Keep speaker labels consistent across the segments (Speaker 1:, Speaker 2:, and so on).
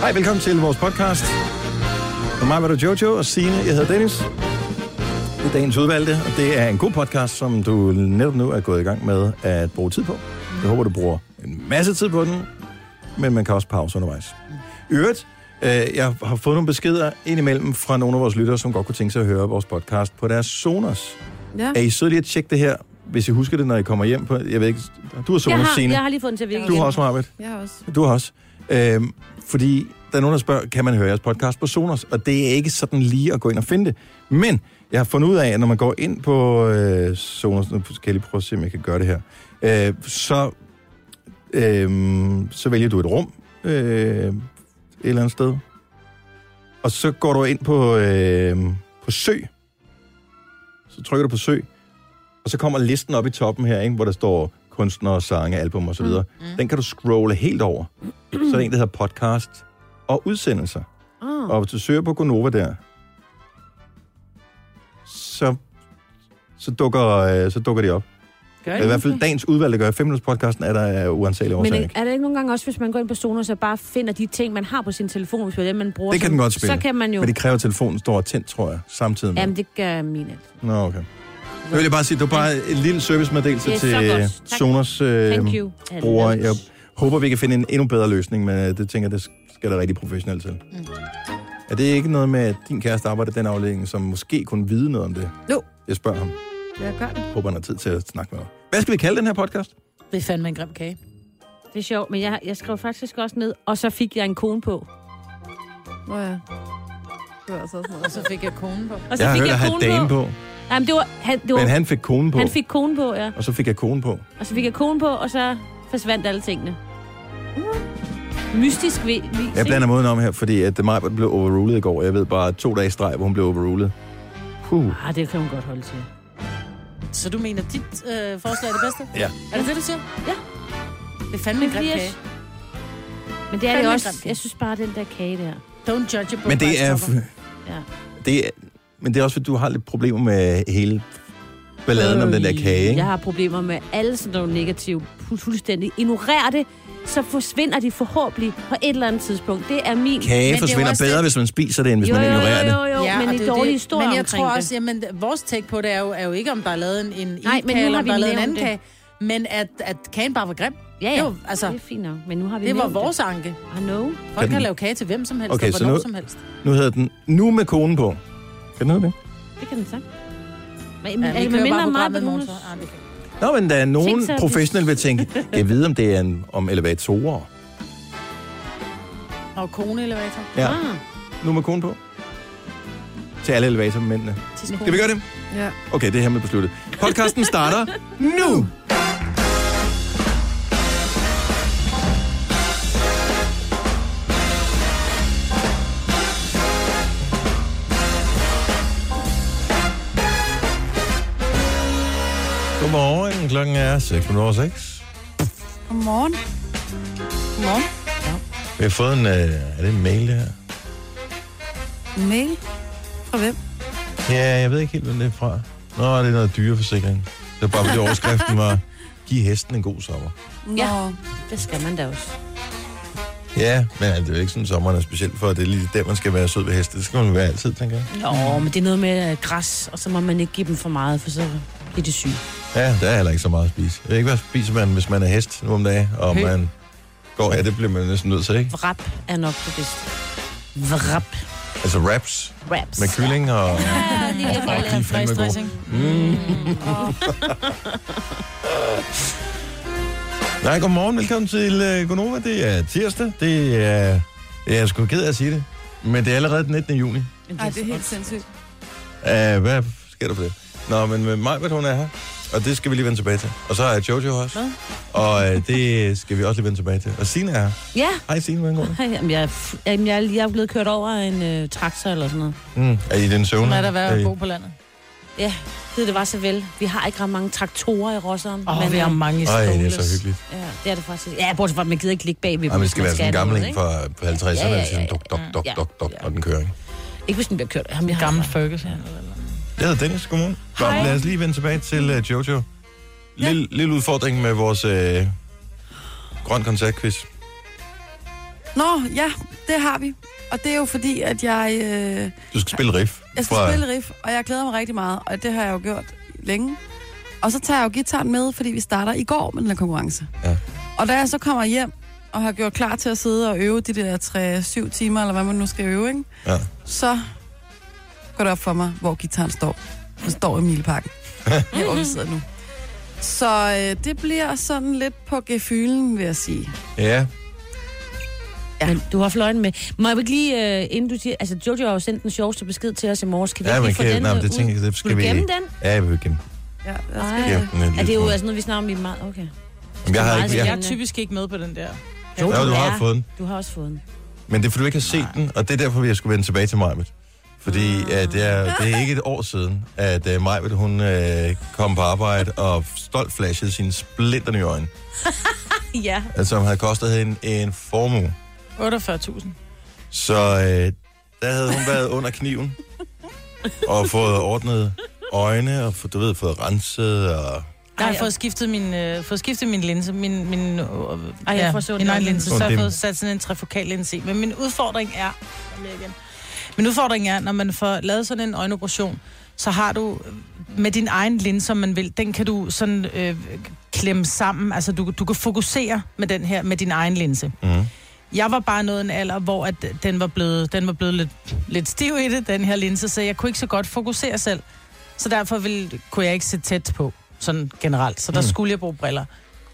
Speaker 1: Hej, velkommen til vores podcast. For mig var du Jojo og Signe. Jeg hedder Dennis. Det er dagens udvalgte, og det er en god podcast, som du netop nu er gået i gang med at bruge tid på. Jeg håber, du bruger en masse tid på den, men man kan også pause undervejs. I øvrigt, øh, jeg har fået nogle beskeder indimellem fra nogle af vores lyttere, som godt kunne tænke sig at høre vores podcast på deres Sonos.
Speaker 2: Ja.
Speaker 1: Er I søde lige at tjekke det her, hvis I husker det, når I kommer hjem på... Jeg ved ikke... Du har
Speaker 3: Jeg
Speaker 1: Sonos,
Speaker 3: har,
Speaker 1: Signe.
Speaker 3: jeg har lige fået den til at virke
Speaker 1: Du har
Speaker 3: igen.
Speaker 1: også, Marvitt.
Speaker 2: Jeg har også.
Speaker 1: Du har også. Øhm, fordi der er nogen, der spørger, kan man høre jeres podcast på Sonos? Og det er ikke sådan lige at gå ind og finde det. Men jeg har fundet ud af, at når man går ind på øh, Sonos, nu skal jeg lige prøve at se, om jeg kan gøre det her, øh, så, øh, så vælger du et rum øh, et eller andet sted. Og så går du ind på, øh, på søg. Så trykker du på søg. Og så kommer listen op i toppen her, ikke, hvor der står kunstnere, sange, album osv. Mm. Den kan du scrolle helt over. Så er der en, der hedder podcast og udsendelser.
Speaker 4: Ah.
Speaker 3: Mm.
Speaker 2: Oh.
Speaker 1: Og hvis du søger på Gonova der, så, så, dukker, øh, så dukker de op.
Speaker 3: Gør
Speaker 1: I hvert fald dagens udvalgte gør. 5 minutters podcasten er der af uansagelige
Speaker 3: Men
Speaker 1: årsager.
Speaker 3: er,
Speaker 1: ikke?
Speaker 3: er det ikke nogle gange også, hvis man går ind på Sonos og bare finder de ting, man har på sin telefon, hvis det er det, man bruger?
Speaker 1: Det kan
Speaker 3: som-
Speaker 1: den godt spille.
Speaker 3: Så kan man jo...
Speaker 1: Men det kræver, at telefonen står tændt, tror jeg, samtidig med.
Speaker 3: Jamen, det gør min altså.
Speaker 1: Nå, okay. Jeg vil jeg bare sige, det var bare en lille servicemeddelelse
Speaker 3: Det er så
Speaker 1: til øh,
Speaker 3: godt. Tak.
Speaker 1: Sonos øh,
Speaker 3: Thank you.
Speaker 1: bruger.
Speaker 3: Hello.
Speaker 1: Jeg håber, vi kan finde en endnu bedre løsning, men øh, det tænker jeg, det skal der rigtig professionelt til. Mm. Er det ikke noget med, at din kæreste arbejder i den afdeling, som måske kunne vide noget om det?
Speaker 2: Jo.
Speaker 1: Jeg spørger ham.
Speaker 2: Jeg gør det.
Speaker 1: Håber, han har tid til at snakke med mig. Hvad skal vi kalde den her podcast?
Speaker 4: Det er fandme en grim kage.
Speaker 3: Det er sjovt, men jeg, jeg skrev faktisk også ned, og så fik jeg en kone på.
Speaker 2: Nå ja. Det var altså også noget.
Speaker 4: Og så fik jeg konen på.
Speaker 3: Og så
Speaker 1: jeg har
Speaker 3: fik
Speaker 1: hørt at
Speaker 3: jeg
Speaker 1: have
Speaker 3: kone
Speaker 1: dame
Speaker 3: på.
Speaker 1: på,
Speaker 3: Jamen, det var, han, det var,
Speaker 1: men han fik konen på,
Speaker 3: han fik kone på, ja.
Speaker 1: og så fik jeg konen på.
Speaker 3: Og så fik jeg kone på, og så forsvandt alle tingene. Mystisk vi, vis,
Speaker 1: Jeg blander moden om her, fordi at mig blev overrulet i går. Jeg ved bare to dage i streg, hvor hun blev overrulet. Puh.
Speaker 3: Ah, det kan hun godt holde til.
Speaker 4: Så du mener, dit øh, forslag er det bedste?
Speaker 1: Ja.
Speaker 4: Er det det, du siger?
Speaker 3: Ja.
Speaker 4: Det er fandme en
Speaker 3: Men,
Speaker 4: grim kage.
Speaker 3: men det er det
Speaker 4: Fandme
Speaker 3: også.
Speaker 4: grim kage.
Speaker 3: Jeg synes bare, den der kage der.
Speaker 4: Don't judge a book
Speaker 1: Men
Speaker 4: by
Speaker 1: det er,
Speaker 4: its cover.
Speaker 3: Ja.
Speaker 1: det er, men det er også, fordi du har lidt problemer med hele balladen om den der kage, ikke?
Speaker 3: Jeg har problemer med alle sådan nogle negative. Fu- Fuldstændig ignorer det, så forsvinder de forhåbentlig på et eller andet tidspunkt. Det er min...
Speaker 1: Kage
Speaker 4: det er
Speaker 1: forsvinder
Speaker 4: også
Speaker 1: bedre,
Speaker 4: det-
Speaker 1: hvis man spiser det, end hvis
Speaker 3: jo,
Speaker 1: man
Speaker 3: jo,
Speaker 1: ignorerer
Speaker 3: jo,
Speaker 1: det.
Speaker 3: jo, jo,
Speaker 4: og
Speaker 3: men
Speaker 4: det er
Speaker 3: i
Speaker 4: jo
Speaker 3: dårlige
Speaker 4: det.
Speaker 3: historier
Speaker 4: Men jeg
Speaker 3: omkring
Speaker 4: tror
Speaker 3: det.
Speaker 4: også, jamen, vores take på det er jo, er jo ikke, om der er lavet en, en
Speaker 3: Nej,
Speaker 4: Nej,
Speaker 3: men nu
Speaker 4: men eller
Speaker 3: har
Speaker 4: om
Speaker 3: vi
Speaker 4: der er lavet en anden
Speaker 3: nævnt
Speaker 4: kage. Men at, at kagen bare var grim,
Speaker 3: Ja,
Speaker 4: det
Speaker 3: ja.
Speaker 4: var- altså,
Speaker 3: det er fint nok, men nu har vi
Speaker 4: det var
Speaker 3: nævnt
Speaker 4: vores anke.
Speaker 3: I know.
Speaker 1: Kan
Speaker 4: Folk
Speaker 1: den-
Speaker 4: kan lave kage til hvem som helst,
Speaker 1: Okay,
Speaker 4: okay, og
Speaker 1: så
Speaker 4: hvornår
Speaker 1: nu-
Speaker 4: Altså, som helst.
Speaker 1: Nu hedder den Nu med konen på. Kan den hedde det?
Speaker 3: Det kan den sagt. Men,
Speaker 4: Ja,
Speaker 3: ja,
Speaker 4: vi kører
Speaker 3: men
Speaker 4: bare
Speaker 3: mindre om mig,
Speaker 4: programmet
Speaker 3: Jonas.
Speaker 4: morgen. Ah, det kan-
Speaker 1: Nå, men der er nogen
Speaker 3: Tænk så,
Speaker 1: professionelle, vil tænke, jeg ved, om det er en, om elevatorer.
Speaker 4: Og kone elevator.
Speaker 1: Ja,
Speaker 3: Ah,
Speaker 1: nu med konen på. Til alle elevatormændene. Skal vi gøre det?
Speaker 2: Ja.
Speaker 1: Okay, det er hermed besluttet. Podcasten starter nu! Godmorgen, klokken er 6 minutter over 6.
Speaker 2: Godmorgen. Godmorgen.
Speaker 1: Vi har fået en, øh, er det en mail, det her?
Speaker 2: Mail. Fra hvem?
Speaker 1: Ja, jeg ved ikke helt, hvem det er fra. Nå, det er noget dyreforsikring. Det var bare, fordi overskriften var, giv hesten en god sommer.
Speaker 2: Ja.
Speaker 3: det skal man da også.
Speaker 1: Ja, men det er jo ikke sådan, sommeren er specielt for, at det er lige der, man skal være sød ved heste. Det skal man være altid, tænker jeg.
Speaker 3: Nå, men det er noget med øh, græs, og så må man ikke give dem for meget, for så bliver de syge.
Speaker 1: Ja, der er heller ikke så meget at spise. Jeg ved ikke, hvad spiser man, hvis man er hest nu om dagen, og
Speaker 3: Hø.
Speaker 1: man går... Ja, det bliver man næsten nødt til, ikke?
Speaker 3: Vrap er nok det bedste. Vrap.
Speaker 1: Altså wraps
Speaker 3: Wraps.
Speaker 1: med kylling og...
Speaker 4: Ja, lige
Speaker 1: er
Speaker 4: lidt
Speaker 1: fandme
Speaker 4: fræsdressing.
Speaker 1: Mm. Nej, godmorgen. Velkommen til uh, Gonova. Det er tirsdag. Det er... Jeg er sgu ked af at sige det, men det er allerede den 19. juni.
Speaker 2: Ej, det er helt sindssygt.
Speaker 1: Uh, hvad sker der for det? Nå, men med mig, hvad hun er her. Og det skal vi lige vende tilbage til. Og så er Jojo her også. Og øh, det skal vi også lige vende tilbage til. Og Signe er her.
Speaker 3: Ja.
Speaker 1: Hej Signe, hvordan går det?
Speaker 3: Ej, Jamen, jeg, er f- jamen, jeg, er- jeg er blevet kørt over af en øh, traktor eller sådan noget.
Speaker 1: Mm. Er I den søvn?
Speaker 4: Sådan er der værd at bo på landet.
Speaker 3: Ja, det, det var så vel. Vi har ikke ret mange traktorer i Rosseren.
Speaker 4: Åh, oh, vi har
Speaker 3: øh,
Speaker 4: mange
Speaker 1: Ej,
Speaker 4: skoles.
Speaker 1: det er så hyggeligt.
Speaker 3: Ja, det er det faktisk. Ja, bortset fra, at man gider ikke ligge bagved.
Speaker 1: Ej, men
Speaker 3: hvis
Speaker 1: det skal være sådan en
Speaker 3: have
Speaker 1: gammel
Speaker 3: noget,
Speaker 1: en fra 50'erne,
Speaker 3: Ja, ja,
Speaker 1: der
Speaker 3: ja,
Speaker 1: siger sådan, duk, duk, duk,
Speaker 3: ja.
Speaker 1: duk, duk, når den kører, ikke?
Speaker 3: ikke? Ikke hvis den bliver kørt. Jamen, jeg har
Speaker 4: Gammel Ferguson.
Speaker 1: Jeg hedder Dennis, godmorgen. Nå,
Speaker 3: Hej.
Speaker 1: lad os lige vende tilbage til uh, Jojo. Lille, lille udfordring med vores øh, grøn koncertquiz.
Speaker 5: Nå, ja, det har vi. Og det er jo fordi, at jeg, øh,
Speaker 1: Du skal spille riff.
Speaker 5: jeg skal
Speaker 1: fra-
Speaker 5: spille riff, og jeg glæder mig rigtig meget, og det har jeg jo gjort længe. Og så tager jeg jo gitaren med, fordi vi starter i går med den her konkurrence.
Speaker 1: Ja.
Speaker 5: Og da jeg så kommer hjem og har gjort klar til at sidde og øve de der 3-7 timer, eller hvad man nu skal øve, ikke?
Speaker 1: Ja.
Speaker 5: så går det op for mig, hvor gitaren står. Den står i Mileparken. Her hvor vi sidder nu. Så øh, det bliver sådan lidt på gefylen, vil jeg sige.
Speaker 1: Ja,
Speaker 5: Ja.
Speaker 3: Men du har fløjen med. Må jeg ikke lige, øh, inden du siger... Altså, Jojo har jo sendt den sjoveste besked til os i morges. Kan vi
Speaker 1: ja
Speaker 3: ikke
Speaker 1: men
Speaker 3: lige få
Speaker 1: kan,
Speaker 3: den
Speaker 1: nej,
Speaker 3: øh,
Speaker 1: men det
Speaker 3: ud?
Speaker 1: tænker jeg, det
Speaker 3: Skal
Speaker 1: skal
Speaker 3: du
Speaker 1: vi...
Speaker 3: gemme den?
Speaker 1: Ja, jeg vil gemme
Speaker 5: Ja,
Speaker 3: Ej.
Speaker 5: jeg
Speaker 1: gemme den. en
Speaker 3: Er det
Speaker 1: lille
Speaker 3: jo
Speaker 1: smule.
Speaker 3: altså noget, vi snakker om i meget? Okay.
Speaker 1: Jamen, jeg har
Speaker 3: meget
Speaker 1: ikke...
Speaker 4: Jeg
Speaker 1: Jeg,
Speaker 4: er typisk ikke med på den der.
Speaker 3: Jo,
Speaker 1: ja, du har
Speaker 3: er.
Speaker 1: fået den.
Speaker 3: Du har også fået den.
Speaker 1: Men det er, fordi du ikke har set den, og det er derfor, jeg skulle vende tilbage til Majbet. Fordi at jeg, det er ikke et år siden, at uh, Majbet, hun uh, kom på arbejde og stolt flashede sine splinter nye øjne,
Speaker 3: Ja.
Speaker 1: altså, som havde kostet hende en formue.
Speaker 4: 48.000.
Speaker 1: Så øh, der havde hun været under kniven og fået ordnet øjne og få- du ved, fået renset og
Speaker 4: Jeg har
Speaker 3: Ej,
Speaker 4: fået skiftet min, øh, fået skiftet min linse, min, min, øh,
Speaker 3: jeg
Speaker 4: ja,
Speaker 3: får så ondt
Speaker 4: min egen
Speaker 3: i øjnene.
Speaker 4: linse,
Speaker 1: Ondt
Speaker 4: så
Speaker 1: i
Speaker 4: har jeg
Speaker 1: dem.
Speaker 4: fået sat sådan en trifokal linse i. Men min udfordring er, Kom her igen. min udfordring er, når man får lavet sådan en øjenoperation, så har du øh, med din egen linse, som man vil, den kan du sådan øh, klemme sammen, altså du, du kan fokusere med den her, med din egen linse.
Speaker 1: mm,
Speaker 4: Jeg var bare nået en alder, hvor at den var blevet, den var blevet lidt, lidt stiv i det, den her linse, så jeg kunne ikke så godt fokusere selv. Så derfor ville, kunne jeg ikke se tæt på, sådan generelt. Så der
Speaker 1: Mm.
Speaker 4: mm. skulle jeg bruge briller.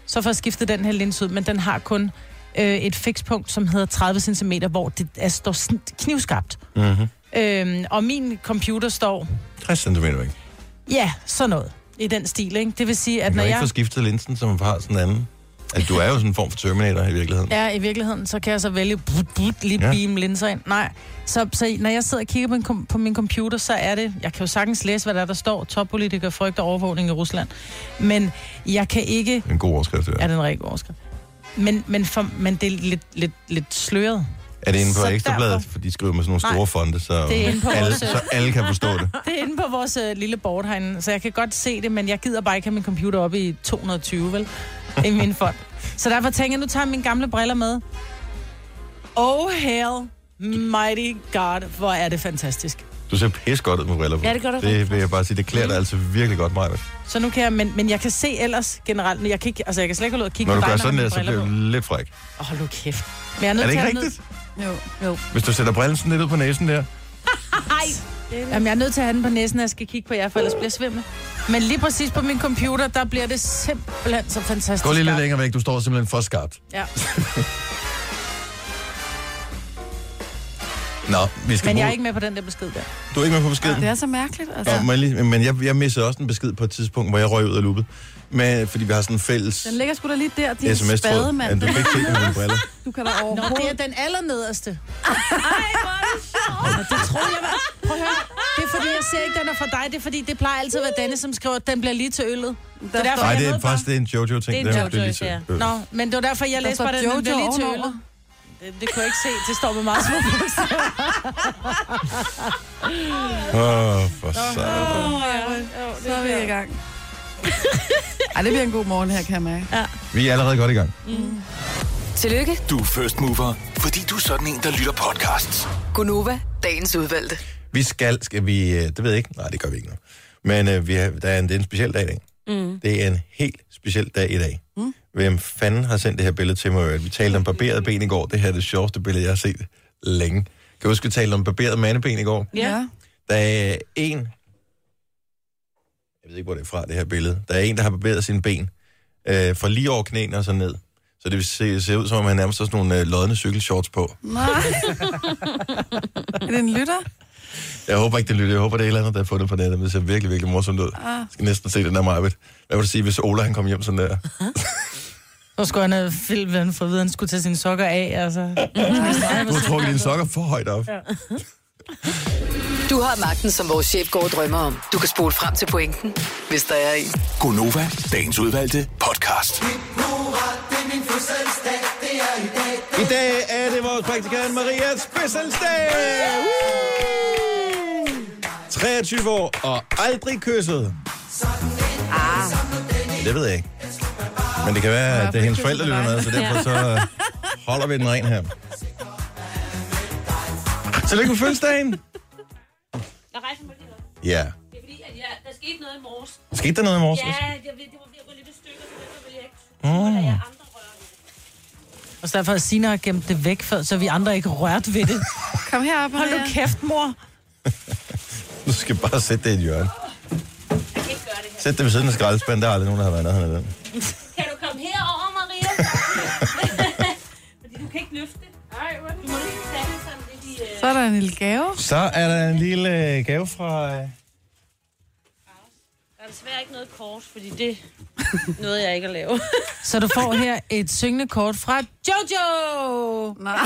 Speaker 4: Så får jeg skiftet den her linse ud, men den har kun øh, et fikspunkt, som hedder 30 cm, hvor det er, står sådan knivskarpt.
Speaker 1: mm-hmm.
Speaker 4: Øhm, og min computer står,
Speaker 1: 60 cm væk.
Speaker 4: ja, sådan noget i den stil, ikke? Det vil sige,
Speaker 1: Man
Speaker 4: at
Speaker 1: kan
Speaker 4: når
Speaker 1: ikke få
Speaker 4: jeg
Speaker 1: skiftet linsen, som har sådan en anden. Altså, du er jo sådan en form for Terminator i virkeligheden.
Speaker 4: er i virkeligheden, så kan jeg så vælge brut, brut, lige
Speaker 1: Ja.
Speaker 4: ja. beam linser ind. Nej, så, så når jeg sidder og kigger på, en, kom- på min computer, så er det... Jeg kan jo sagtens læse, hvad der, er, der står. Toppolitiker frygter overvågning i Rusland. Men jeg kan ikke...
Speaker 1: En god overskrift, det
Speaker 4: Er
Speaker 1: er.
Speaker 4: det en rigtig overskrift? Men, men, for, men det er lidt, lidt, lidt sløret.
Speaker 1: Er det inde på
Speaker 4: Så
Speaker 1: Ekstrabladet?
Speaker 4: derfor-
Speaker 1: For de skriver med sådan nogle
Speaker 4: Nej.
Speaker 1: store fonde, så
Speaker 4: Det er inde på
Speaker 1: alle,
Speaker 4: vores, øh,
Speaker 1: så alle kan forstå det.
Speaker 4: Det er inde på vores øh, lille board herinde, så jeg kan godt se det, men jeg gider bare ikke have min computer op i 220, vel? I min fond. Så derfor tænker jeg, nu tager jeg mine gamle briller med. Oh hell mighty god, hvor er det fantastisk.
Speaker 1: Du ser pis godt ud med briller på.
Speaker 3: Ja, det gør du
Speaker 1: Det
Speaker 3: faktisk.
Speaker 1: vil jeg bare sige. Det klæder
Speaker 4: Mm.
Speaker 1: dig altså virkelig godt, Maja.
Speaker 4: Så nu kan jeg, men, men jeg kan se ellers generelt, men jeg kan, ikke, altså jeg kan slet ikke holde ud og kigge
Speaker 1: Når du
Speaker 4: på
Speaker 1: gør
Speaker 4: dig,
Speaker 1: sådan
Speaker 4: jeg
Speaker 1: der,
Speaker 4: har
Speaker 1: så
Speaker 4: mine
Speaker 1: bliver du
Speaker 4: briller
Speaker 1: lidt fræk.
Speaker 4: på. Åh, oh, hold nu kæft. Men jeg er nødt
Speaker 1: Er det
Speaker 4: til
Speaker 1: ikke
Speaker 4: at have
Speaker 1: rigtigt?
Speaker 5: jo.
Speaker 1: Hvis du sætter brillen sådan lidt ud på næsen der.
Speaker 4: Altså, den, jamen, jeg er nødt til at have den på næsen, når jeg skal kigge på jer, for ellers bliver jeg svimmel. Men lige præcis på min computer, der bliver det simpelthen så fantastisk.
Speaker 1: Gå lige lidt
Speaker 4: skarpt.
Speaker 1: længere væk. Du står simpelthen for skarpt.
Speaker 4: Ja.
Speaker 1: Nå, vi skal
Speaker 4: Men jeg er
Speaker 1: bruge-
Speaker 4: ikke med på den der besked der.
Speaker 1: Du er ikke med på beskeden?
Speaker 5: Det er så mærkeligt, altså.
Speaker 1: Nå, må jeg lige, men jeg, jeg missede også en besked på et tidspunkt, hvor jeg røg ud af loopet. Men, fordi vi har sådan en fælles
Speaker 5: Den ligger sgu da lige der, din
Speaker 1: sms-tråd.
Speaker 5: spademand.
Speaker 1: Ja, du kan ikke se det med dine briller.
Speaker 5: Du kan da overhovedet...
Speaker 4: det er den allernederste. Ej, hvor er det sjovt. det tror jeg var. Prøv at høre. Det er fordi, jeg ser ikke, den er fra dig. Det er fordi, det plejer altid at være Danne, som skriver, at den bliver lige til øllet.
Speaker 5: Der
Speaker 4: derfor,
Speaker 5: står-
Speaker 1: Nej,
Speaker 4: jeg
Speaker 1: det er
Speaker 4: ved
Speaker 1: faktisk det er en
Speaker 3: Det er
Speaker 1: Jojo-ting.
Speaker 3: en
Speaker 1: Det
Speaker 3: Jojo,
Speaker 1: det
Speaker 3: ja.
Speaker 1: øh,
Speaker 4: Nå, men det var derfor, jeg
Speaker 5: der
Speaker 4: læste
Speaker 5: står
Speaker 4: bare, den den bliver
Speaker 5: Jojo
Speaker 4: lige til
Speaker 5: ovenover.
Speaker 4: øllet. Det, det kunne jeg ikke se. Det står med meget små bogstaver.
Speaker 1: Åh, oh, for satan.
Speaker 5: Så er vi i gang. Ej, det bliver en god morgen her, kan jeg mærke.
Speaker 1: Vi er allerede godt i gang.
Speaker 6: Tillykke,
Speaker 7: Du er first mover, fordi du er sådan en, der lytter podcasts.
Speaker 6: Gunova, dagens udvalgte.
Speaker 1: Vi skal, skal vi, øh, det ved jeg ikke, nej, det gør vi ikke nu. Men øh, vi har, der er en, det er en speciel dag i dag. Mm. Det er en helt speciel dag i dag. Mm. Hvem fanden har sendt det her billede til mig? Øh, Vi talte om
Speaker 3: Mm.
Speaker 1: barberet ben i går. Det her er det sjoveste billede, jeg har set længe. Kan du huske, vi talte om barberet mandeben i går?
Speaker 3: Ja.
Speaker 1: Der er en... Jeg ved ikke, hvor det er fra, det her billede. Der er en, der har barberet sine ben øh, fra lige over knæene og så ned. Så det ser, ser ud, som om han nærmest har sådan nogle øh, lodne cykelshorts på.
Speaker 5: Nej. er det en lytter?
Speaker 1: Jeg håber ikke, det lytter. Jeg håber, det er et eller andet, der er fundet på nettet, men det ser virkelig, virkelig morsomt ud. Ah. Jeg skal næsten se den der Marvitt. Hvad vil du sige, hvis Ola han kom hjem sådan der?
Speaker 4: Så skulle han have filmet, han for at vide, han skulle tage sine sokker af. Altså.
Speaker 1: Du har trukket dine sokker for højt op. Ja.
Speaker 6: Du har magten, som vores chef går og drømmer om. Du kan spole frem til pointen, hvis der er en.
Speaker 7: Gonova, dagens udvalgte podcast.
Speaker 1: I dag er det vores praktikant Marias fødselsdag! Woo! 23 år og aldrig kysset. Ah. Det ved jeg ikke. Men det kan være, at det er hendes forældre lytter med, så derfor så øh, holder øh, vi den ren her. Tillykke med fødselsdagen.
Speaker 3: Jeg rejser mig lige op.
Speaker 1: Ja.
Speaker 3: Det er fordi, at jeg, der skete noget i morges.
Speaker 1: Skete der noget i morges?
Speaker 3: Ja, jeg, ved, det var ved at gå lidt i stykker, så derfor ville jeg ikke
Speaker 1: Mm.
Speaker 3: turde lade jer andre røre ved det.
Speaker 4: Og så derfor, at Sina har gemt det væk, for, så vi andre ikke rørt ved det.
Speaker 5: Kom herop,
Speaker 4: Hold nu
Speaker 5: Maria.
Speaker 4: kæft, mor.
Speaker 1: Du skal bare sætte det i et hjørne.
Speaker 3: Jeg kan ikke gøre det her.
Speaker 1: Sæt det ved siden af skraldespanden. Der er aldrig nogen, der har været nærheden af den.
Speaker 3: Kan du komme herover, Maria? fordi du kan ikke løfte det. Nej, hvor Du må ikke tage det sådan lidt i... Øh...
Speaker 5: Så er der en lille gave.
Speaker 1: Så er der en lille øh, gave fra... øh,
Speaker 3: Der er desværre ikke noget kort, fordi det noget jeg ikke at lave.
Speaker 4: Så du får her et syngende kort fra Jojo.
Speaker 5: Nej,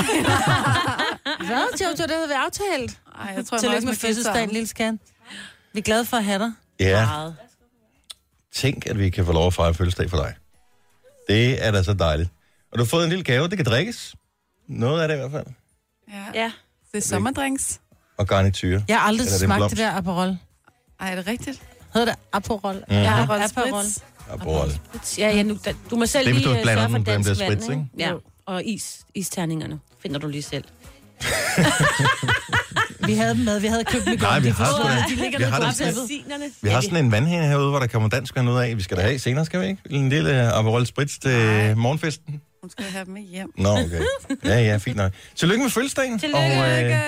Speaker 4: Hvad, Jojo? Det havde vi aftalt.
Speaker 5: nej jeg tror, jeg
Speaker 4: Tillykke med fødselsdagen,
Speaker 5: lige.
Speaker 4: lille skan. Vi er glade for at have dig.
Speaker 1: Ja,
Speaker 3: Meget.
Speaker 1: tænk, at vi kan få lov at fejre fødselsdag for dig. Det er da så dejligt. Og du har fået en lille gave, det kan drikkes. Noget af det i hvert fald.
Speaker 5: Ja.
Speaker 3: Ja.
Speaker 5: Det er sommerdrinks.
Speaker 1: Og garniture.
Speaker 4: Jeg har aldrig
Speaker 1: Eller er det en
Speaker 4: smagt
Speaker 1: blomst?
Speaker 4: det der Aperol.
Speaker 5: Ej, er det rigtigt?
Speaker 4: Hedder det Aperol?
Speaker 1: Mhm.
Speaker 4: Mm.
Speaker 5: Ja,
Speaker 4: Ja,
Speaker 5: Aperol
Speaker 4: Aperol.
Speaker 5: Spritz.
Speaker 1: Ja, bordet.
Speaker 3: Ja, ja, nu, da, du må selv
Speaker 1: Det er, hvis
Speaker 3: lige
Speaker 1: du
Speaker 3: øh,
Speaker 1: blander
Speaker 3: sørge for
Speaker 1: dem- blander
Speaker 3: dansk
Speaker 1: dem
Speaker 3: vand,
Speaker 1: spritz,
Speaker 3: ikke?
Speaker 1: ikke?
Speaker 3: Ja, og is, isterningerne finder du lige selv.
Speaker 4: Vi havde dem med. Vi havde købt dem i går.
Speaker 1: Nej, vi
Speaker 4: De
Speaker 1: har sgu
Speaker 4: forstår,
Speaker 1: da-
Speaker 4: at De ligger
Speaker 1: vi
Speaker 4: nede
Speaker 1: har
Speaker 4: på
Speaker 1: da-
Speaker 4: gulvtæppet.
Speaker 1: Vi har sådan en vandhane herude, hvor der kommer dansk vand ud af. Vi skal da have senere, skal vi ikke? En lille Aperol Spritz til morgenfesten.
Speaker 5: Hun skal have dem med hjem.
Speaker 1: Nå, okay. Ja, ja, fint nok. Tillykke med fødselsdagen.
Speaker 3: Tillykke.
Speaker 1: Og, øh,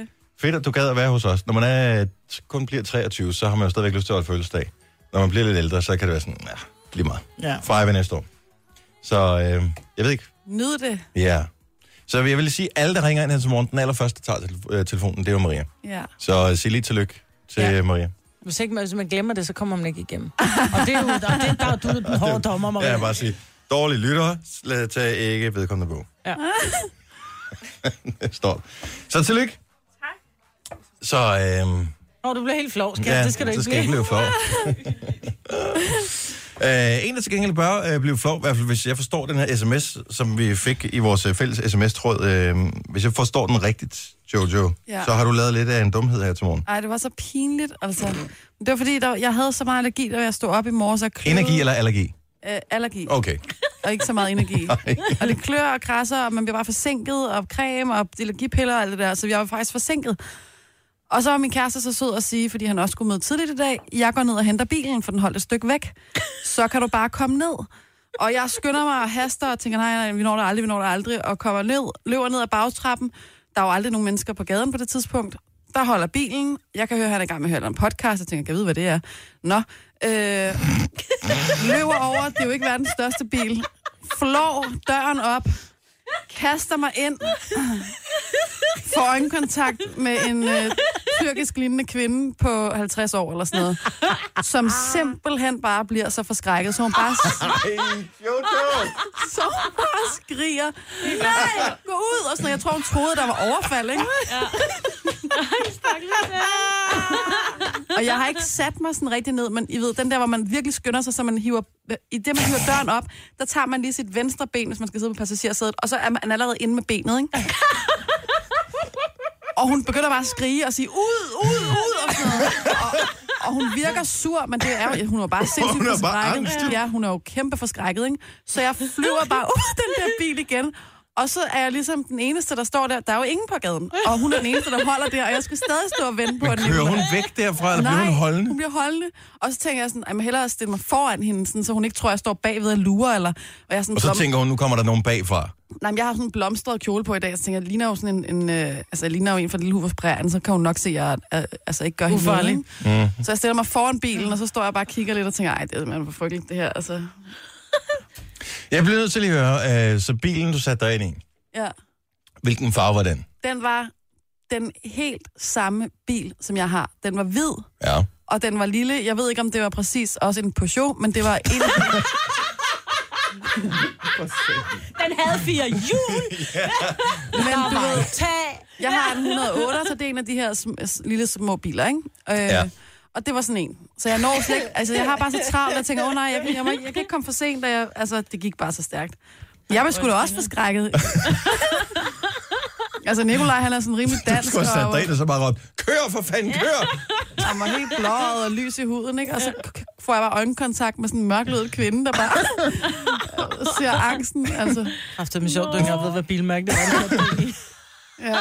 Speaker 5: Øh,
Speaker 1: fedt, at du gad at være hos os. Når man er, kun bliver 23, så har man jo stadigvæk lyst til at holde fødselsdag. Når man bliver lidt ældre, så kan det være sådan, ja, lige meget.
Speaker 4: Ja.
Speaker 1: Fejre ved næste år. Så øh, jeg ved ikke,
Speaker 5: nyd det.
Speaker 1: ja. Så jeg vil sige, alle, der ringer ind her til morgen, den allerførste, der tager telef- øh, telefonen, det er jo Maria.
Speaker 5: Ja.
Speaker 1: Så øh, sig lige tillykke til
Speaker 4: Ja.
Speaker 1: ja. Maria.
Speaker 4: Hvis, ikke, man- hvis man glemmer det, så kommer man ikke igennem. Og det er jo, og det, der er du den hårde dommer,
Speaker 1: Ja,
Speaker 4: Maria.
Speaker 1: jeg bare sige, dårlige lyttere, sl- tag ikke vedkommende på.
Speaker 4: Ja.
Speaker 1: Stort. Så tillykke. Tak. Så, øh,
Speaker 4: Nå, du bliver helt flov, skat. Ja, det skal du ikke
Speaker 1: så skal jeg
Speaker 4: blive.
Speaker 1: ikke blive flov. Uh, en, der til gengæld bør uh, blive flov, i hvert fald hvis jeg forstår den her sms, som vi fik i vores øh, fælles sms-tråd. Uh, hvis jeg forstår den rigtigt, Jojo, ja.
Speaker 5: Ja.
Speaker 1: så har du lavet lidt af en dumhed her til morgen.
Speaker 5: Ej, det var så pinligt, altså. Men Det var fordi, der, jeg havde så meget allergi, da jeg stod op i morges og kløede.
Speaker 1: Energi eller allergi?
Speaker 5: Øh, allergi, oh.
Speaker 1: Okay.
Speaker 5: og ikke så meget energi. og det klør og krasser, og man bliver bare forsinket, og creme og allergipiller og alt det der, så jeg var faktisk forsinket. Og så var min kæreste så sød at sige, fordi han også skulle møde tidligt i dag, jeg går ned og henter bilen, for den holdt et stykke væk. Så kan du bare komme ned. Og jeg skynder mig og haster og tænker, nej, nej, vi når der aldrig, vi når der aldrig, og kommer ned, løber ned ad bagtrappen. Der er jo aldrig nogen mennesker på gaden på det tidspunkt. Der holder bilen. Jeg kan høre, at han er i gang med at høre en podcast. Jeg tænker, kan jeg vide, hvad det er? Nå. Øh, løber over, det er jo ikke verdens største bil, flår døren op, kaster mig ind, får øjenkontakt med en øh, tyrkisk lignende kvinde på 50 år eller sådan noget, som simpelthen bare bliver så forskrækket, så hun bare,
Speaker 1: Jojo!
Speaker 5: så hun bare skriger, nej, gå ud, og sådan noget. Jeg tror, hun troede, der var overfald, ikke? Og jeg har ikke sat mig sådan rigtig ned, men I ved, den der, hvor man virkelig skynder sig, så man hiver, i det, man hiver døren op, der tager man lige sit venstre ben, hvis man skal sidde på passagersædet, og så er man allerede inde med benet, ikke? Og hun begynder bare at skrige og sige, ud, ud, ud, og sådan noget. Og, og hun virker sur, men det er jo, hun er jo bare sindssygt
Speaker 1: Hun er bare
Speaker 5: forskrækket.
Speaker 1: angst,
Speaker 5: Ja, hun er jo kæmpe forskrækket, ikke? Så jeg flyver bare ud af den der bil igen. Og så er jeg ligesom den eneste, der står der. Der er jo ingen på gaden. Og hun er den eneste, der holder der, og jeg skal stadig stå og vente på, at den ikke
Speaker 1: Kører hun væk derfra, eller bliver
Speaker 5: Nej,
Speaker 1: hun holdende?
Speaker 5: hun bliver holdende. Og så tænker jeg sådan, at jeg hellere stille mig foran hende, sådan, så hun ikke tror, jeg står bagved og lurer. Eller, og jeg er sådan,
Speaker 1: Og så tænker hun, nu kommer der nogen bagfra.
Speaker 5: nej, men jeg har sådan en blomstret kjole på i dag, så tænker jeg, jeg ligner jo sådan en, en øh, altså jeg ligner jo en fra Lille Hufers Prærien, så kan hun nok se, at jeg øh, altså, ikke gør hende
Speaker 4: Ufarlig.
Speaker 5: noget, ikke?
Speaker 1: Mhm.
Speaker 5: Så jeg stiller mig foran bilen, og så står jeg bare og kigger lidt og tænker, ej, det er simpelthen for frygteligt det her. Altså,
Speaker 1: Jeg bliver nødt til lige at høre, øh, så bilen, du satte dig ind i,
Speaker 5: ja.
Speaker 1: hvilken farve var den?
Speaker 5: Den var den helt samme bil, som jeg har. Den var hvid,
Speaker 1: Ja.
Speaker 5: og den var lille. Jeg ved ikke, om det var præcis også en Peugeot, men det var en...
Speaker 3: Den havde fire hjul.
Speaker 5: men du ved,
Speaker 4: Tag!
Speaker 5: Jeg har en 108, så det er en af de her sm- s- lille små biler, ikke? Øh,
Speaker 1: Ja.
Speaker 5: Og det var sådan en. Så jeg når slet ikke, altså jeg har bare så travlt, at jeg tænker, åh oh, nej, jeg, kan- jeg, må, ikke- jeg kan ikke komme for sent, og jeg, altså det gik bare så stærkt. Jeg var sgu da også forskrækket. altså Nikolaj, han er sådan rimelig
Speaker 1: Du
Speaker 5: dansk,
Speaker 1: skulle have sat
Speaker 5: og,
Speaker 1: dig ind, og så bare råbt, kør for fanden, kør!
Speaker 5: og var helt blåret og lys i huden, ikke? Og så k- k- får jeg bare øjenkontakt med sådan en mørklødet kvinde, der bare ser angsten, altså.
Speaker 4: Haft det med sjovt, du ikke har ved, hvad bilmærke det var.
Speaker 5: Ja.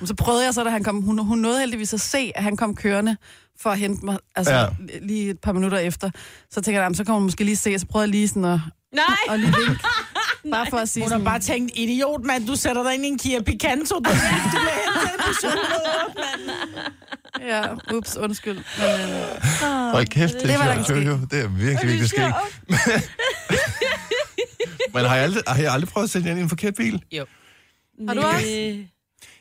Speaker 5: Men Så prøvede jeg så, da han kom, hun, hun nåede heldigvis at se, at han kom kørende for at hente mig, altså
Speaker 1: Ja.
Speaker 5: ja. lige et par minutter efter. Så tænker jeg, "Jamen, så kommer hun måske lige se, så prøvede jeg lige sådan at,
Speaker 3: Nej!
Speaker 5: at lige vinke. Bare for at sige
Speaker 4: Hun har
Speaker 5: sådan,
Speaker 4: bare tænkt, idiot mand, du sætter dig ind i en Kia Picanto. Du, du bliver hentet på chokolade.
Speaker 5: ja, ups, undskyld. Men, øh,
Speaker 1: Hold kæft, det,
Speaker 5: det var
Speaker 1: er
Speaker 5: der ikke sket.
Speaker 1: jo, det er virkelig, virkelig sket. Men har jeg aldrig, har jeg aldrig prøvet at sætte jer ind i en forkert bil?
Speaker 5: har du også?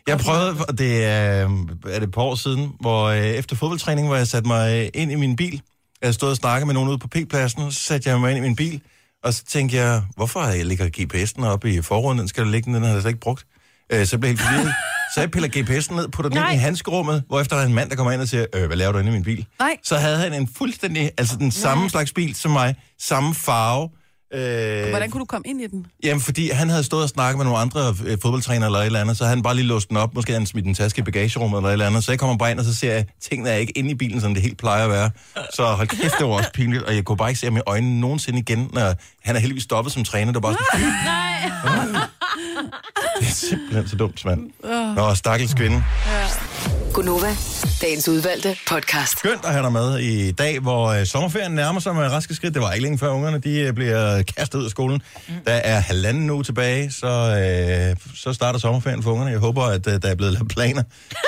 Speaker 1: Jeg prøvede, og det er, er det et par år siden, hvor øh, efter fodboldtræning, hvor jeg satte mig øh, ind i min bil. Jeg stod og snakkede med nogen ude på P-pladsen, og så satte jeg mig ind i min bil. Og så tænkte jeg, hvorfor har jeg ligger GPS'en oppe i forruden? Den skal der ligge, den den har jeg slet ikke brugt. Øh, så jeg blev helt forvirret. Så jeg piller GPS'en ned, putter den ind i handskerummet, hvor efter der er en mand, der kommer ind og siger, øh, hvad laver du inde i min bil?
Speaker 5: Nej.
Speaker 1: Så havde han en fuldstændig, altså den samme slags bil som mig, samme farve. Øh,
Speaker 5: Hvordan kunne du komme ind i den?
Speaker 1: Jamen, fordi han havde stået og snakket med nogle andre øh, fodboldtrænere eller et eller andet, så havde han bare lige låst den op. Måske havde han smidt en taske i bagagerummet eller et eller andet. Så jeg kommer bare ind, og så ser jeg, at tingene er ikke inde i bilen, som det helt plejer at være. Så hold kæft, det var også pinligt, og jeg kunne bare ikke se ham i øjnene nogensinde igen, når han er heldigvis stoppet som træner. Det var bare sådan, det er simpelthen så dumt, mand. Nå, stakkels kvinde.
Speaker 6: Gunova, dagens udvalgte podcast.
Speaker 1: Skønt at have dig med i dag, hvor øh, sommerferien nærmer sig med raske skridt. Det var ikke længe før ungerne de, øh, bliver kastet ud af skolen. Mm. Der er halvanden uge tilbage, så, øh, så starter sommerferien for ungerne. Jeg håber, at øh, der er blevet lavet planer.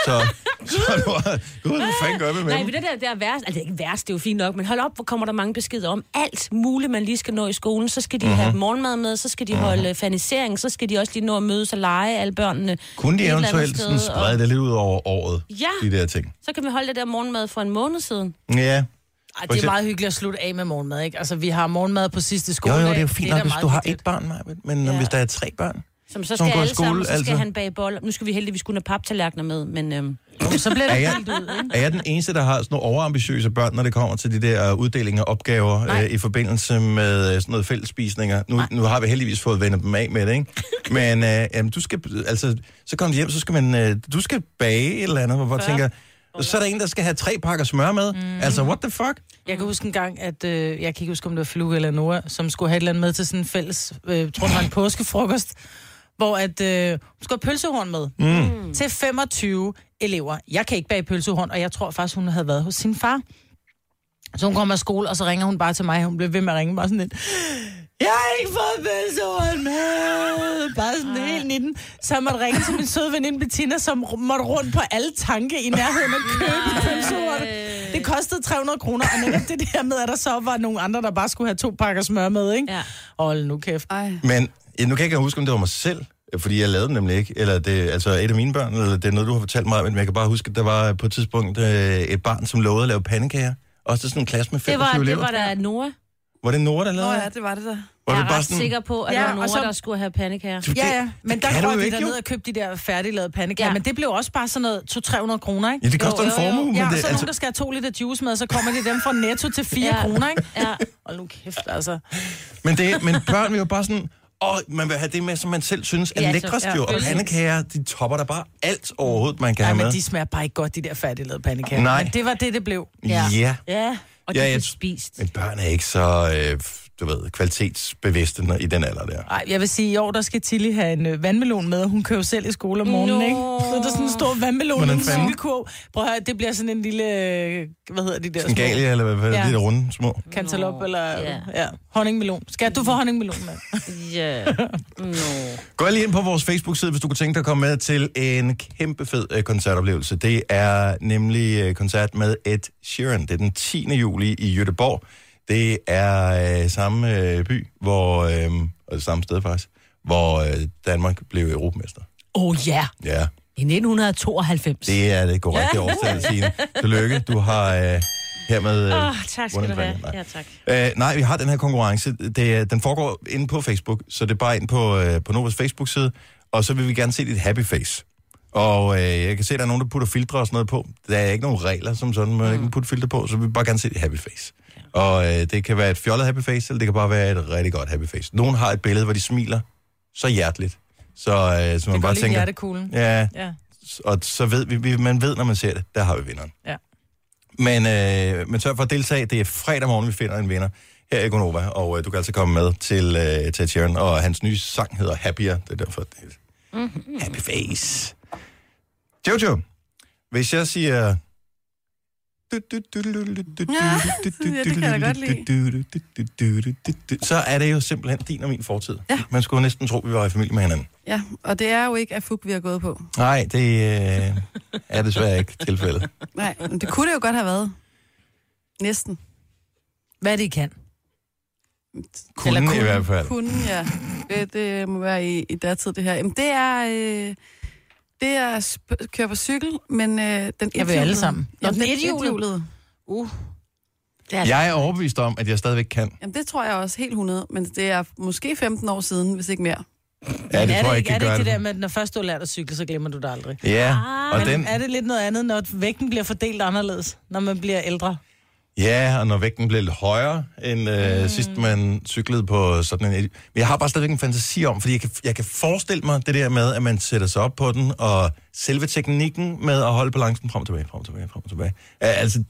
Speaker 1: Så, så nu er Gud, hvad fanden gør vi med
Speaker 3: Nej,
Speaker 1: dem?
Speaker 3: men det der, det er værst. Altså, det er ikke værst, det er jo fint nok, men hold op, hvor kommer der mange beskeder om alt muligt, man lige skal nå i skolen. Så skal de
Speaker 1: Mhm.
Speaker 3: mm-hmm. have morgenmad med, så skal de holde øh, fanisering, så skal de også lige nå at mødes og lege alle børnene.
Speaker 1: Kunne de
Speaker 3: et eller andet
Speaker 1: eventuelt sådan
Speaker 3: sted, og-
Speaker 1: sprede det lidt ud over året,
Speaker 3: Ja.
Speaker 1: de der ting?
Speaker 3: Så kan vi holde det der morgenmad for en måned siden.
Speaker 1: Ja.
Speaker 4: Ej,
Speaker 1: For
Speaker 4: det
Speaker 1: eksempel-
Speaker 4: er meget hyggeligt at slutte af med morgenmad, ikke? Altså, vi har morgenmad på sidste
Speaker 1: Jo,
Speaker 4: skoledag.
Speaker 1: jo, det er jo fint
Speaker 4: da
Speaker 1: nok, hvis
Speaker 4: meget
Speaker 1: du har
Speaker 4: hyggeligt.
Speaker 1: et barn, Maja, men ja. hvis der er tre børn.
Speaker 3: Som så
Speaker 1: Som
Speaker 3: skal
Speaker 1: går i
Speaker 3: alle skole, sammen,
Speaker 1: skole altså.
Speaker 3: og så skal
Speaker 1: altid.
Speaker 3: han bage boller. Nu skal vi heldigvis kunne have paptallerkener med, men øhm,
Speaker 4: Jo, Så bliver
Speaker 1: Er
Speaker 4: det
Speaker 1: jeg,
Speaker 4: helt ud, ikke?
Speaker 1: er jeg den eneste, der har sådan nogle overambitiøse børn, når det kommer til de der øh, uddelinger og opgaver øh, i forbindelse med øh, sådan noget fællesspisninger? Nu, nu har vi heldigvis fået vendt dem af med det, ikke? Men øh, jamen, du skal, altså, så kommer de hjem, så skal man, øh, du skal bage et eller andet, hvor man tænker, så er der en, der skal have tre pakker smør med. Mm. Altså, what the fuck?
Speaker 4: Jeg kan huske en gang, at øh, jeg kan ikke huske, om det var Flue eller Nora, som skulle have et eller andet med til sådan en fælles, øh, tror det var en påskefrokost, hvor at, øh, hun skulle have pølsehorn med mm. til 25 elever. Jeg kan ikke bage pølsehorn, og jeg tror faktisk, hun havde været hos sin far. Så hun kommer af skole, og så ringer hun bare til mig. Hun bliver ved med at ringe bare sådan lidt. Jeg har ikke fået pølsehorn med. Bare sådan Ej. helt 19. Så jeg måtte ringe til min søde veninde Bettina, som r- måtte rundt på alle tanke i nærheden og købe pølsehorn. Det kostede 300 kroner, og netop det der med, at der så var nogle andre, der bare skulle have to pakker smør med, ikke?
Speaker 3: Ja.
Speaker 4: Hold nu kæft.
Speaker 5: Ej.
Speaker 1: Men ja, nu kan jeg ikke huske, om det var mig selv, øh, fordi jeg lavede den nemlig ikke, eller det altså et af mine børn, eller det er noget, du har fortalt mig, om, men jeg kan bare huske, at der var på et tidspunkt øh, et barn, som lovede at lave pandekager. Også til sådan en klasse med
Speaker 3: det, var,
Speaker 1: 25
Speaker 3: det
Speaker 1: elever.
Speaker 3: var da Nora.
Speaker 1: Var det Nora, der lavede
Speaker 5: Nå
Speaker 1: det?
Speaker 5: ja, det var det der.
Speaker 1: Var det
Speaker 3: Jeg er
Speaker 1: bare
Speaker 3: ret
Speaker 1: sådan,
Speaker 3: sikker på, at
Speaker 4: Ja,
Speaker 3: det var
Speaker 4: og
Speaker 3: Nora,
Speaker 4: så-
Speaker 3: der skulle have pandekager.
Speaker 1: Det-
Speaker 4: Ja, ja. Men
Speaker 1: kan
Speaker 4: der
Speaker 1: du
Speaker 4: røg
Speaker 1: jo
Speaker 4: vi
Speaker 1: ikke, jo.
Speaker 4: derned og købte de der færdiglavede pandekager.
Speaker 3: Ja.
Speaker 4: Ja. Men det blev også bare sådan noget 200-300 kroner, ikke?
Speaker 1: Ja, det koster
Speaker 3: Jo,
Speaker 1: en
Speaker 3: jo, jo.
Speaker 1: formue, men
Speaker 4: Ja, og
Speaker 1: det,
Speaker 4: så er nogen, der
Speaker 1: altså,
Speaker 4: skal have to liter juice med, og så kommer de dem fra Netto til 4
Speaker 3: Ja.
Speaker 4: ja. kroner, ikke?
Speaker 3: Ja.
Speaker 4: Hold nu kæft, altså.
Speaker 1: men, det, men børn vil jo bare sådan, og man vil have det med, som man selv synes er
Speaker 3: Ja,
Speaker 1: ja,
Speaker 3: så-
Speaker 1: lækrest
Speaker 3: ja,
Speaker 1: jo. Og
Speaker 3: præcis.
Speaker 1: pandekager, de topper der bare alt overhovedet, man kan
Speaker 4: Ja,
Speaker 1: have med.
Speaker 4: men de smager bare ikke godt, de der færdiglavede pandekager.
Speaker 1: Nej.
Speaker 4: Men det var det, det blev.
Speaker 1: Ja. ja.
Speaker 3: Ja, og
Speaker 1: Ja,
Speaker 3: det ja,
Speaker 1: jeg-
Speaker 3: blev spist.
Speaker 1: Men børn er ikke så, øh, du ved, kvalitetsbevidste når- i den alder der.
Speaker 4: Ej, jeg vil sige, i år, der skal Tilly have en øh, vandmelon med, og hun kører jo selv i skole om morgenen,
Speaker 3: Nå.
Speaker 4: ikke? Så er der sådan en stor vandmelon med
Speaker 1: Hvordan
Speaker 4: en
Speaker 1: fanden?
Speaker 4: syltekurv. Prøv at høre, det bliver sådan en lille, øh, hvad hedder de der
Speaker 1: En galia, eller hvad- hvad ja.
Speaker 4: Ja.
Speaker 1: de der runde små.
Speaker 4: Cantaloupe
Speaker 3: Nå,
Speaker 4: eller
Speaker 3: ja.
Speaker 4: ja. honningmelon. Skal du få honningmelon med?
Speaker 3: Ja. Nå.
Speaker 1: Gå lige ind på vores Facebook-side, hvis du kunne tænke dig at komme med til en kæmpe fed øh, koncertoplevelse. Det er nemlig øh, koncert med Ed Sheeran. Det er den 10. juli i Göteborg. Det er øh, samme øh, by, hvor, øh, og samme sted faktisk, hvor øh, Danmark blev europamester.
Speaker 3: Oh ja,
Speaker 1: Ja,
Speaker 3: i 1992.
Speaker 1: det er det korrekte årstal, Signe. Tillykke, du har øh, hermed... Øh,
Speaker 3: Åh, tak skal du
Speaker 1: vundet
Speaker 3: have.
Speaker 1: præmien. Nej.
Speaker 3: Ja, tak.
Speaker 1: Øh, nej, vi har den her konkurrence. Det, er- den foregår inde på Facebook, så det er bare ind på, øh, på Novas Facebook-side. Og så vil vi gerne se dit happy face. Og øh, jeg kan se, at der er nogen, der putter filtre og sådan noget på. Der er ikke nogen regler som sådan, man mm. kan putte filter på, så vi vil bare gerne se dit happy face. Og øh, det kan være et fjollet happy face, eller det kan bare være et rigtig godt happy face. Nogen har et billede, hvor de smiler så hjerteligt. Så, øh, så man
Speaker 4: Det går
Speaker 1: bare
Speaker 4: lige i
Speaker 1: tænker,
Speaker 4: hjertekuglen.
Speaker 1: ja,
Speaker 4: Ja.
Speaker 1: og så ved vi- vi, man ved, når man ser det, der har vi vinderen.
Speaker 4: Ja.
Speaker 1: Men, øh, men sørg for at deltage. Det er fredag morgen, vi finder en vinder her i Gonova, og øh, du kan altså komme med til øh, Ted Sheeran, og hans nye sang hedder Happier. Det er derfor, det Happy face. Jojo, hvis jeg siger... Så er det jo simpelthen din og min fortid.
Speaker 5: Ja.
Speaker 1: Man skulle næsten tro, vi var i familie med hinanden.
Speaker 5: Ja, og det er jo ikke af fug, vi har gået på.
Speaker 1: Nej, det øh, er desværre ikke tilfældet.
Speaker 5: Nej, men det kunne det jo godt have været. Næsten.
Speaker 4: Hvad det I kan.
Speaker 1: Kunne, kunne i hvert fald.
Speaker 5: Kunne, ja. Det, det må være i, i datid, det her. Jamen, det er... Øh, det er at sp- køre på cykel, men øh, den
Speaker 4: Jeg vil
Speaker 5: ethjulede-
Speaker 4: alle sammen. Nå,
Speaker 5: Jamen,
Speaker 4: den
Speaker 5: den
Speaker 4: ethjulede.
Speaker 5: ethjulede.
Speaker 4: Uh.
Speaker 1: Jeg er overbevist om, at jeg stadigvæk kan.
Speaker 5: Jamen, det tror jeg også helt 100, men det er måske 15 år siden, hvis ikke mere.
Speaker 1: Ja, det
Speaker 4: er
Speaker 1: tror jeg
Speaker 4: det,
Speaker 1: ikke,
Speaker 4: er
Speaker 1: det
Speaker 4: det
Speaker 1: gør
Speaker 4: ikke det der
Speaker 1: det.
Speaker 4: med, at når først du har lært at cykle, så glemmer du det aldrig?
Speaker 1: Ja, og
Speaker 4: Den...
Speaker 1: den,
Speaker 4: Ah, Er det lidt noget andet, når vægten bliver fordelt anderledes, når man bliver ældre?
Speaker 1: Ja, og når vægten blev lidt højere, end øh, mm. sidst man cyklede på sådan en... Men jeg har bare stadigvæk en fantasi om, fordi jeg kan, jeg kan forestille mig det der med, at man sætter sig op på den, og selve teknikken med at holde balancen frem og tilbage, frem og tilbage, frem og tilbage. Ja, altså,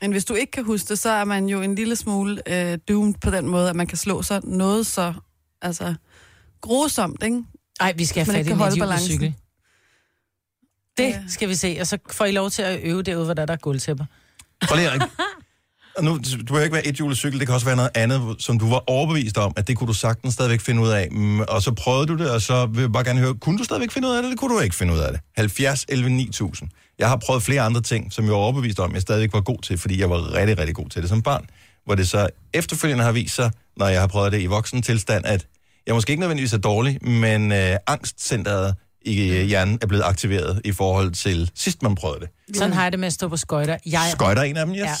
Speaker 5: Men hvis du ikke kan huske det, så er man jo en lille smule øh, doomed på den måde, at man kan slå sig noget så altså, grusomt, ikke?
Speaker 4: Nej, vi skal have
Speaker 5: Man
Speaker 4: fat
Speaker 5: ikke
Speaker 4: i
Speaker 5: kan
Speaker 4: en
Speaker 5: holde
Speaker 4: idiot
Speaker 5: balancen.
Speaker 4: cykel. Det
Speaker 5: Ja.
Speaker 4: skal vi se, og så får I lov til at øve derude, hvor der, der er guldtæpper.
Speaker 1: prøv lige at... Og Nu, du behøver ikke være et cykel, det kan også være noget andet, som du var overbevist om, at det kunne du sagtens stadigvæk finde ud af. Mm, Og så prøvede du det, og så vil jeg bare gerne høre, kunne du stadigvæk finde ud af det, eller kunne du ikke finde ud af det? 70, 11, 9000. Jeg har prøvet flere andre ting, som jeg var overbevist om, jeg stadigvæk var god til, fordi jeg var rigtig, rigtig god til det som barn. Hvor det så efterfølgende har vist sig, når jeg har prøvet det i voksen tilstand, at jeg måske ikke nødvendigvis er dårlig, men øh, angstcenteret i øh, hjernen er blevet aktiveret i forhold til sidst, man prøvede det.
Speaker 4: Sådan har jeg det med at stå på skøjter. Jeg,
Speaker 1: Skøjter en af dem, yes?
Speaker 4: ja,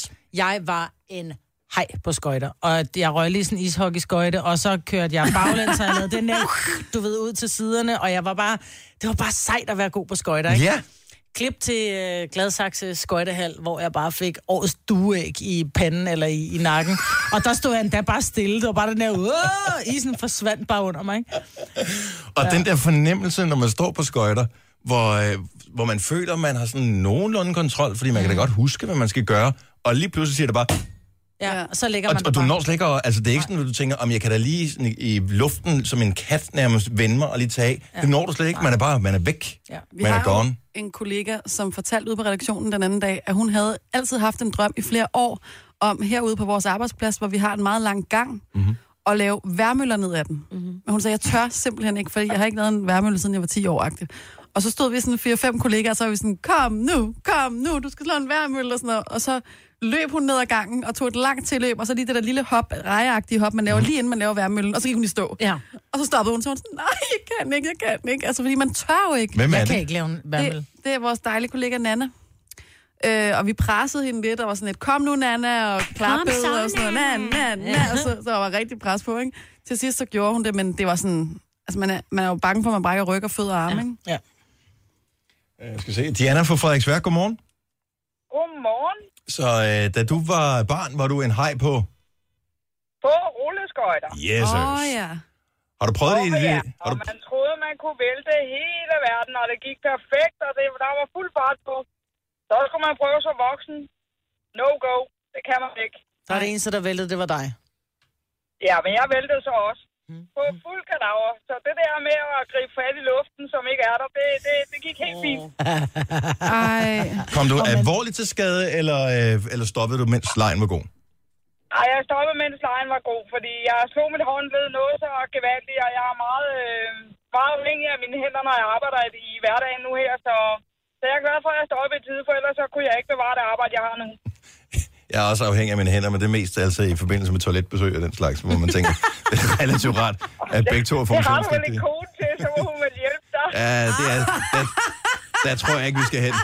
Speaker 4: jeg var en hej på skøjter, og jeg røg lige sådan en ishockeyskøjte, og så kørte jeg baglæns, og jeg lavede den der, du ved, ud til siderne, og jeg var bare, det var bare sejt at være god på skøjter, ikke?
Speaker 1: Ja.
Speaker 4: Klip til øh, Gladsaxe skøjtehal, hvor jeg bare fik årets dueæg i panden eller i, i nakken. Og der stod jeg endda bare stille. Det var bare den der, Åh! isen forsvandt bare under mig. Ikke?
Speaker 1: Og ja. den der fornemmelse, når man står på skøjter, hvor, øh, hvor man føler, man har sådan nogenlunde kontrol, fordi man kan da godt huske, hvad man skal gøre, og lige pludselig siger det bare,
Speaker 4: Ja, og så ligger
Speaker 1: og,
Speaker 4: man der
Speaker 1: og du
Speaker 4: bare.
Speaker 1: når slet ikke, at- altså det er ikke sådan, at du tænker, om jeg kan da lige sådan, i luften som en kat nærmest vende mig og lige tage af. Ja. Det når du slet ikke, man er bare, man er væk,
Speaker 4: Ja.
Speaker 5: Vi
Speaker 1: man er
Speaker 5: har jo
Speaker 1: gone.
Speaker 5: en kollega, som fortalte ude på redaktionen den anden dag, at hun havde altid haft en drøm i flere år om herude på vores arbejdsplads, hvor vi har en meget lang gang, mm-hmm. at lave værmøller ned ad den.
Speaker 4: Mhm.
Speaker 5: Mm-hmm. Men hun sagde, jeg tør simpelthen ikke, fordi jeg har ikke lavet en værmølle, siden jeg var 10 år agtig. Og så stod vi sådan fire-fem kollegaer, og så var vi sådan, kom nu, kom nu, du skal slå en værmølle og sådan noget. Og så løb hun ned ad gangen og tog et langt tilløb, og så lige det der lille hop, rejeagtige hop, man laver lige inden man laver værmøllen, og så gik hun i stå.
Speaker 4: Mhm. Ja.
Speaker 5: Og så stoppede hun, så var hun sådan, nej, jeg kan ikke, jeg kan ikke. Altså, fordi man tør jo ikke.
Speaker 1: Hvem er
Speaker 4: Jeg kan
Speaker 1: det?
Speaker 4: ikke lave en
Speaker 5: Det,
Speaker 4: vandel.
Speaker 5: det er vores dejlige kollega Nana. Øh, og vi pressede hende lidt, og var sådan lidt, kom nu, Nana, og klappede,
Speaker 3: så,
Speaker 5: og sådan noget, Nana, Nana, ja. og så, så var rigtig pres på, ikke? Til sidst så gjorde hun det, men det var sådan, altså man er, man er jo bange for, at man brækker ryg og fødder og arme, ja. ikke?
Speaker 4: Ja.
Speaker 1: Jeg skal se. Diana fra Frederiksværk, godmorgen.
Speaker 8: Godmorgen.
Speaker 1: Så øh, da du var barn, var du en hej på?
Speaker 8: På rulleskøjter.
Speaker 1: Yes,
Speaker 5: Åh oh, ja.
Speaker 1: Har du prøvet det? i
Speaker 8: Åh,
Speaker 1: dit-
Speaker 8: ja.
Speaker 1: Har
Speaker 8: Og
Speaker 1: du...
Speaker 8: man troede, man kunne vælte hele verden, og det gik perfekt, og det, der var fuld fart på. Så skulle man prøve som voksen. No go. Det kan man ikke.
Speaker 4: Der er det eneste, der væltede, det var dig.
Speaker 8: Ja, men jeg væltede så også.
Speaker 5: Mm.
Speaker 8: På fuld kadaver. Så det der med at gribe fat i luften, som ikke er der, det, det, det gik helt fint.
Speaker 5: Ej.
Speaker 1: Kom du alvorligt til skade, eller, øh, eller stoppede du, mens lejen var god?
Speaker 8: Ej, jeg stoppede, mens lejen var god, fordi jeg slog mit håndled noget så gevaldigt, og jeg er meget, øh, meget afhængig af mine hænder, når jeg arbejder i, i hverdagen nu her, så, så jeg er glad for, at jeg stoppede i tide, for ellers så kunne jeg ikke bevare det arbejde, jeg har nu.
Speaker 1: Jeg er også afhængig af mine hænder, men det er mest altså i forbindelse med toiletbesøg og den slags, hvor man tænker, det er relativt rart, at begge to er
Speaker 8: Det har du vel
Speaker 1: funktionsdygtige.
Speaker 8: en kone til, så må hun vel hjælpe dig.
Speaker 1: Ja, det er, der, der tror jeg ikke, vi skal hen.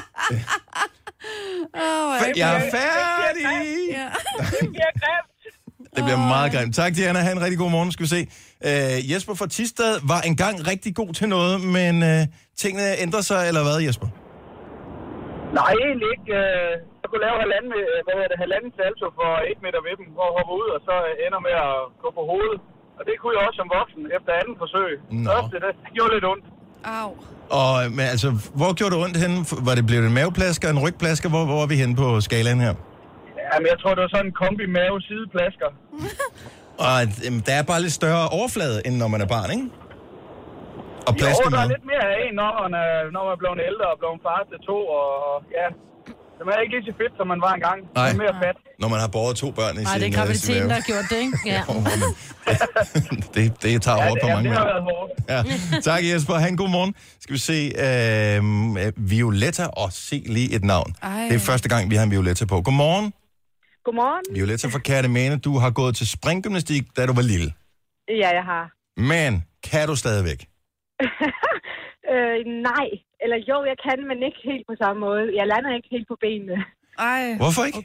Speaker 5: Åh, oh,
Speaker 1: Jeg er færdig!
Speaker 8: Det bliver grimt.
Speaker 1: Det bliver meget grimt. Tak, Diana. Ha' en rigtig god morgen, skal vi se. Øh, Jesper fra Tistad var engang rigtig god til noget, men øh, tingene ændrer sig, eller hvad, Jesper?
Speaker 9: Nej, egentlig ikke. Øh, Jeg kunne lave halvanden, øh, hvad hedder det, halvanden salto for et meter ved dem, hvor jeg hopper ud, og så øh, ender med at gå på hovedet. Og det kunne jeg også som voksen efter anden forsøg.
Speaker 1: Nå.
Speaker 9: Første, det gjorde lidt ondt.
Speaker 5: Au.
Speaker 1: Og men, altså, hvor gjorde det ondt henne? Var det blevet en maveplasker, en rygplasker? Hvor, hvor var vi henne på skalaen her?
Speaker 9: Jamen, jeg tror, det var sådan en kombi mave sideplasker.
Speaker 1: Og øh, der er bare lidt større overflade, end når man er barn, ikke? Og
Speaker 10: Jo,
Speaker 1: plasken
Speaker 10: der
Speaker 1: med.
Speaker 10: er lidt mere af en, når man, er, når man er blevet ældre og blevet far til to, og ja, så man er ikke lige så fedt, som man var engang.
Speaker 1: Nej.
Speaker 10: Man er mere fat.
Speaker 1: Når man har båret to børn i
Speaker 4: Nej,
Speaker 1: sin,
Speaker 4: det
Speaker 1: øh,
Speaker 4: er
Speaker 1: sin
Speaker 4: graviditeten, der
Speaker 1: mave.
Speaker 4: har gjort det, ikke? Ja.
Speaker 1: det, det tager over
Speaker 10: det,
Speaker 1: på mange
Speaker 10: det har
Speaker 1: måder.
Speaker 10: været hårdt.
Speaker 1: Ja. Tak Jesper, han god morgen. Skal vi se øh, øh, Violetta og se lige et navn.
Speaker 5: Ej.
Speaker 1: Det er første gang, vi har en Violetta på. Godmorgen,
Speaker 11: Godmorgen.
Speaker 1: Violetta fra Kærtemane. Du har gået til springgymnastik, da du var lille.
Speaker 11: Ja, jeg har.
Speaker 1: Men kan du stadigvæk?
Speaker 11: øh, nej. Eller jo, jeg kan, men ikke helt på samme måde. Jeg lander ikke helt på benene.
Speaker 5: Ej.
Speaker 1: Hvorfor ikke?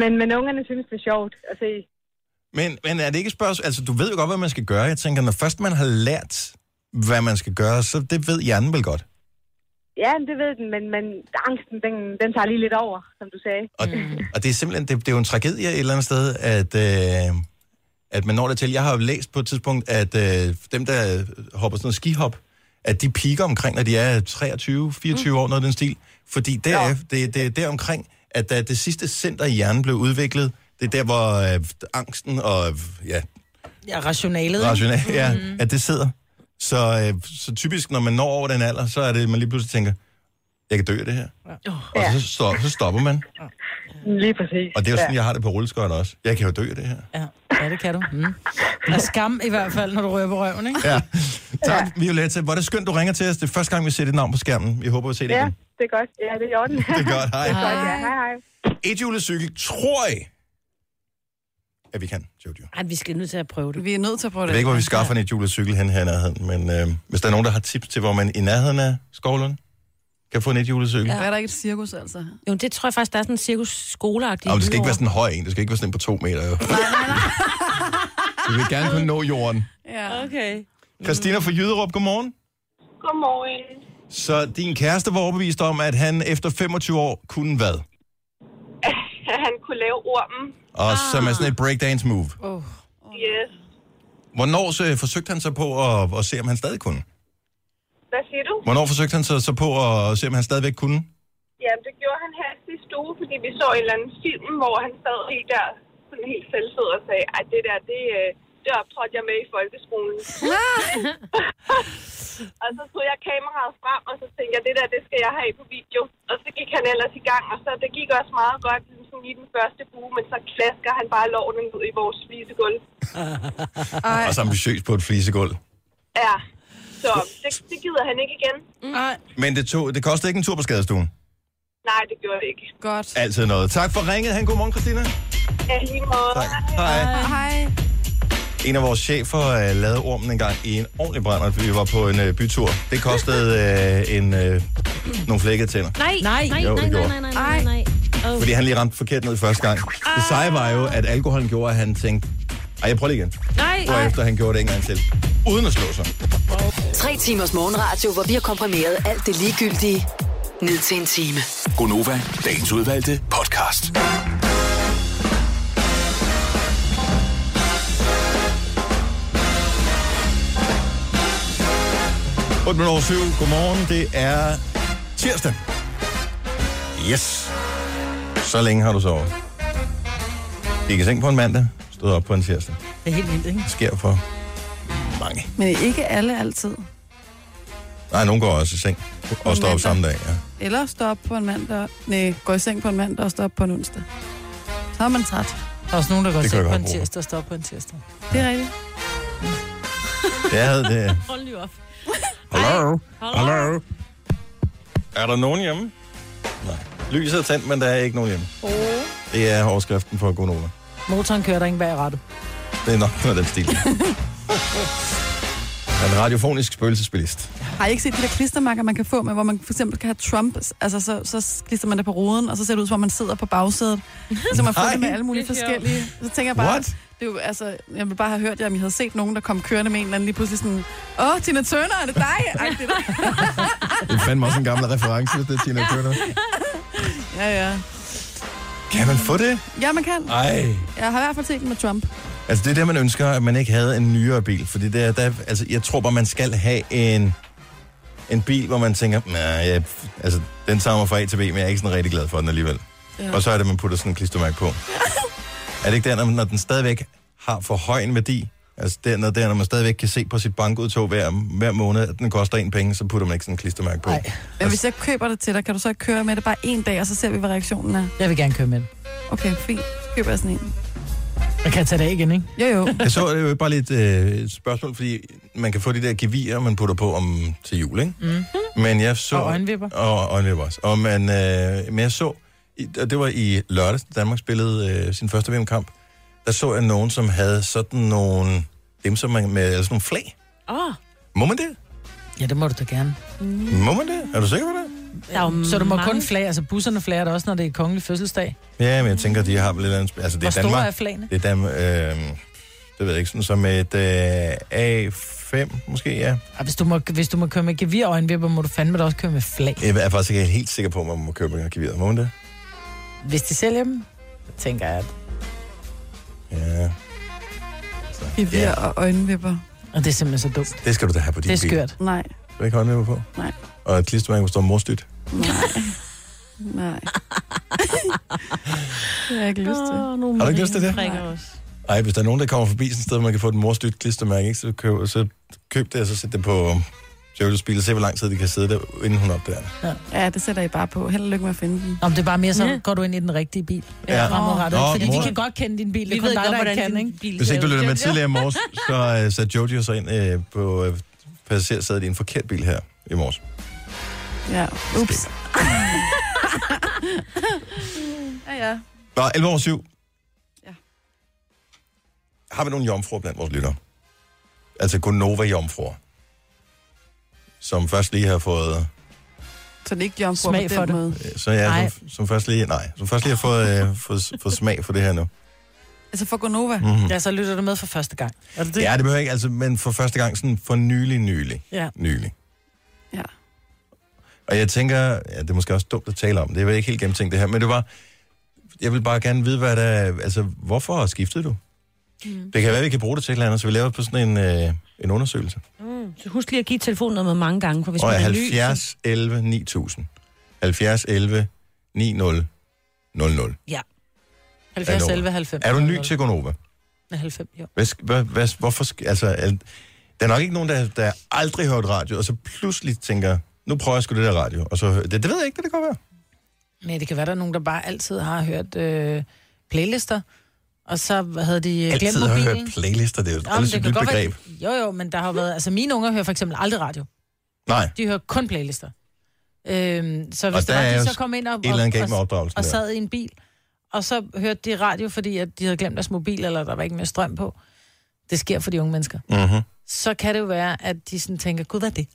Speaker 11: Men, men ungerne synes, det er sjovt at se.
Speaker 1: Men, men er det ikke et spørgsmål? Altså, du ved jo godt, hvad man skal gøre. Jeg tænker, når først man har lært, hvad man skal gøre, så det ved hjernen vel godt.
Speaker 11: Ja, men det ved den, men, men angsten, den, den tager lige lidt over, som du sagde.
Speaker 1: Og, mm. og det er simpelthen, det, det er jo en tragedie et eller andet sted, at, øh, at man når det til. Jeg har jo læst på et tidspunkt, at øh, dem, der hopper sådan noget skihop, at de piker omkring, når de er 23, 24 mm. år, noget af den stil. Fordi deref, det, det er deromkring, at da det sidste center i hjernen blev udviklet, det er der, hvor øh, angsten og øh, ja,
Speaker 4: Ja, rationalet. ikke?
Speaker 1: rationale, mm. ja, at det sidder. Så, øh, så typisk, når man når over den alder, så er det, man lige pludselig tænker, jeg kan dø af det her. Ja. Og så, stop, så stopper man.
Speaker 11: Lige præcis.
Speaker 1: Og det er jo sådan, jeg har det på rulleskøjter også. Jeg kan jo dø af det her.
Speaker 4: Ja. ja, det kan du. Mm. Og skam i hvert fald, når du rører på røven, ikke?
Speaker 1: Ja. Tak, Violetta. Hvor er det skønt, du ringer til os. Det er første gang, vi ser dit navn på skærmen. Vi håber, vi ser det
Speaker 11: Ja,
Speaker 1: igen.
Speaker 11: det er godt. Ja, det er i orden.
Speaker 1: Det er godt. Hej.
Speaker 11: godt, ja. Hej, hej.
Speaker 1: Et julecykel, tror jeg, at vi kan, Jojo.
Speaker 3: Ej, vi skal nødt til at prøve det.
Speaker 5: Vi er nødt til at prøve
Speaker 1: Jeg ved
Speaker 5: det.
Speaker 1: ikke, hvor vi skaffer en et julecykel hen her i nærheden, men øh, hvis der er nogen, der har tips til, hvor man i nærheden af skovlen kan få en et julecykel. Ja.
Speaker 5: Hvad er der ikke et cirkus, altså? Nej,
Speaker 3: Jo, det tror jeg faktisk, der er sådan en cirkusskoleagtig.
Speaker 1: Og det skal ikke være sådan en høj en. Det skal ikke være sådan en på to meter. Jo.
Speaker 5: nej, nej.
Speaker 1: Vi vil gerne kunne nå jorden.
Speaker 5: Ja.
Speaker 3: Okay.
Speaker 1: Christina fra Jyderup, godmorgen.
Speaker 11: Godmorgen.
Speaker 1: Så din kæreste var overbevist om, at han efter 25 år kunne hvad?
Speaker 11: Han kunne lave ormen.
Speaker 1: Og ah. som er sådan et breakdance move.
Speaker 11: Yes.
Speaker 1: Hvornår så, forsøgte han sig på at, at se, om han stadig kunne?
Speaker 11: Hvad siger du?
Speaker 1: Hvornår forsøgte han sig så på at se, om han stadigvæk kunne?
Speaker 11: Jamen, det gjorde han her sidste uge, fordi vi så en eller anden film, hvor han sad helt der, sådan helt selvfed og sagde, at det der, det, øh, det optrådte jeg med i folkeskolen. og så tog jeg kameraet frem, og så tænkte jeg, det der, det skal jeg have på video. Og så gik han ellers i gang, og så det gik også meget godt ligesom sådan i den første uge, men så klasker han bare loven ud i vores flisegulv.
Speaker 1: Ej. Og så ambitiøs på et flisegulv.
Speaker 11: Ja, så det, det gider han ikke igen.
Speaker 4: Nej.
Speaker 1: Men det, tog, det kostede ikke en tur på skadestuen.
Speaker 11: Nej, det gjorde det ikke.
Speaker 5: Godt.
Speaker 1: Altid noget. Tak for ringet. Han god morgen, Christina.
Speaker 11: Ja, i lige måde.
Speaker 1: Tak. Hej.
Speaker 5: Hej.
Speaker 1: En af vores chefer øh, lavede ormen en gang i en ordentlig brænder, vi var på en øh, bytur. Det kostede øh, en, øh, nogle flækkede tænder.
Speaker 3: Nej, nej, nej,
Speaker 1: Jo, det
Speaker 3: nej, nej,
Speaker 1: gjorde.
Speaker 3: nej, nej, nej, nej. Oh.
Speaker 1: Fordi han lige ramte forkert ned første gang. Det seje var jo, at alkoholen gjorde, at han tænkte, ej, jeg prøver lige igen.
Speaker 3: Nej,
Speaker 1: Hvorefter han gjorde det en gang til. Uden at slå sig.
Speaker 6: Tre timers morgenradio, hvor vi har komprimeret alt det ligegyldige ned til en time.
Speaker 7: Gonova, dagens udvalgte podcast.
Speaker 1: Otte minutter over syv. Godmorgen. Det er tirsdag. Yes. Så længe har du sovet. Gik i seng på en mandag, stod op på en tirsdag.
Speaker 4: Det er helt vildt, ikke?
Speaker 1: Det sker for mange.
Speaker 5: Men ikke alle altid.
Speaker 1: Nej, nogen går også i seng og står op
Speaker 5: mandag.
Speaker 1: samme dag. Ja.
Speaker 5: Eller stå op på en mandag. Nej, gå i seng på en mandag og stå op på en onsdag. Så er man træt.
Speaker 4: Der er også nogen, der går
Speaker 1: Det kan
Speaker 4: selv
Speaker 1: jeg
Speaker 4: på
Speaker 1: godt
Speaker 4: en
Speaker 1: bruge.
Speaker 4: tirsdag og stopper på en tirsdag.
Speaker 5: Det er rigtigt.
Speaker 1: Jeg havde det.
Speaker 3: hold lige op.
Speaker 1: Hallo?
Speaker 3: Hallo?
Speaker 1: Hallo? Er der nogen hjemme? Nej. Lyset er tændt, men der er ikke nogen hjemme. Oh. Det er overskriften for Gonova.
Speaker 4: Motoren kører der ikke bag rettet.
Speaker 1: Det er nok noget af den stil. Han er radiofonisk spøgelsesbilist.
Speaker 5: Har I ikke set de der klistermærker, man kan få med, hvor man for eksempel kan have Trump, altså så, så klister man det på ruden, og så ser det ud, som om man sidder på bagsædet. Så man får
Speaker 1: Nej.
Speaker 5: det med alle mulige
Speaker 3: Det er sjovt.
Speaker 5: forskellige. Så tænker jeg bare,
Speaker 1: What?
Speaker 5: det er jo, altså, jeg vil bare have hørt jer, om I havde set nogen, der kom kørende med en eller anden lige pludselig sådan, åh, Tina Turner, er det dig? Ej, det er dig.
Speaker 1: Det er fandme også en gammel reference, hvis det er Tina Turner.
Speaker 5: Ja, ja.
Speaker 1: Kan man få det?
Speaker 5: Ja, man kan.
Speaker 1: Ej.
Speaker 5: Jeg har i hvert fald set den med Trump.
Speaker 1: Altså, det er det, man ønsker, at man ikke havde en nyere bil. Fordi det er, der, altså, jeg tror bare, man skal have en, en bil, hvor man tænker, nej, jeg, altså, den tager mig fra A til B, men jeg er ikke sådan rigtig glad for den alligevel. Ja. Og så er det, man putter sådan en klistermærke på. er det ikke der, når, når den stadigvæk har for høj en værdi, Altså, det er noget, der, når man stadigvæk kan se på sit bankudtog hver, hver måned, at den koster en penge, så putter man ikke sådan en klistermærke på. Nej.
Speaker 5: Men hvis jeg køber det til dig, kan du så ikke køre med det bare en dag, og så ser vi, hvad reaktionen er?
Speaker 4: Jeg vil gerne køre med det.
Speaker 5: Okay, fint. Så køber jeg sådan en.
Speaker 4: Jeg kan tage det af igen, ikke?
Speaker 5: Jo, jo.
Speaker 1: Jeg så det er jo bare lidt øh, et spørgsmål, fordi man kan få de der gevier, man putter på om til jul, ikke?
Speaker 4: Mm.
Speaker 1: Mm-hmm. Men jeg så...
Speaker 4: Og øjenvipper.
Speaker 1: Og øjenvipper også. Og man, øh, men jeg så, i- og det var i lørdags, da Danmark spillede øh, sin første VM-kamp, der så jeg nogen, som havde sådan nogle... Dem, som man med sådan nogle flag.
Speaker 3: Åh, oh,
Speaker 1: Må man det? Mm.
Speaker 4: Ja, det må du da gerne.
Speaker 1: Må man det? Er du sikker på det?
Speaker 3: der er jo
Speaker 4: Så du må
Speaker 3: mange.
Speaker 4: kun flage, altså busserne flager det også, når det er kongelig fødselsdag.
Speaker 1: Ja, men jeg tænker, de har vel et eller andet... Altså, det
Speaker 4: Hvor
Speaker 1: er
Speaker 4: store er
Speaker 1: Danmark.
Speaker 4: flagene?
Speaker 1: Det er Danmark... Øh, det ved jeg ikke, sådan som et øh, A5, måske, ja.
Speaker 4: Og hvis du må, hvis du må køre med gevir og øjenvipper, må du fandme da også køre med flag.
Speaker 1: Jeg er faktisk ikke helt sikker på, om man må købe en geviret. Må man det?
Speaker 4: Hvis de sælger dem, så tænker jeg, at...
Speaker 1: Ja. Så,
Speaker 5: Gevir
Speaker 1: ja.
Speaker 5: og øjenvipper.
Speaker 4: Og det er simpelthen så dumt.
Speaker 1: Det skal du da have på din
Speaker 4: Det er
Speaker 1: bil.
Speaker 4: skørt.
Speaker 5: Nej,
Speaker 1: Du kan ikke håndhæve på.
Speaker 5: Nej.
Speaker 1: Og et klistermærke, hvor står morstyt.
Speaker 5: nej, nej. det har jeg ikke lyst til.
Speaker 1: Har du ikke lyst til det?
Speaker 3: Ringer os.
Speaker 1: Ej, hvis der er nogen, der kommer forbi sådan et sted, hvor man kan få et morstyt klistermærke, ikke? så, køb, så køb det, og så sæt det på Jøvles bil, og se, hvor lang tid de kan sidde der, inden hun opdager det.
Speaker 5: Ja, det sætter I bare på. Held og lykke med at finde den.
Speaker 4: Nå, men det er bare mere sådan,
Speaker 3: Ja.
Speaker 4: går du ind i den rigtige bil.
Speaker 1: Ja.
Speaker 4: Fremadrettet.
Speaker 1: Nå,
Speaker 4: Nå, fordi
Speaker 1: mor.
Speaker 4: de kan godt kende din bil. Det
Speaker 3: Vi
Speaker 4: er kun
Speaker 3: ved
Speaker 4: dig,
Speaker 3: godt,
Speaker 4: der ikke
Speaker 3: hvordan
Speaker 4: kan,
Speaker 3: din
Speaker 4: ikke?
Speaker 3: bil
Speaker 1: Hvis ikke du
Speaker 3: ser ud.
Speaker 1: lytter med tidligere i morges, så øh, satte Jojo sig ind øh, på øh, passagersædet i en forkert bil her i morges.
Speaker 5: Ja, ups. ja, ja.
Speaker 1: Nå, 11 over 7.
Speaker 5: Ja.
Speaker 1: Har vi nogle jomfruer blandt vores lyttere? Altså Gonova jomfruer. Som først lige har fået...
Speaker 5: Så det er ikke jomfru på
Speaker 4: Smag
Speaker 5: den
Speaker 4: for det.
Speaker 5: måde.
Speaker 1: øh, Så ja,
Speaker 4: Nej.
Speaker 1: som, som, først lige... Nej, som først lige har fået, øh, fået, fået smag for det her nu.
Speaker 5: Altså for Gonova.
Speaker 3: Mhm.
Speaker 1: Mm-hmm.
Speaker 4: Ja, så lytter du med for første gang. Er det det?
Speaker 1: Ja, det behøver ikke, altså, men for første gang sådan for nylig, nylig,
Speaker 4: ja.
Speaker 1: nylig.
Speaker 5: Ja.
Speaker 1: Og jeg tænker, ja, det er måske også dumt at tale om, det er vel ikke helt gennemtænkt det her, men det var, jeg vil bare gerne vide, hvad der, altså, hvorfor skiftede du? Mm. Det kan være, vi kan bruge det til et eller andet, så vi laver på sådan en, øh, en undersøgelse.
Speaker 3: Mm. Så husk lige at give telefonnummeret mange gange, for hvis
Speaker 1: Og
Speaker 3: man
Speaker 1: ja,
Speaker 3: er ny...
Speaker 1: 70 11 9000. 70 11 90 00.
Speaker 4: 70,
Speaker 1: Er du-
Speaker 4: 11, 90.
Speaker 1: Er du ny til Gonova?
Speaker 4: 90, jo.
Speaker 1: Hvad, sk- hvad, hvad, hvorfor, sk- altså, er, der er nok ikke nogen, der, der aldrig har hørt radio, og så pludselig tænker, nu prøver jeg sgu det der radio, og så, hø- det, det ved jeg ikke, hvad det kan være.
Speaker 4: Nej, det kan være, der er nogen, der bare altid har hørt øh, playlister, og så havde de øh, glemt
Speaker 1: Altid har
Speaker 4: mobilen.
Speaker 1: hørt playlister, det er jo
Speaker 4: Nå, men
Speaker 1: et nyt begreb.
Speaker 4: være... Jo, jo, men der har været... Altså, mine unger hører for eksempel aldrig radio.
Speaker 1: Nej,
Speaker 4: De hører kun playlister. Øhm, så hvis
Speaker 1: der
Speaker 4: det var,
Speaker 1: er jo
Speaker 4: de så kom ind og,
Speaker 1: et eller andet galt med
Speaker 4: og, og,
Speaker 1: opdragelsen
Speaker 4: og
Speaker 1: der.
Speaker 4: sad i en bil, og så hørte de radio, fordi at de havde glemt deres mobil, eller der var ikke mere strøm på. Det sker for de unge mennesker.
Speaker 1: Mm-hmm.
Speaker 4: Så kan det jo være, at de sådan tænker, gud, hvad er det?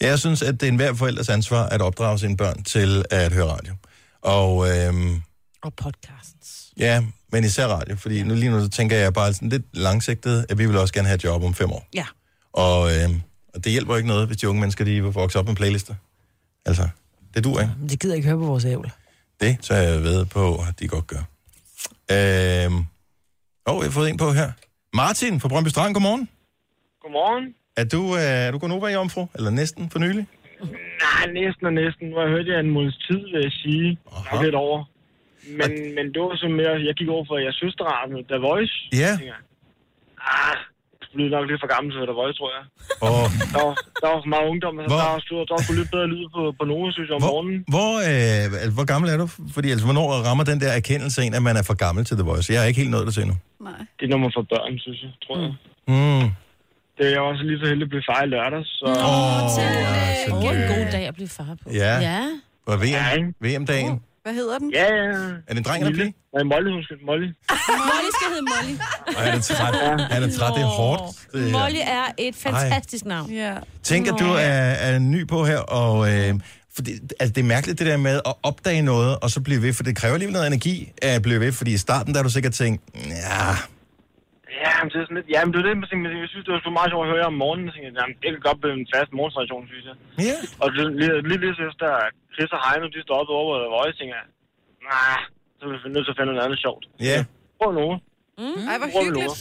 Speaker 1: Jeg synes, at det er enhver forældres ansvar at opdrage sine børn til at høre radio. Og øhm,
Speaker 4: Og podcasts.
Speaker 1: ja, men især radio, fordi nu lige nu så tænker jeg bare sådan lidt langsigtet, at vi vil også gerne have et job om fem år.
Speaker 4: Ja.
Speaker 1: Og, øhm, og det hjælper jo ikke noget, hvis de unge mennesker, de vokser op med playlister. Altså, det du, ikke?
Speaker 4: Men de gider ikke høre på vores ævl.
Speaker 1: Det så jeg ved på, at de godt gør. Øhm, åh, jeg har fået en på her. Martin fra Brøndby Strand, godmorgen.
Speaker 9: Godmorgen.
Speaker 1: Er du, øh, er du Gonova jomfru? Eller næsten for nylig?
Speaker 9: Nej, næsten og næsten. Nu har jeg hørt jer en måneds tid, vil jeg sige.
Speaker 1: Aha.
Speaker 9: Aha. lidt over. Men, men det var så mere, jeg gik over for jeres søsterarten, The Voice.
Speaker 1: Ja.
Speaker 9: Tænker jeg, Ah, jeg blev nok lidt for gammel til at høre The Voice, tror jeg.
Speaker 1: Og
Speaker 9: Der var, der var for meget ungdom, og så
Speaker 1: Hvor-
Speaker 9: der var, der var sgu lidt bedre lyd på, på nogen, synes jeg, om
Speaker 1: hvor,
Speaker 9: morgenen.
Speaker 1: hvor, øh, altså, hvor gammel er du? Fordi altså, hvornår rammer den der erkendelse en, at man er for gammel til The Voice? Jeg er ikke helt nået det til endnu.
Speaker 5: Nej.
Speaker 9: Det er nummer for børn, synes jeg, tror jeg.
Speaker 1: Mm.
Speaker 9: Det er jeg også lige så heldig at blive far i lørdags, så...
Speaker 1: Åh,
Speaker 3: Åh,
Speaker 1: oh,
Speaker 3: en god dag at blive far på.
Speaker 1: Ja.
Speaker 3: ja.
Speaker 1: Og
Speaker 9: Ja,
Speaker 1: VM,
Speaker 9: ikke?
Speaker 1: VM-dagen.
Speaker 5: Hvad hedder den?
Speaker 9: Ja, ja.
Speaker 1: Er det en dreng eller pige?
Speaker 9: Nej, Molly, undskyld, Molly.
Speaker 3: Molly skal hedde Molly.
Speaker 1: Og han er træt. Han er træt. Det er hårdt. Det er-
Speaker 3: Molly er et fantastisk navn.
Speaker 5: Ja.
Speaker 1: Tænk, at du er, er ny på her, og øh, for det, altså, det er mærkeligt det der med at opdage noget, og så blive ved, for det kræver alligevel noget energi at blive ved, fordi i starten der har du sikkert tænkt, ja,
Speaker 9: Ja, men det er sådan lidt... Ja, men det er det, man tænker, men jeg synes, det var sgu meget sjovt at høre jer om morgenen. Jeg tænker, jamen, det kan godt blive en fast morgentradition, synes jeg.
Speaker 1: ja.
Speaker 9: Og det- lige, lige, lige så efter Chris og Heino, de stoppede over The Voice, tænker jeg, nej, så er vi nødt til at finde noget andet sjovt.
Speaker 1: ja.
Speaker 9: Prøv nu.
Speaker 5: Ej, hvor
Speaker 9: Prøv nu.
Speaker 5: hyggeligt.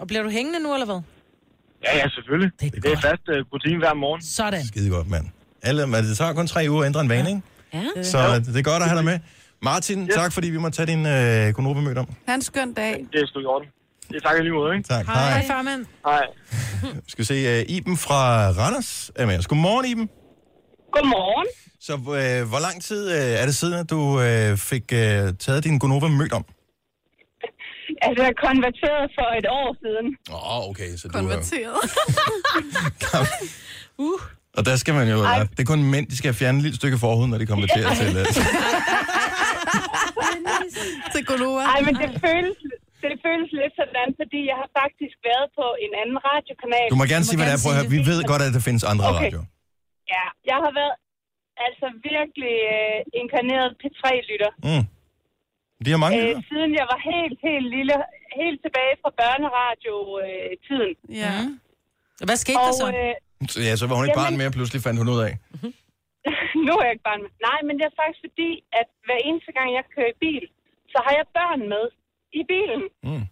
Speaker 4: Og bliver du hængende nu, eller hvad?
Speaker 9: Ja, ja, selvfølgelig.
Speaker 4: Det er
Speaker 9: Det er fast uh, rutine hver morgen.
Speaker 4: Sådan.
Speaker 1: Skide godt, mand. Alle, men det tager kun tre uger at ændre en vane, ikke?
Speaker 3: Ja.
Speaker 1: Så det er godt at have dig med. Martin, tak fordi vi må tage din øh, konobe mødt om.
Speaker 5: Ha' en skøn dag.
Speaker 9: Det er sgu i orden. Ja, tak i lige måde, ikke?
Speaker 1: Tak. Hej. Hej.
Speaker 4: farmand.
Speaker 9: Hej.
Speaker 1: Skal vi se, uh, Iben fra Randers er med os. Godmorgen, Iben.
Speaker 11: Godmorgen.
Speaker 1: Så uh, hvor lang tid uh, er det siden, at du uh, fik uh, taget din Gonova mødt om?
Speaker 11: Altså, jeg konverterede for et år siden.
Speaker 1: Åh, oh, okay. Så
Speaker 11: Konverteret?
Speaker 1: Du, uh, og der skal man jo... Uh,
Speaker 11: Ej.
Speaker 1: det er kun mænd, de skal fjerne et lille stykke forhud, når de konverterer ja. til... Uh,
Speaker 11: Til Gonova. Ej, men det føles, det føles lidt sådan, fordi jeg har faktisk været på en anden radiokanal.
Speaker 1: du må gerne sige, hvad det er. Prøv at høre. Vi ved godt, at der findes andre okay.
Speaker 11: Okay.
Speaker 1: radioer.
Speaker 11: Ja, jeg har været altså virkelig øh, inkarneret P3-lytter.
Speaker 1: Mm. De har mange øh,
Speaker 11: siden jeg var helt, helt lille, helt tilbage fra børneradio-tiden. Øh, ja.
Speaker 4: Hvad skete
Speaker 11: og,
Speaker 4: der så?
Speaker 11: Øh,
Speaker 1: Ja, så var hun ikke
Speaker 11: jamen-
Speaker 1: barn mere, pludselig fandt hun ud af.
Speaker 11: nu er jeg ikke barn med. Nej, men det er faktisk fordi, at hver eneste gang, jeg kører i bil, så har jeg børn med i bilen.
Speaker 1: Mm.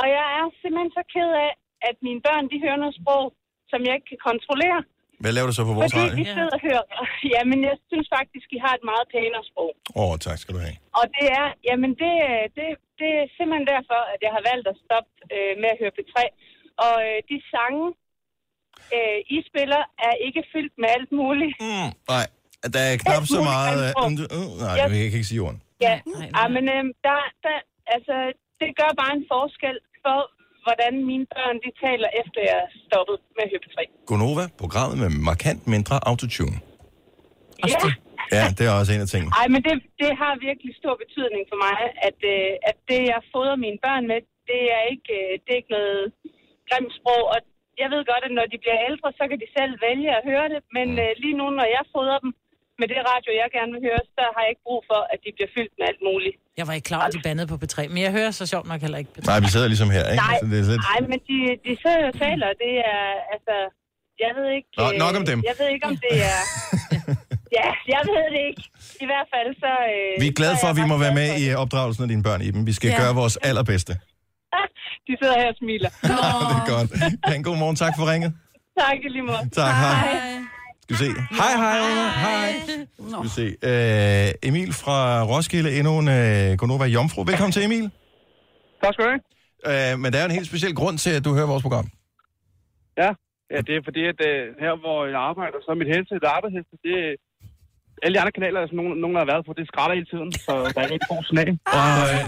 Speaker 11: Og jeg er simpelthen så ked af, at mine børn, de hører noget sprog, som jeg ikke kan kontrollere.
Speaker 1: Hvad laver du så på vores
Speaker 11: fordi
Speaker 1: radio?
Speaker 11: de sidder og hører. Ja, men jeg synes faktisk, I har et meget pænere sprog.
Speaker 1: Åh, oh, tak skal du have.
Speaker 11: Og det er, jamen det, det, det er simpelthen derfor, at jeg har valgt at stoppe øh, med at høre P3. Og øh, de sange, øh, I spiller, er ikke fyldt med alt muligt.
Speaker 1: Mm. Nej, der er knap så meget... Uh, uh, nej, jeg
Speaker 11: Jeg-
Speaker 1: kan ikke sige ordene.
Speaker 11: Ja, ja men øh, der, der, altså, det gør bare en forskel for, hvordan mine børn de taler, efter jeg er stoppet med at høre P3.
Speaker 1: Gonova, programmet med markant mindre autotune.
Speaker 11: Ja,
Speaker 1: Ja, det er også en af tingene.
Speaker 11: Ej, men det, det har virkelig stor betydning for mig, at, øh, at det, jeg fodrer mine børn med, det er ikke, øh, det er ikke noget grimt sprog. Og jeg ved godt, at når de bliver ældre, så kan de selv vælge at høre det. Men øh, lige nu, når jeg fodrer dem med det radio, jeg gerne vil høre, så har jeg ikke brug for, at de bliver fyldt med alt muligt.
Speaker 4: Jeg var ikke klar, at de bandede på P3, men jeg hører så sjovt nok heller ikke P3.
Speaker 1: Nej, vi sidder ligesom her, ikke?
Speaker 11: Nej,
Speaker 1: Så det er lidt...
Speaker 11: nej men de, de sidder og taler, og det er, altså, jeg ved ikke...
Speaker 1: Nå,
Speaker 11: øh,
Speaker 1: nok om dem.
Speaker 11: Jeg ved ikke, om det er... ja, jeg ved det ikke. I hvert fald, så... Øh,
Speaker 1: Vi er glade
Speaker 11: så
Speaker 1: for, at vi
Speaker 11: jeg
Speaker 1: må
Speaker 11: ret
Speaker 1: være
Speaker 11: glad
Speaker 1: med i øh, opdragelsen af dine børn, Iben. Vi skal
Speaker 11: Ja.
Speaker 1: gøre vores allerbedste.
Speaker 11: De sidder her og smiler.
Speaker 1: Det er godt. Ha' en god morgen. Tak for ringet.
Speaker 11: tak i lige måde.
Speaker 1: Tak, hej. Skal vi se. Hej, hej, Ulla. Hej. Skal vi se. Øh, Emil fra Roskilde, endnu en øh, Gonova Jomfru. Velkommen til, Emil.
Speaker 9: Tak skal du
Speaker 1: have. Øh, men der er en helt speciel grund til, at du hører vores program.
Speaker 9: Ja, ja det er fordi, at øh, her hvor jeg arbejder, så er mit helse, det arbejdsheste, det er- alle de andre kanaler, som nogen, nogen har været på, det skrætter hele tiden, så der er ikke god signal.
Speaker 1: Og, øh,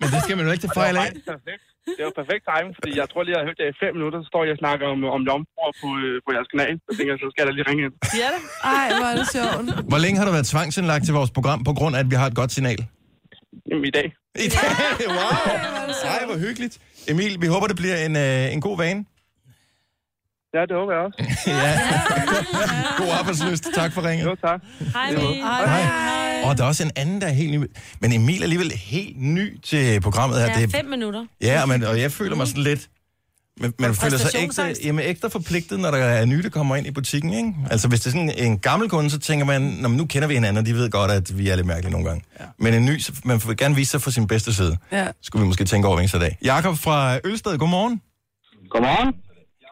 Speaker 1: men det skal man jo ikke til fejl af.
Speaker 9: Det var perfekt. Det var perfekt timing, fordi jeg tror lige, jeg har hørt jer i fem minutter, så står jeg og snakker om, om jomfruer på, øh, på jeres kanal. Så tænker jeg, så skal jeg da lige ringe ind.
Speaker 5: Ja da. Ej, hvor er det sjovt.
Speaker 1: Hvor længe har du været tvangsindlagt til vores program, på grund af, at vi har et godt signal?
Speaker 9: Jamen, i dag.
Speaker 1: I dag? Wow! Ej, hvor hyggeligt. Emil, vi håber, det bliver en, øh, en god vane.
Speaker 9: Ja, det håber jeg også.
Speaker 1: ja. God arbejdsløst. Tak for ringet.
Speaker 9: Jo, tak.
Speaker 3: Hej, Emil.
Speaker 1: Og der er også en anden, der er helt ny. Men Emil er alligevel helt ny til programmet her.
Speaker 3: Ja,
Speaker 1: Det er-
Speaker 3: fem minutter.
Speaker 1: Ja, men, og jeg føler mig sådan lidt... Man, man føler sig ægte,
Speaker 3: præstationsangst.
Speaker 1: jamen, ægte forpligtet, når der er nye, der kommer ind i butikken. Ikke? Altså, hvis det er sådan en gammel kunde, så tænker man, Nå, men nu kender vi hinanden, og de ved godt, at vi er lidt mærkelige nogle gange. Ja. Men en ny, så man vil gerne vise sig fra sin bedste side.
Speaker 5: Ja.
Speaker 1: Skulle vi måske tænke over hver eneste dag. Jakob fra Ølsted, godmorgen.
Speaker 9: Godmorgen.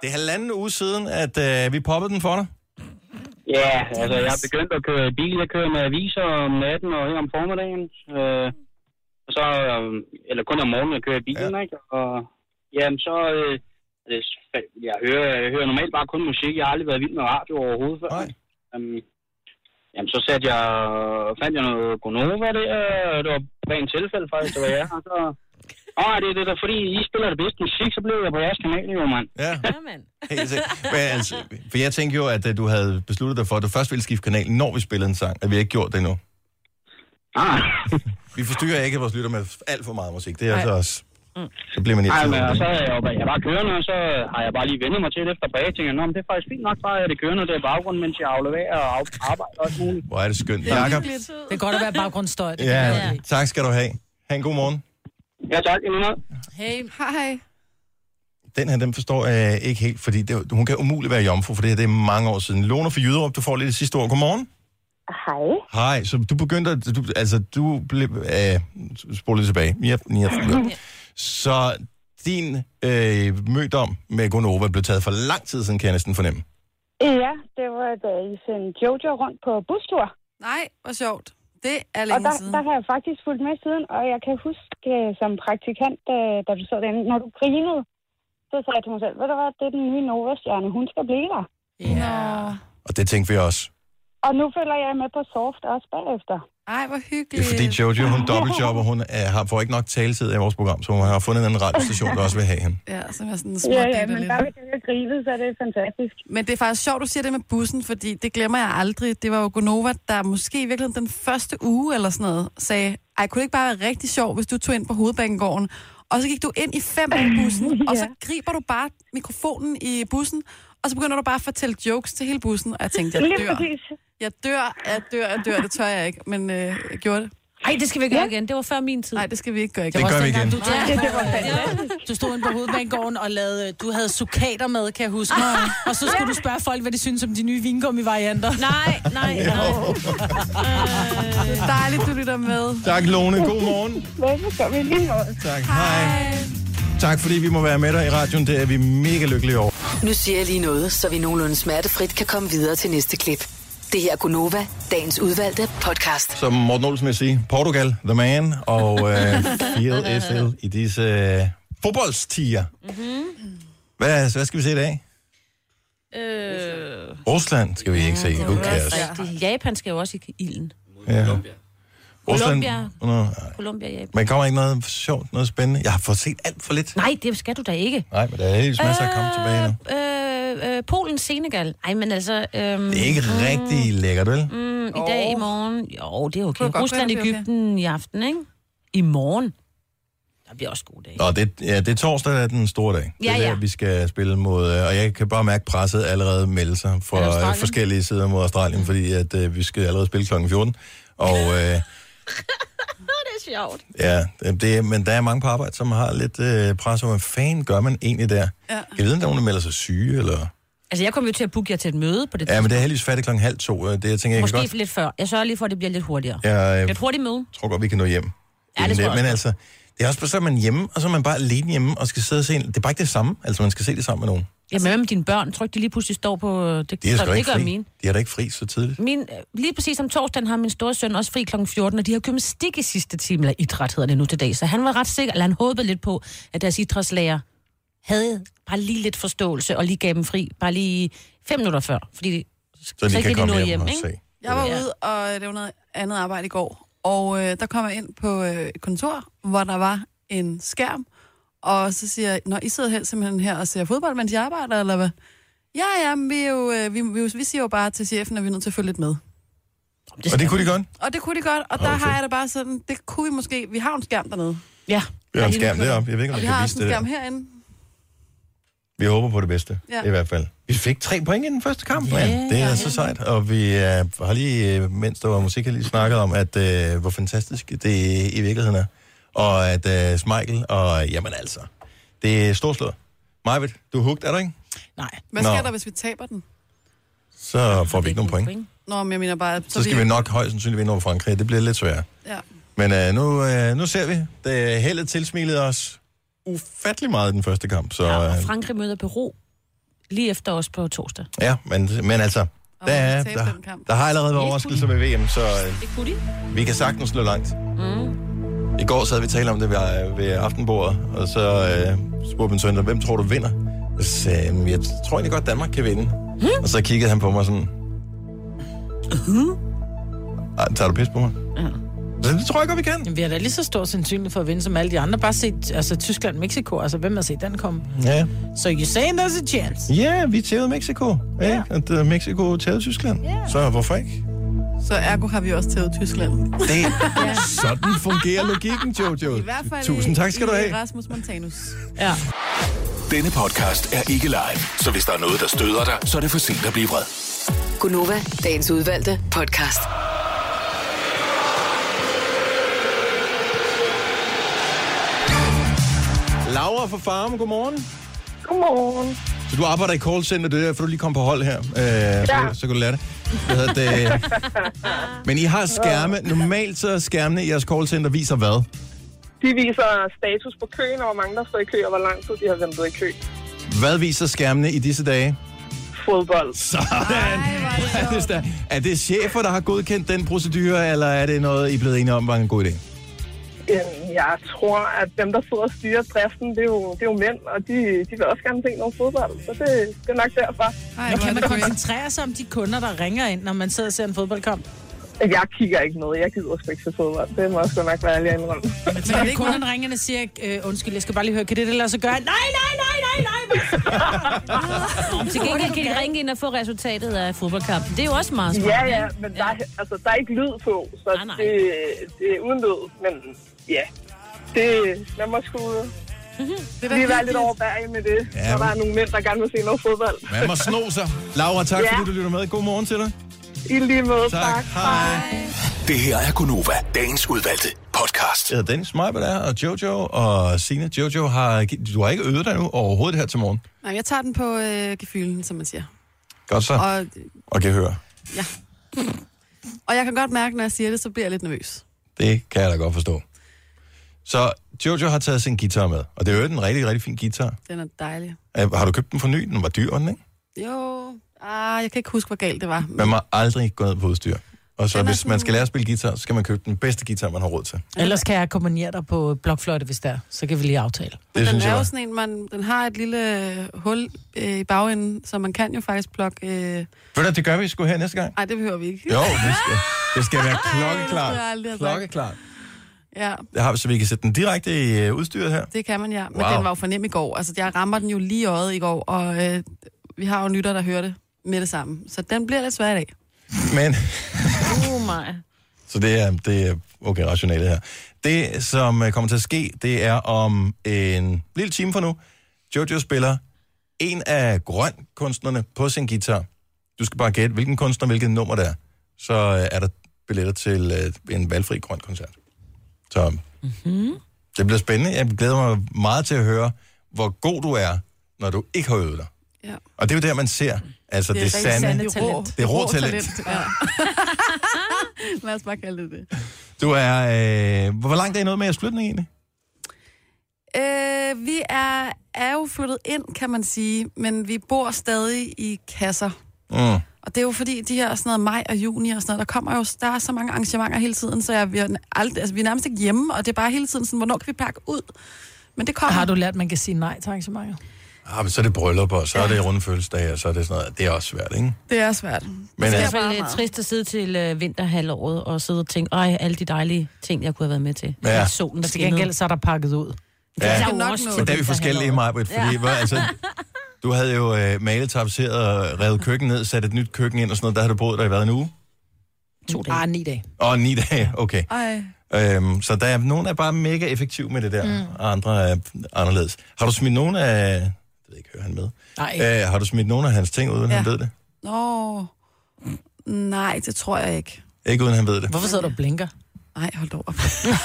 Speaker 1: Det er halvanden uge siden, at øh, vi poppede den for dig.
Speaker 9: Ja, altså jeg er begyndt at køre i bil. Jeg kører med aviser om natten og her om formiddagen. Øh, og så, øh, eller kun om morgenen, jeg kører i bilen, ja. ikke? Og jamen så, øh, det, er sp- jeg, hører, jeg hører normalt bare kun musik. Jeg har aldrig været vild med radio overhovedet før. Øhm, jamen så satte jeg, fandt jeg noget Gonova der. Det var bare en tilfælde faktisk, det var jeg. Og så, Åh, det er det der, fordi I spiller det bedste musik, så blev jeg på jeres kanal, jo mand.
Speaker 1: Ja.
Speaker 3: mand.
Speaker 1: Helt sikkert. Men, altså, for jeg tænkte jo, at øh, du havde besluttet dig for, at du først ville skifte kanal, når vi spillede en sang, at vi har ikke gjort det endnu.
Speaker 9: Ah.
Speaker 1: vi forstyrrer ikke vores lytter med alt for meget musik. Det er altså også... Så bliver man
Speaker 9: Nej, men altså,
Speaker 1: irriteret.
Speaker 9: og så er jeg, jo bare, jeg er bare kørende, og så har jeg bare lige vendet mig til det efter bag. Tænker, Nå, men det er faktisk fint nok bare, at det kørende der i baggrunden, mens jeg afleverer og af- arbejder og alt muligt.
Speaker 1: Hvor er det skønt. Jakob,
Speaker 4: Det er godt at være baggrundsstøj. Det kan jeg godt
Speaker 1: ja,
Speaker 4: lide.
Speaker 1: tak skal du have. Ha' en god morgen.
Speaker 9: Ja, tak. I lige måde.
Speaker 5: Hey. Hej.
Speaker 1: Den her, den forstår jeg ikke helt, fordi det, hun kan umuligt være jomfru, for det her det er mange år siden. Lone fra Jyderup, du får lidt det sidste ord. Godmorgen.
Speaker 12: Hej.
Speaker 1: Hej, så du begyndte at... Du, altså, du blev... Øh, spole lidt tilbage. Ja, ja, ja. Så din øh, mødom med Gonova blev taget for lang tid siden, kan jeg næsten fornemme.
Speaker 12: Ja, det var da I sendte Jojo rundt på bustur.
Speaker 5: Nej, hvor sjovt. Det er
Speaker 12: og
Speaker 5: længe
Speaker 12: der,
Speaker 5: siden.
Speaker 12: der har jeg faktisk fulgt med siden, og jeg kan huske øh, som praktikant, da, da du sad derinde, når du grinede, så sagde jeg til mig selv, ved du hvad, det er den nye Nova-stjerne, hun skal blive der.
Speaker 5: Ja.
Speaker 1: Og det tænkte vi også.
Speaker 12: Og nu følger jeg med på Soft også bagefter.
Speaker 5: Ej, hvor
Speaker 1: Det er
Speaker 5: hyggeligt.
Speaker 4: Øh.
Speaker 1: fordi Jojo, hun dobbeltjobber, hun er, har, får ikke nok taletid i vores program, så hun har fundet en anden radiostation, der også vil have hende.
Speaker 5: Ja, som er sådan
Speaker 12: Ja, ja, men der vil
Speaker 5: jeg grine, så det er fantastisk. Men det er faktisk sjovt, du siger det med bussen, fordi det glemmer jeg aldrig. Det var jo Gonova, der måske i virkeligheden den første uge eller sådan noget, sagde, ej, kunne det ikke bare være rigtig sjovt, hvis du tog ind på hovedbanegården, og så gik du ind i fem bussen, ja. og så griber du bare mikrofonen i bussen, og så begynder du bare at fortælle jokes til hele bussen, og jeg tænkte, jeg
Speaker 12: Lige
Speaker 5: dør.
Speaker 12: præcis.
Speaker 5: Jeg dør, jeg dør, jeg dør, det tør jeg ikke, men øh, jeg gjorde det.
Speaker 3: Nej, det skal vi ikke gøre igen. Det var før min tid.
Speaker 5: Nej, det skal vi ikke gøre
Speaker 1: Det gør vi igen.
Speaker 4: Du, tog,
Speaker 3: Ja, det var
Speaker 4: du stod inde på hovedbanegården og lavede, øh, du havde sukater med, kan jeg huske. Og så skulle du spørge folk, hvad de synes om de nye vingummi-varianter.
Speaker 3: Nej, nej,
Speaker 5: Det er dejligt, du lytter med.
Speaker 1: Tak, Lone. God morgen.
Speaker 12: Velbekomme i lige måde.
Speaker 1: Tak. Hej. Tak, fordi vi må være med dig i radioen. Det er vi mega lykkelige over.
Speaker 6: Nu siger jeg lige noget, så vi nogenlunde smertefrit kan komme videre til næste klip. Det her er Gunova, dagens udvalgte podcast.
Speaker 1: Som Morten Olsen vil sige, Portugal, the man, og øh, 4 SL i disse øh, fodboldstiger. Mm-hmm. Hvad, hvad skal vi se i dag?
Speaker 3: Øh,
Speaker 1: Rusland skal vi ikke se. Who cares?
Speaker 3: rigtigt. Japan skal jo også i ilden.
Speaker 1: Ja. Rusland.
Speaker 3: Colombia.
Speaker 1: Nå, nej.
Speaker 3: Colombia, Japan.
Speaker 1: Men kommer ikke noget sjovt, noget spændende? Jeg har fået set alt for lidt.
Speaker 3: Nej, det skal du da ikke.
Speaker 1: Nej, men der er helt masser at komme tilbage nu.
Speaker 3: Øh, øh, Polen, Senegal. Ej, men altså... Øhm,
Speaker 1: Det er ikke rigtig lækkert, vel?
Speaker 3: Mm, I dag, i morgen. Jo, det er okay.
Speaker 5: Kunne godt
Speaker 3: Rusland,
Speaker 5: være, det er okay.
Speaker 3: Ægypten i aften, ikke? I morgen. Der bliver også gode dage.
Speaker 1: Nå, det, ja, det er torsdag, der er den store dag.
Speaker 3: Ja,
Speaker 1: det er
Speaker 3: ja.
Speaker 1: der, vi skal spille mod, øh, og jeg kan bare mærke presset allerede melde sig fra øh,
Speaker 3: Australien? Mm.
Speaker 1: forskellige sider mod Australien, fordi at, øh, vi skal allerede spille kl. 14. Og øh,
Speaker 3: det er sjovt.
Speaker 1: ja, det, er- men der er mange på arbejde, som har lidt øh, pres over, hvad fanden gør man egentlig der? Ja. Jeg ved ikke, om nogen der melder sig syge, eller...
Speaker 3: Altså, jeg kommer jo til at booke jer til et møde på det
Speaker 1: Ja, men det er heldigvis færdigt klokken halv to. øh, Det, jeg tænker, jeg
Speaker 3: Måske
Speaker 1: kan godt,
Speaker 3: lidt før. Jeg sørger lige for, at det bliver lidt hurtigere.
Speaker 1: jeg øh,
Speaker 3: Et hurtigt møde.
Speaker 1: tror godt, vi kan nå hjem.
Speaker 3: Ja, det tror jeg
Speaker 1: men
Speaker 3: også.
Speaker 1: altså, det er også bare så, er man hjemme, og så er man bare alene hjemme, og skal sidde og se en... Det er bare ikke det samme. Altså, man skal se det sammen med nogen.
Speaker 3: Jamen, hvad med dine børn? Tror du ikke, de lige pludselig står på... øh, Det,
Speaker 1: De er
Speaker 3: så-
Speaker 1: sgu da
Speaker 3: det
Speaker 1: ikke
Speaker 3: gør
Speaker 1: fri.
Speaker 3: mine.
Speaker 1: De er da ikke fri så tidligt.
Speaker 3: Min, øh, lige præcis om torsdagen har min store søn også fri kl. 14, og de har gymnastik i sidste time, eller idræt hedder det nu til dag. Så han var ret sikker, eller han håbede lidt på, at deres idrætslærer havde bare lige lidt forståelse, og lige gav dem fri, bare lige fem minutter før. Fordi så,
Speaker 1: de kan komme
Speaker 3: nå
Speaker 1: hjem og se.
Speaker 5: Jeg var ude og lavede noget andet arbejde i går, og øh, der kom jeg ind på øh, et kontor, hvor der var en skærm, og så siger jeg, når I sidder her simpelthen her og ser fodbold, mens jeg arbejder, eller hvad? Ja, ja, men vi, er jo, øh, vi, vi, vi siger jo bare til chefen, at vi er nødt til at følge lidt med.
Speaker 1: Og det kunne de godt.
Speaker 5: Og det kunne de godt, og der har jeg da bare sådan, det kunne vi måske, vi har jo en skærm dernede.
Speaker 3: Ja.
Speaker 1: Vi har en skærm deroppe. Jeg ved ikke, om
Speaker 5: Og
Speaker 1: jeg
Speaker 5: vi
Speaker 1: kan
Speaker 5: har
Speaker 1: vise
Speaker 5: også
Speaker 1: det
Speaker 5: en skærm
Speaker 1: der.
Speaker 5: herinde.
Speaker 1: Vi håber på det bedste,
Speaker 5: Ja.
Speaker 1: i hvert fald. Vi fik tre point i den første kamp, mand. Det er så sejt. Og vi øh, har lige, øh, mens der var musik, har lige snakket om, at øh, hvor fantastisk det i virkeligheden er. Og at øh, Michael, og jamen altså, det er storslået. Majved, du er hugt, er du ikke?
Speaker 4: Nej.
Speaker 5: Hvad sker
Speaker 1: Nå.
Speaker 5: der, hvis vi taber den?
Speaker 1: Så får vi ikke nogen point.
Speaker 5: Nå, men jeg mener bare...
Speaker 1: Så skal vi nok højst sandsynligt vinde over Frankrig. Det bliver lidt sværere.
Speaker 5: Ja.
Speaker 1: Men øh, nu, øh, nu ser vi. Det heldet tilsmilede os ufattelig meget i den første kamp. Så,
Speaker 3: Ja,
Speaker 1: øh,
Speaker 3: og Frankrig møder Peru lige efter os på torsdag.
Speaker 1: Ja, men, men altså,
Speaker 3: Og
Speaker 1: der,
Speaker 3: man
Speaker 1: er,
Speaker 3: tabte
Speaker 1: der,
Speaker 3: den kamp.
Speaker 1: der har allerede været
Speaker 3: Det
Speaker 1: overraskelser ved VM, så øh,
Speaker 3: Det kunne de.
Speaker 1: vi kan sagtens nå langt.
Speaker 3: Mm.
Speaker 1: I går sad vi og talte om det ved, øh, ved aftenbordet, og så øh, spurgte min søn, hvem tror du vinder? Jeg sagde, "Jamen, jeg tror egentlig godt, Danmark kan vinde.
Speaker 3: Hm?
Speaker 1: Og så kiggede han på mig sådan, "Ej, tager du pis på mig? Så det tror jeg godt, vi kan.
Speaker 4: Jamen, vi har da lige så stor sandsynlighed for at vinde som alle de andre. Bare set altså, Tyskland, Mexico. Altså, hvem har set den komme?
Speaker 1: Ja,
Speaker 4: So you're saying there's a chance.
Speaker 1: ja vi tævede Mexico. Ja. At, uh, Mexico tævede Tyskland. Så hvorfor ikke?
Speaker 5: Så ergo har vi også taget Tyskland.
Speaker 1: Det, sådan fungerer logikken, Jojo.
Speaker 5: I hvert fald
Speaker 1: Tusind tak skal
Speaker 5: i
Speaker 1: du have.
Speaker 5: Rasmus Montanus.
Speaker 4: Ja.
Speaker 7: Denne podcast er ikke live, så hvis der er noget, der støder dig, så er det for sent at blive vred.
Speaker 6: Gunova, dagens udvalgte podcast.
Speaker 1: Laura fra Farm, godmorgen.
Speaker 13: Godmorgen.
Speaker 1: Så du arbejder i call center, det er derfor, du lige kom på hold her. Øh, ja. så,
Speaker 13: Ja.
Speaker 1: så kan du lære det. Hvad hedder det. Men I har skærme. Normalt så er skærmene i jeres call center viser hvad?
Speaker 13: De viser status på køen, og hvor mange der står i kø, og hvor lang tid de har ventet i kø.
Speaker 1: Hvad viser skærmene i disse dage?
Speaker 13: fodbold.
Speaker 1: Sådan. Er det, sta- er det chefer, der har godkendt den procedure, eller er det noget, I er blevet enige om, var en god idé?
Speaker 13: Jamen, Jeg tror, at dem, der sidder og styrer driften, det er jo, det er jo mænd, og de, de vil også gerne se noget fodbold. Så det, det er nok derfor.
Speaker 4: Men kan man koncentrere sig om de kunder, der ringer ind, når man sidder og ser en fodboldkamp?
Speaker 13: Jeg kigger ikke noget. Jeg gider sgu ikke se fodbold. Det må jeg sgu nok være ærlig at indrømme.
Speaker 4: Men er det ikke kunden ringer og siger, øh, undskyld, jeg skal bare lige høre, kan det det lade sig gøre? Nej, nej, nej, nej, nej!
Speaker 3: Til gengæld kan I ringe ind og få resultatet af fodboldkampen. Det er jo også meget smart.
Speaker 13: Ja, ja,
Speaker 3: ikke?
Speaker 13: men der, er- altså, der er ikke lyd på, så
Speaker 3: Nej, nej.
Speaker 13: Det, det er uden lyd. Men ja, det, man må sgu...
Speaker 5: Det
Speaker 13: er lige være lidt overbærig med det,
Speaker 1: Ja,
Speaker 13: ja, når der
Speaker 1: men-
Speaker 13: er nogle mænd, der gerne vil se noget fodbold.
Speaker 1: Man må sno sig. Laura, tak
Speaker 13: Ja.
Speaker 1: fordi du lytter med. God morgen til dig.
Speaker 13: I lige måde.
Speaker 1: Tak. tak. Hej.
Speaker 7: Det her er Gunova, dagens udvalgte podcast.
Speaker 1: Jeg hedder Dennis Meiber der, og Jojo og Sina. Jojo, har, du har ikke øvet dig nu overhovedet her til morgen.
Speaker 5: Nej, jeg tager den på øh, gefylen, som man siger.
Speaker 1: Godt så. Og,
Speaker 5: Og,
Speaker 1: og kan høre.
Speaker 5: ja. og jeg kan godt mærke, når jeg siger det, så bliver jeg lidt nervøs.
Speaker 1: Det kan jeg da godt forstå. Så Jojo har taget sin guitar med, og det er jo en rigtig, rigtig fin guitar.
Speaker 5: Den er dejlig.
Speaker 1: Øh, Har du købt den for ny? Den var dyr, var den, ikke?
Speaker 5: Jo, ah, jeg kan ikke huske, hvor galt det var.
Speaker 1: Man må aldrig gå ned på udstyr. Og så hvis man skal lære at spille guitar, så skal man købe den bedste guitar, man har råd til.
Speaker 4: Ellers kan jeg kombinere dig på blokfløjte, hvis der. Så kan vi lige aftale.
Speaker 1: Det
Speaker 5: den
Speaker 1: synes jeg
Speaker 5: er jo
Speaker 1: var.
Speaker 5: sådan en, man, den har et lille øh, hul øh, i bagenden, så man kan jo faktisk plukke... Øh...
Speaker 1: Ved du, det gør vi sgu her næste gang.
Speaker 5: Ej, det behøver vi ikke.
Speaker 1: Jo, det skal, det skal være
Speaker 5: Ej, det skulle jeg
Speaker 1: klokkeklart.
Speaker 5: aldrig have sagt.
Speaker 1: Klokkeklart.
Speaker 5: Ja,
Speaker 1: Det har vi, så vi kan sætte den direkte i øh, udstyret her.
Speaker 5: det kan man, ja. Men
Speaker 1: Wow.
Speaker 5: wow. den var jo fornem i går. Altså, jeg rammer den jo lige i øjet i går, og øh, vi har jo nytter, der hører det med det samme. Så den bliver lidt svær i dag.
Speaker 1: Men,
Speaker 3: Uh, mig.
Speaker 1: så det er, det er okay rationale her. Det, som øh, kommer til at ske, det er om en lille time fra nu. Jojo spiller en af grøn kunstnerne på sin guitar. Du skal bare gætte, hvilken kunstner, hvilket nummer det er. Så øh, er der billetter til øh, en valgfri grøn koncert. Så
Speaker 5: Mm-hmm.
Speaker 3: Hmm?
Speaker 1: Det bliver spændende. Jeg glæder mig meget til at høre, hvor god du er, når du ikke har øvet dig.
Speaker 5: Ja.
Speaker 1: Og det er jo der, man ser. Altså, det, det
Speaker 5: rigtig
Speaker 1: sande,
Speaker 5: sande
Speaker 1: det rå, det rå talent.
Speaker 5: Ja. Lad os bare kalde det det.
Speaker 1: Du er... Øh, hvor hvor langt er I nået med jeres flytning egentlig?
Speaker 5: Øh, vi er, er jo flyttet ind, kan man sige, men vi bor stadig i kasser.
Speaker 1: Mm.
Speaker 5: Og det er jo fordi, de her sådan noget maj og juni og sådan noget, der kommer jo, der er så mange arrangementer hele tiden, så jeg, vi, er aldrig, altså, vi er nærmest ikke hjemme, og det er bare hele tiden sådan, hvornår kan vi pakke ud? Men det kommer.
Speaker 4: Har du lært, at man kan sige nej til arrangementer?
Speaker 1: Ah, men så er det bryllup, og så er det runde fødselsdage, og så er det sådan noget. Det er også svært, ikke?
Speaker 5: Det er svært.
Speaker 1: Men
Speaker 3: det er i
Speaker 1: altså-
Speaker 3: hvert fald øh, trist at sidde til øh, vinterhalvåret og sidde og tænke, ej, alle de dejlige ting, jeg kunne have været med til.
Speaker 1: Ja.
Speaker 3: Ja. Solen, der
Speaker 4: Til gengæld,
Speaker 3: så er der pakket ud.
Speaker 1: Ja,
Speaker 3: jo også
Speaker 1: men der er vi forskellige, Majbrit, fordi ja.
Speaker 3: Ja.
Speaker 1: hvor, altså, du havde jo øh, malet, tapseret og revet køkken ned, sat et nyt køkken ind og sådan noget. Der har du boet der i hvad, en uge?
Speaker 4: To dage. Ah, ni dage.
Speaker 1: Og ni dage, okay.
Speaker 5: Ej.
Speaker 1: Øhm, så der er, nogen er bare mega effektiv med det der, mm.
Speaker 4: Mm.
Speaker 1: og andre er anderledes. Har du smidt nogen af... Jeg ved ikke, hører han med?
Speaker 4: Nej.
Speaker 1: Øh, har du smidt nogen af hans ting, uden ja.
Speaker 5: Ja.
Speaker 1: han ved det?
Speaker 5: Nå, nej, det tror jeg ikke.
Speaker 1: Ikke uden han ved det.
Speaker 4: Hvorfor sidder du og blinker?
Speaker 5: Nej, hold da op.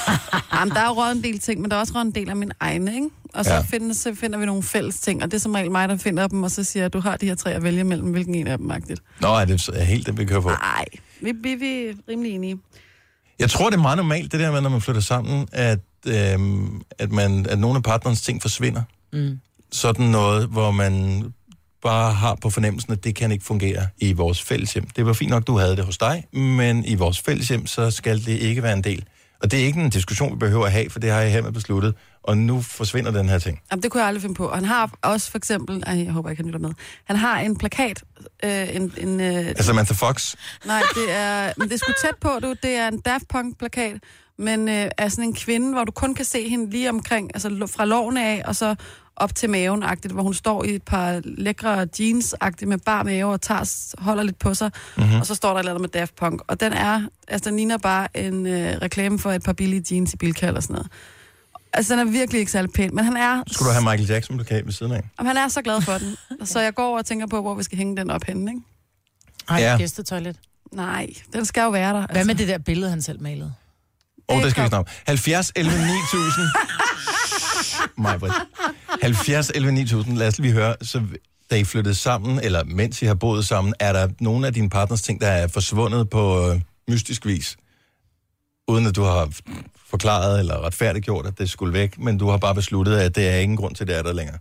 Speaker 5: Jamen, der er jo røget en del ting, men der er også røget en del af min egne, ikke? Og så,
Speaker 1: Ja.
Speaker 5: ja. finder, så finder vi nogle fælles ting, og det er som regel mig, der finder dem, og så siger jeg, du har de her tre at vælge mellem, hvilken en af dem, agtigt.
Speaker 1: Nå, er det så- er helt den, vi kører på?
Speaker 5: Nej. Vi, vi, vi er rimelig enige.
Speaker 1: Jeg tror, det er meget normalt, det der med, når man flytter sammen, at, øhm, at, man, at nogle af partnerens ting forsvinder.
Speaker 4: Mm.
Speaker 1: Sådan noget, hvor man bare har på fornemmelsen, at det kan ikke fungere i vores fælles hjem. Det var fint nok, du havde det hos dig, men i vores fælles hjem, så skal det ikke være en del. Og det er ikke en diskussion, vi behøver at have, for det har jeg hermed besluttet. Og nu forsvinder den her ting.
Speaker 5: Jamen, det kunne jeg aldrig finde på. Og han har også for eksempel, ej, jeg håber ikke, han lytter med, han har en plakat, øh, en, en øh,
Speaker 1: Altså Samantha Fox,
Speaker 5: Nej, det er, men det er sgu tæt på, du. Det er en Daft Punk-plakat, men øh, er sådan en kvinde, hvor du kun kan se hende lige omkring, altså lo- fra lårene af, og så op til maven -agtigt, hvor hun står i et par lækre jeans -agtigt, med bar mave og tager, holder lidt på sig,
Speaker 14: Mhm.
Speaker 5: mm-hmm. og så står der et eller andet med Daft Punk. Og den er, altså den ligner bare en øh, reklame for et par billige jeans i Bilka eller sådan noget. Altså den er virkelig ikke særlig pæn, men han er,
Speaker 1: skulle du have Michael Jackson-plakat ved siden af?
Speaker 5: jamen, han er så glad for den. Så jeg går over og tænker på, hvor vi skal hænge den op henne, ikke?
Speaker 4: Ej,
Speaker 1: Ja.
Speaker 4: ja. gæstetoilet.
Speaker 5: Nej, den skal jo være der. altså.
Speaker 4: Hvad med det der billede, han selv malede?
Speaker 1: Åh, oh, det skal vi snakke om. 70 11 9000. Mig, 70 11 9000. Lad os lige høre, så da I flyttede sammen, eller mens I har boet sammen, er der nogle af dine partners ting, der er forsvundet på øh, mystisk vis? Uden at du har forklaret eller retfærdiggjort, at det skulle væk, men du har bare besluttet, at det er ingen grund til, at det er der længere.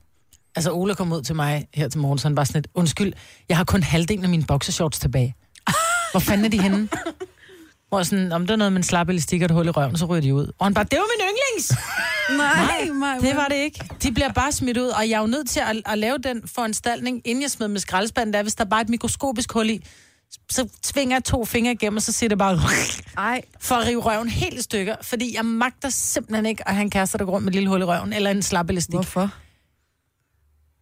Speaker 4: Altså, Ole kom ud til mig her til morgen, så han var sådan lidt, undskyld, jeg har kun halvdelen af mine boxershorts tilbage. Hvor fanden er de henne? Hvor jeg sådan, om det er noget med en slap elastik og et hul i røven, så ryger de ud. Og han bare, det var min yndlings!
Speaker 5: Nej,
Speaker 4: Nej, det var det ikke. De bliver bare smidt ud, og jeg er jo nødt til at, at lave den foranstaltning, inden jeg smider med skraldespanden. Der, er, hvis der bare er et mikroskopisk hul i, så tvinger jeg to fingre igennem, og så siger det bare...
Speaker 5: Ej.
Speaker 4: For at rive røven helt i stykker, fordi jeg magter simpelthen ikke at han kaster der går rundt med et lille hul i røven, eller en slap elastik.
Speaker 5: Hvorfor?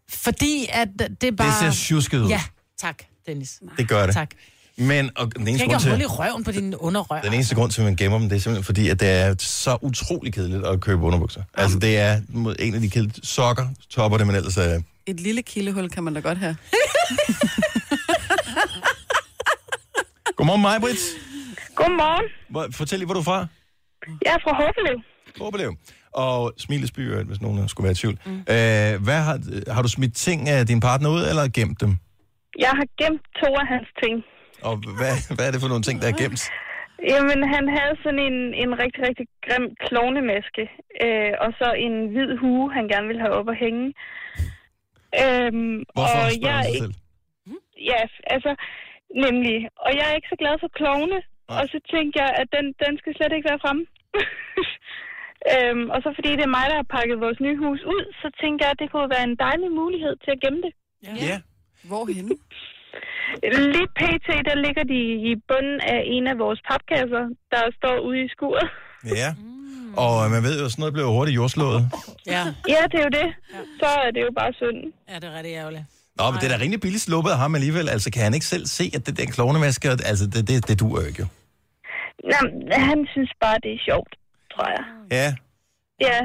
Speaker 4: Fordi at det er bare...
Speaker 1: ser sjusket ud.
Speaker 4: Ja, tak, Dennis.
Speaker 1: Det gør det.
Speaker 4: Tak.
Speaker 1: Men og den,
Speaker 4: Jeg
Speaker 1: eneste grund
Speaker 4: kan ikke holde
Speaker 1: til,
Speaker 4: i røven på din underrør.
Speaker 1: den eneste grund til, at man gemmer dem, det er simpelthen fordi, at det er så utrolig kedeligt at købe underbukser. Altså, det er mod- en af de kedelige sokker, topper det, men ellers er...
Speaker 5: Et lille kildehul kan man da godt have.
Speaker 1: Godmorgen, Majbrit.
Speaker 11: Godmorgen.
Speaker 1: Hvor, fortæl lige, hvor er du fra?
Speaker 11: Jeg er fra Håbelev.
Speaker 1: Håbelev. Og Smilesby, øh, hvis nogen skulle være i tvivl. Mm. Øh, hvad har, har du smidt ting af din partner ud, eller gemt dem?
Speaker 11: Jeg har gemt to af hans ting.
Speaker 1: Og hvad, hvad er det for nogle ting, der er gemt?
Speaker 11: Jamen, han havde sådan en, en rigtig, rigtig grim klovnemaske, øh, og så en hvid hue, han gerne ville have op at hænge. Øhm,
Speaker 6: Hvorfor,
Speaker 11: og
Speaker 6: spørger du
Speaker 11: jeg, er
Speaker 6: dig
Speaker 11: ikke-
Speaker 6: selv?
Speaker 11: Ja, altså, nemlig. Og jeg er ikke så glad for klovne, og så tænkte jeg, at den, den skal slet ikke være fremme. øhm, og så fordi det er mig, der har pakket vores nye hus ud, så tænkte jeg, at det kunne være en dejlig mulighed til at gemme det.
Speaker 1: Ja.
Speaker 5: Hvorhenne?
Speaker 11: Lige pt, der ligger de i bunden af en af vores papkasser, der står ude i skuret.
Speaker 1: Ja.
Speaker 3: Mm.
Speaker 1: Og man ved jo, sådan noget bliver jo hurtigt jordslået.
Speaker 4: Ja.
Speaker 11: ja, det er jo det. Så er det jo bare synd.
Speaker 4: Ja, det er rigtig ærgerligt.
Speaker 1: Nå, men det er da rimelig billigt sluppet af ham alligevel. Altså, kan han ikke selv se, at det der klovnemaske, altså, det, det, det duer jo ikke jo.
Speaker 11: Nå, han synes bare, det er sjovt, tror jeg.
Speaker 1: Ja.
Speaker 11: Ja,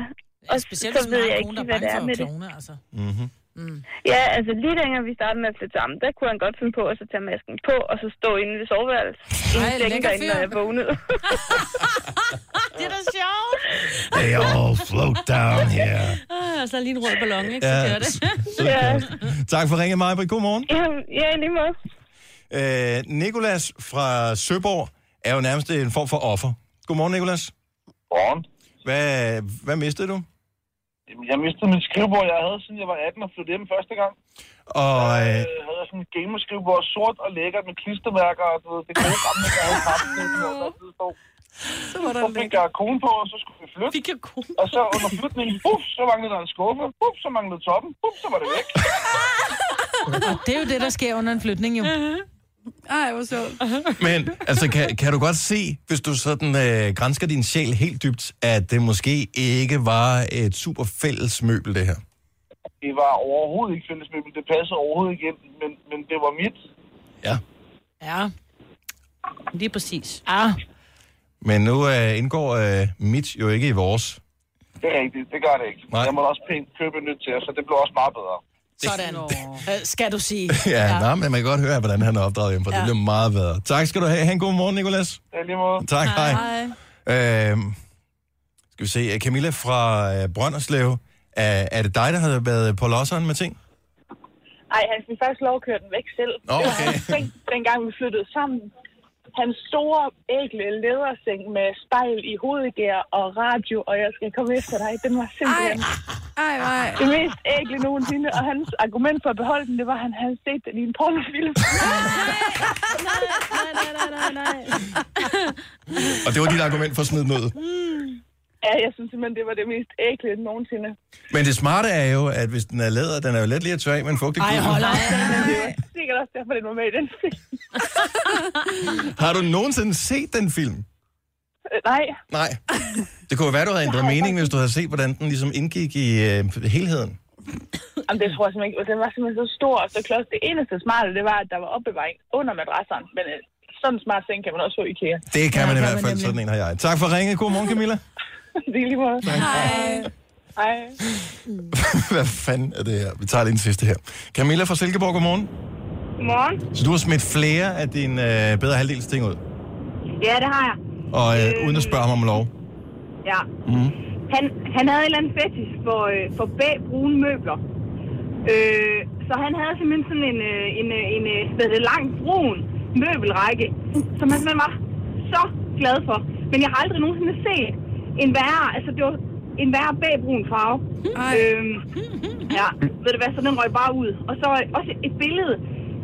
Speaker 11: og
Speaker 4: specielt,
Speaker 11: så
Speaker 4: hvis man
Speaker 11: ved
Speaker 4: har
Speaker 11: jeg
Speaker 4: en
Speaker 11: ikke,
Speaker 4: kone, der er
Speaker 11: hvad det
Speaker 4: bange
Speaker 11: er
Speaker 4: for
Speaker 11: med det.
Speaker 4: klovne, altså.
Speaker 1: Mm-hmm.
Speaker 11: Ja, altså lige dengang vi startede med at flytte sammen, der kunne han godt finde på at så tage masken på, og så stå inde ved soveværelset. Ej,
Speaker 4: lækker
Speaker 11: lækker fyr.
Speaker 4: fyr.
Speaker 11: Når jeg vågnede.
Speaker 3: Det er da sjovt.
Speaker 1: They all float down here.
Speaker 3: Ah, så er lige en rød ballon, ikke? Så
Speaker 1: Ja,
Speaker 3: kører det.
Speaker 1: Så godt. tak for ringen, Maja. Godmorgen.
Speaker 11: Ja, ja lige måde.
Speaker 1: Øh, Nikolas fra Søborg er jo nærmest en form for offer. Godmorgen, Nikolas.
Speaker 15: Godmorgen.
Speaker 1: Hvad, hvad mistede du?
Speaker 15: Jamen, jeg mistede mit skrivebord, jeg havde, siden jeg var 18 og flyttede hjem første gang.
Speaker 1: Og øh,
Speaker 15: Jeg havde sådan et gamerskrivebord, sort og lækkert med klistermærker, og du ved, det gode gamle, der havde kraften, og der altid stod.
Speaker 5: Så var der
Speaker 15: så fik jeg kone på, og så skulle vi flytte. Fik
Speaker 4: jeg kone?
Speaker 15: Og så under flytningen, buff, så manglede der en skuffe, buff, så manglede toppen, buff, så var det væk.
Speaker 4: Og det er jo det, der sker under en flytning, jo.
Speaker 5: Mm-hmm. Ej, hvor sjovt.
Speaker 1: men altså, kan, kan du godt se, hvis du sådan øh, grænsker din sjæl helt dybt, at det måske ikke var et super fælles møbel, det her?
Speaker 15: Det var overhovedet ikke fælles med, men det passede overhovedet ikke ind, men, men det var mit.
Speaker 4: Ja. Ah.
Speaker 3: Lige præcis.
Speaker 4: Ja.
Speaker 1: Men nu øh, indgår øh, mit jo ikke i vores.
Speaker 15: Det er rigtigt, det gør det ikke. Nej. Jeg måtte også pænt købe et nyt til jer, så det blev også meget bedre.
Speaker 4: Sådan. Øh, skal du sige.
Speaker 1: ja, ja. Nej, men man kan godt høre, hvordan han er opdraget hjemme, for ja. det
Speaker 4: Ja.
Speaker 1: bliver meget bedre. Tak skal du have. Ha' en god morgen, Nicolas.
Speaker 15: Ja, lige måde.
Speaker 1: Tak, hej. Øhm, skal vi se, øh, Camilla fra øh, Brønderslev. Er, er det dig, der havde været på losseren med ting?
Speaker 6: Ej, han fik først lov at køre den væk selv.
Speaker 1: Nå, okay.
Speaker 6: Det var den- dengang vi flyttede sammen. Hans store, ægle lederseng med spejl i hovedgær og radio, og jeg skal komme efter dig, den var simpelthen
Speaker 5: ej, ej.
Speaker 6: det mest ægle nogensinde. Og hans argument for at beholde den, det var, at han havde set den i en pornofilm.
Speaker 16: Nej, nej, nej, nej, nej.
Speaker 1: Og det var dit argument for at smide den ud.
Speaker 6: ja, jeg synes simpelthen, det var det mest ægle nogensinde.
Speaker 1: Men det smarte er jo, at hvis den er læder, den er jo let lige at tørre af med en fugtig klud.
Speaker 6: Det var sikkert også derfor, den var med i den film.
Speaker 1: Har du nogensinde set den film?
Speaker 6: Øh, Nej,
Speaker 1: Nej. Det kunne jo være, du havde ændret mening, hvis du havde set, hvordan den ligesom indgik i øh, helheden.
Speaker 6: Jamen, det tror jeg simpelthen ikke. Den var simpelthen så stor og så klods. Det eneste smarte, det var, at der var opbevaring under madrasserne. Men øh, sådan en smart ting kan man også få i IKEA.
Speaker 1: Det kan ja, man i hvert fald, sådan en har jeg. Tak for ringet. God morgen, Camilla.
Speaker 6: det er lige måde. Hej. Hej.
Speaker 1: Hvad fanden er det her? Vi tager lige den sidste her. Camilla fra Silkeborg, godmorgen.
Speaker 17: Godmorgen.
Speaker 1: Så du har smidt flere af dine øh, bedre halvdels ting ud,
Speaker 17: Ja, det har jeg.
Speaker 1: og øh, uden at spørge ham om lov.
Speaker 11: Mhm.
Speaker 17: Ja.
Speaker 1: Mm.
Speaker 17: Han, han havde et eller andet fetish for, øh, for bag brune møbler. Øh, så han havde simpelthen sådan en, øh, en, øh, en, en hvad hedder det, lang brun møbelrække, som han simpelthen var så glad for. Men jeg har aldrig nogensinde set en værre, altså det var
Speaker 11: en værre bagbrun farve. Øhm, ja, ved du hvad, så den røg bare ud. Og så også et billede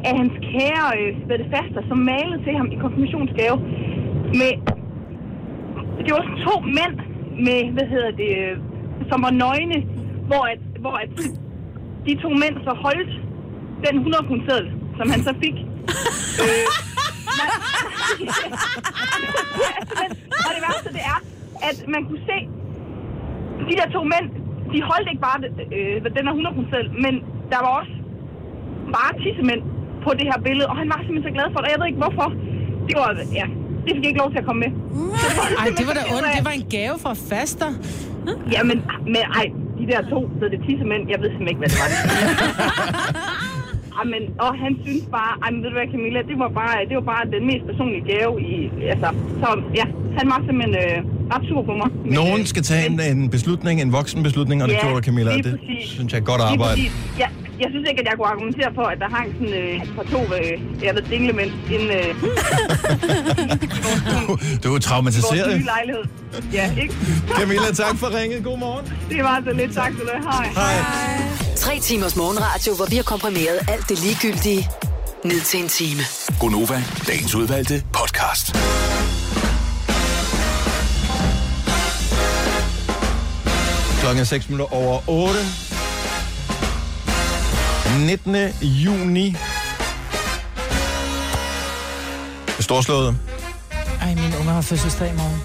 Speaker 11: af hans kære øh, hvad det faster, som malede til ham i konfirmationsgave. Med, det var to mænd med, hvad hedder det, øh, som var nøgne, hvor at, hvor at de to mænd så holdt den 100 kroner seddel, som han så fik. øh, men, og det værste, det er, at man kunne se, de der to mænd, de holdt ikke bare øh, den her 100 selv, men der var også bare tissemænd på det her billede, og han var simpelthen så glad for det, og jeg ved ikke hvorfor. Det var, ja, det fik jeg ikke lov til at komme med. Så
Speaker 4: Ej, det var da
Speaker 11: simpelthen så
Speaker 4: ondt.
Speaker 11: jeg-
Speaker 4: Det var en gave fra faster.
Speaker 11: Ja, men, men ej, de der to, så det tissemænd, jeg ved simpelthen ikke, hvad det var. Ej, men, og han synes bare, ej, men ved du hvad, Camilla, det var bare, det var bare den mest personlige gave i, altså, så ja, han var simpelthen øh, ret sur på mig.
Speaker 1: Nogen skal tage en, en beslutning, en voksen beslutning, og det
Speaker 11: øh, Ja,
Speaker 1: gjorde du, Camilla.
Speaker 11: lige
Speaker 1: Det
Speaker 11: præcis.
Speaker 1: synes jeg er godt
Speaker 11: Lige
Speaker 1: arbejde.
Speaker 11: præcis. Ja, jeg synes ikke, at jeg kunne argumentere for, at der hang sådan øh, et par to, øh, jeg ved, dinglemænd inden øh,
Speaker 1: Du er jo
Speaker 11: i vores
Speaker 1: traumatiseret.
Speaker 11: nye lejlighed. Ja, ikke?
Speaker 1: Camilla, tak for ringet. God morgen.
Speaker 11: Det var så lidt. Tak skal du have. Hej. Hej.
Speaker 6: Tre timers morgenradio, hvor vi har komprimeret alt det ligegyldige ned til en time.
Speaker 7: Gonova, dagens udvalgte podcast.
Speaker 1: Klokken er 6 minutter over 8. 19. juni. Storslået.
Speaker 4: Ej, mine unger har fødselsdag i morgen.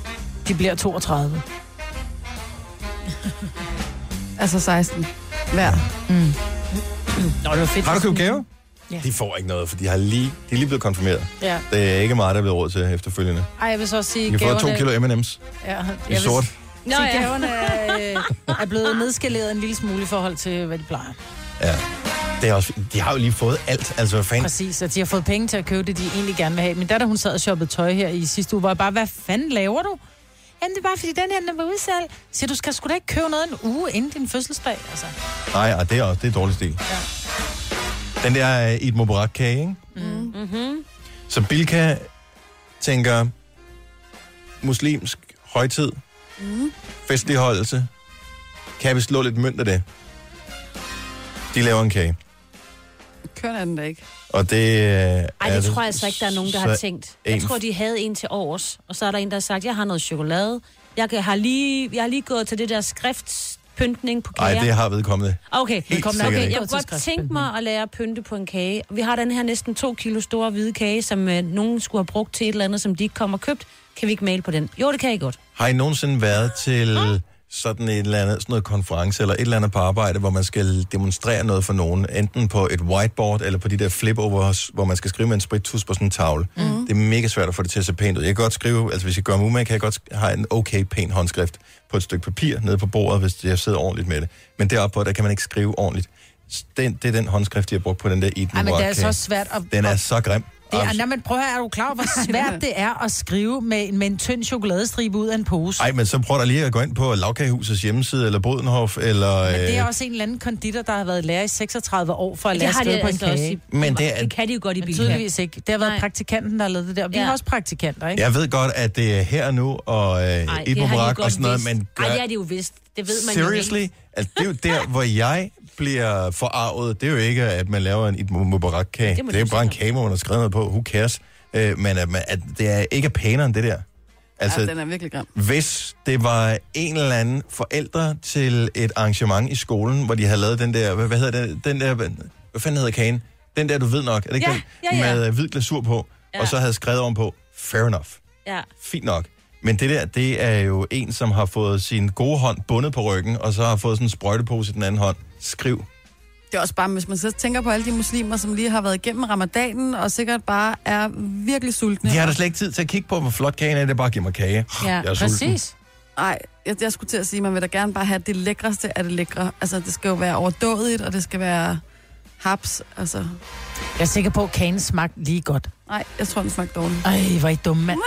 Speaker 4: De bliver 32.
Speaker 5: Altså 16 hver. Mm.
Speaker 4: Nå, det var fedt.
Speaker 1: Har du købt gave?
Speaker 4: Ja.
Speaker 1: De får ikke noget, for de, har lige, de er lige blevet konfirmeret.
Speaker 4: Ja.
Speaker 1: Det er ikke meget, der er blevet råd til efterfølgende.
Speaker 4: Ej, jeg vil så også sige,
Speaker 1: De har fået to
Speaker 4: gaverne-
Speaker 1: kilo M&M's.
Speaker 4: Ja, jeg
Speaker 1: I
Speaker 4: vil
Speaker 1: sort.
Speaker 4: s- Nå, ja. gaverne er, øh, er blevet nedskaleret en lille smule i forhold til, hvad de plejer.
Speaker 1: Ja. Det er også, de har jo lige fået alt, altså hvad fanden.
Speaker 4: Præcis, og de har fået penge til at købe det, de egentlig gerne vil have. Min datter, hun sad og shoppede tøj her i sidste uge, hvor jeg bare, hvad fanden laver du? Jamen, det er bare, fordi den her, den var udsalg. Så du skal sgu da ikke købe noget en uge inden din fødselsdag, altså.
Speaker 1: Nej, og det er også det er dårlig stil. Ja. Den der uh, Eid Mubarak kage, ikke?
Speaker 4: Mm. Mm-hmm.
Speaker 1: Så Bilka tænker muslimsk højtid,
Speaker 5: Mm.
Speaker 1: festligholdelse. Kan vi slå lidt mønt af det? De laver en kage.
Speaker 5: Køn er den da ikke.
Speaker 1: Og det øh,
Speaker 3: Ej,
Speaker 1: er
Speaker 3: det tror jeg altså ikke, der er nogen, der
Speaker 1: så
Speaker 3: har tænkt. Jeg
Speaker 1: en-
Speaker 3: tror, de havde en til års, og så er der en, der har sagt, jeg har noget chokolade. Jeg kan- har lige, jeg har lige gået til det der skriftspyntning på
Speaker 1: Ej,
Speaker 3: kager.
Speaker 1: det har vedkommende.
Speaker 3: Okay,
Speaker 1: Helt sikkert
Speaker 3: okay.
Speaker 1: ikke.
Speaker 3: jeg kunne godt tænke mig at lære at pynte på en kage. Vi har den her næsten to kilo store hvide kage, som øh, nogen skulle have brugt til et eller andet, som de ikke kom og købt. Kan vi ikke male på den? Jo, det kan jeg godt.
Speaker 1: Har I nogensinde været til sådan et eller andet, sådan noget konference eller et eller andet på arbejde, hvor man skal demonstrere noget for nogen, enten på et whiteboard eller på de der flipovers, hvor man skal skrive med en sprittus på sådan en tavle. Mm.
Speaker 4: Mhm.
Speaker 1: Det er mega svært at få det til at se pænt ud. Jeg kan godt skrive, altså hvis jeg gør mig umage, kan jeg godt sk- have en okay pæn håndskrift på et stykke papir nede på bordet, hvis jeg sidder ordentligt med det. Men deroppe på, der kan man ikke skrive ordentligt. S- Den, det er den håndskrift, de har brugt på den der Eat
Speaker 4: Ej, men det er
Speaker 1: Mubarak
Speaker 4: altså
Speaker 1: kage.
Speaker 4: også svært at...
Speaker 1: Den er
Speaker 4: at-
Speaker 1: så grim.
Speaker 4: Det er,
Speaker 1: Abs-
Speaker 4: nej, men prøv at høre, er du klar over, hvor svært det er at skrive med, med en tynd chokoladestribe ud af en pose?
Speaker 1: Ej, men så prøv da lige at gå ind på Lavkagehusets hjemmeside, eller Bodenhof, eller...
Speaker 4: Men det er
Speaker 1: øh,
Speaker 4: også en eller anden konditor, der har været lærer i 36 år for at
Speaker 3: Det
Speaker 4: lære at
Speaker 3: har de
Speaker 4: skrive på en
Speaker 3: altså også
Speaker 4: kage.
Speaker 3: i- Men det er- det kan de jo godt i
Speaker 4: Men
Speaker 3: Bilka.
Speaker 4: Tydeligvis ikke. Det har været praktikanten, der har lavet det der. Og vi har også praktikanter, ikke?
Speaker 1: Jeg ved godt, at det er her og nu, og øh,
Speaker 4: Ej,
Speaker 1: Eid
Speaker 4: det har de jo
Speaker 1: Mubarak
Speaker 4: godt
Speaker 1: og sådan noget,
Speaker 4: vidst.
Speaker 1: men gør...
Speaker 3: Ej, det er det jo vist. Det ved man jo
Speaker 1: Seriously?
Speaker 3: ikke.
Speaker 1: Altså, det er jo der, hvor jeg bliver forarvet. Det er jo ikke, at man laver en Eid Mubarak-kage.
Speaker 3: Det må
Speaker 1: Det, er jo
Speaker 3: du
Speaker 1: bare en kage, hvor man har skrevet noget på. Who cares? Øh, men at, man, at det er ikke er pænere end det der.
Speaker 5: Altså,
Speaker 1: Altså,
Speaker 5: ja, den er virkelig grim.
Speaker 1: hvis det var en eller anden forældre til et arrangement i skolen, hvor de havde lavet den der, hvad, hvad hedder den, den der, hvad, hvad fanden hedder kagen? Den der, du ved nok, er det ikke
Speaker 3: Ja,
Speaker 1: den?
Speaker 3: ja, ja.
Speaker 1: Med øh, hvid glasur på, ja. og så havde skrevet ovenpå, fair enough,
Speaker 3: Ja.
Speaker 1: fint nok. Men det der, det er jo en, som har fået sin gode hånd bundet på ryggen, og så har fået sådan en sprøjtepose i den anden hånd. Skriv.
Speaker 5: Det er også bare, hvis man så tænker på alle de muslimer, som lige har været igennem ramadanen, og sikkert bare er virkelig sultne.
Speaker 1: De har da slet ikke tid til at kigge på, hvor flot kagen er, det er bare giv mig kage. jeg er sulten.
Speaker 5: Nej, jeg, jeg skulle til at sige, man vil da gerne bare have det lækreste af det lækre. Altså, det skal jo være overdådigt, og det skal være haps, altså...
Speaker 4: Jeg er sikker på, at kagen smagte lige godt.
Speaker 5: Nej, jeg tror, den smagte dårligt.
Speaker 4: Ej, hvor er I dumme, mand.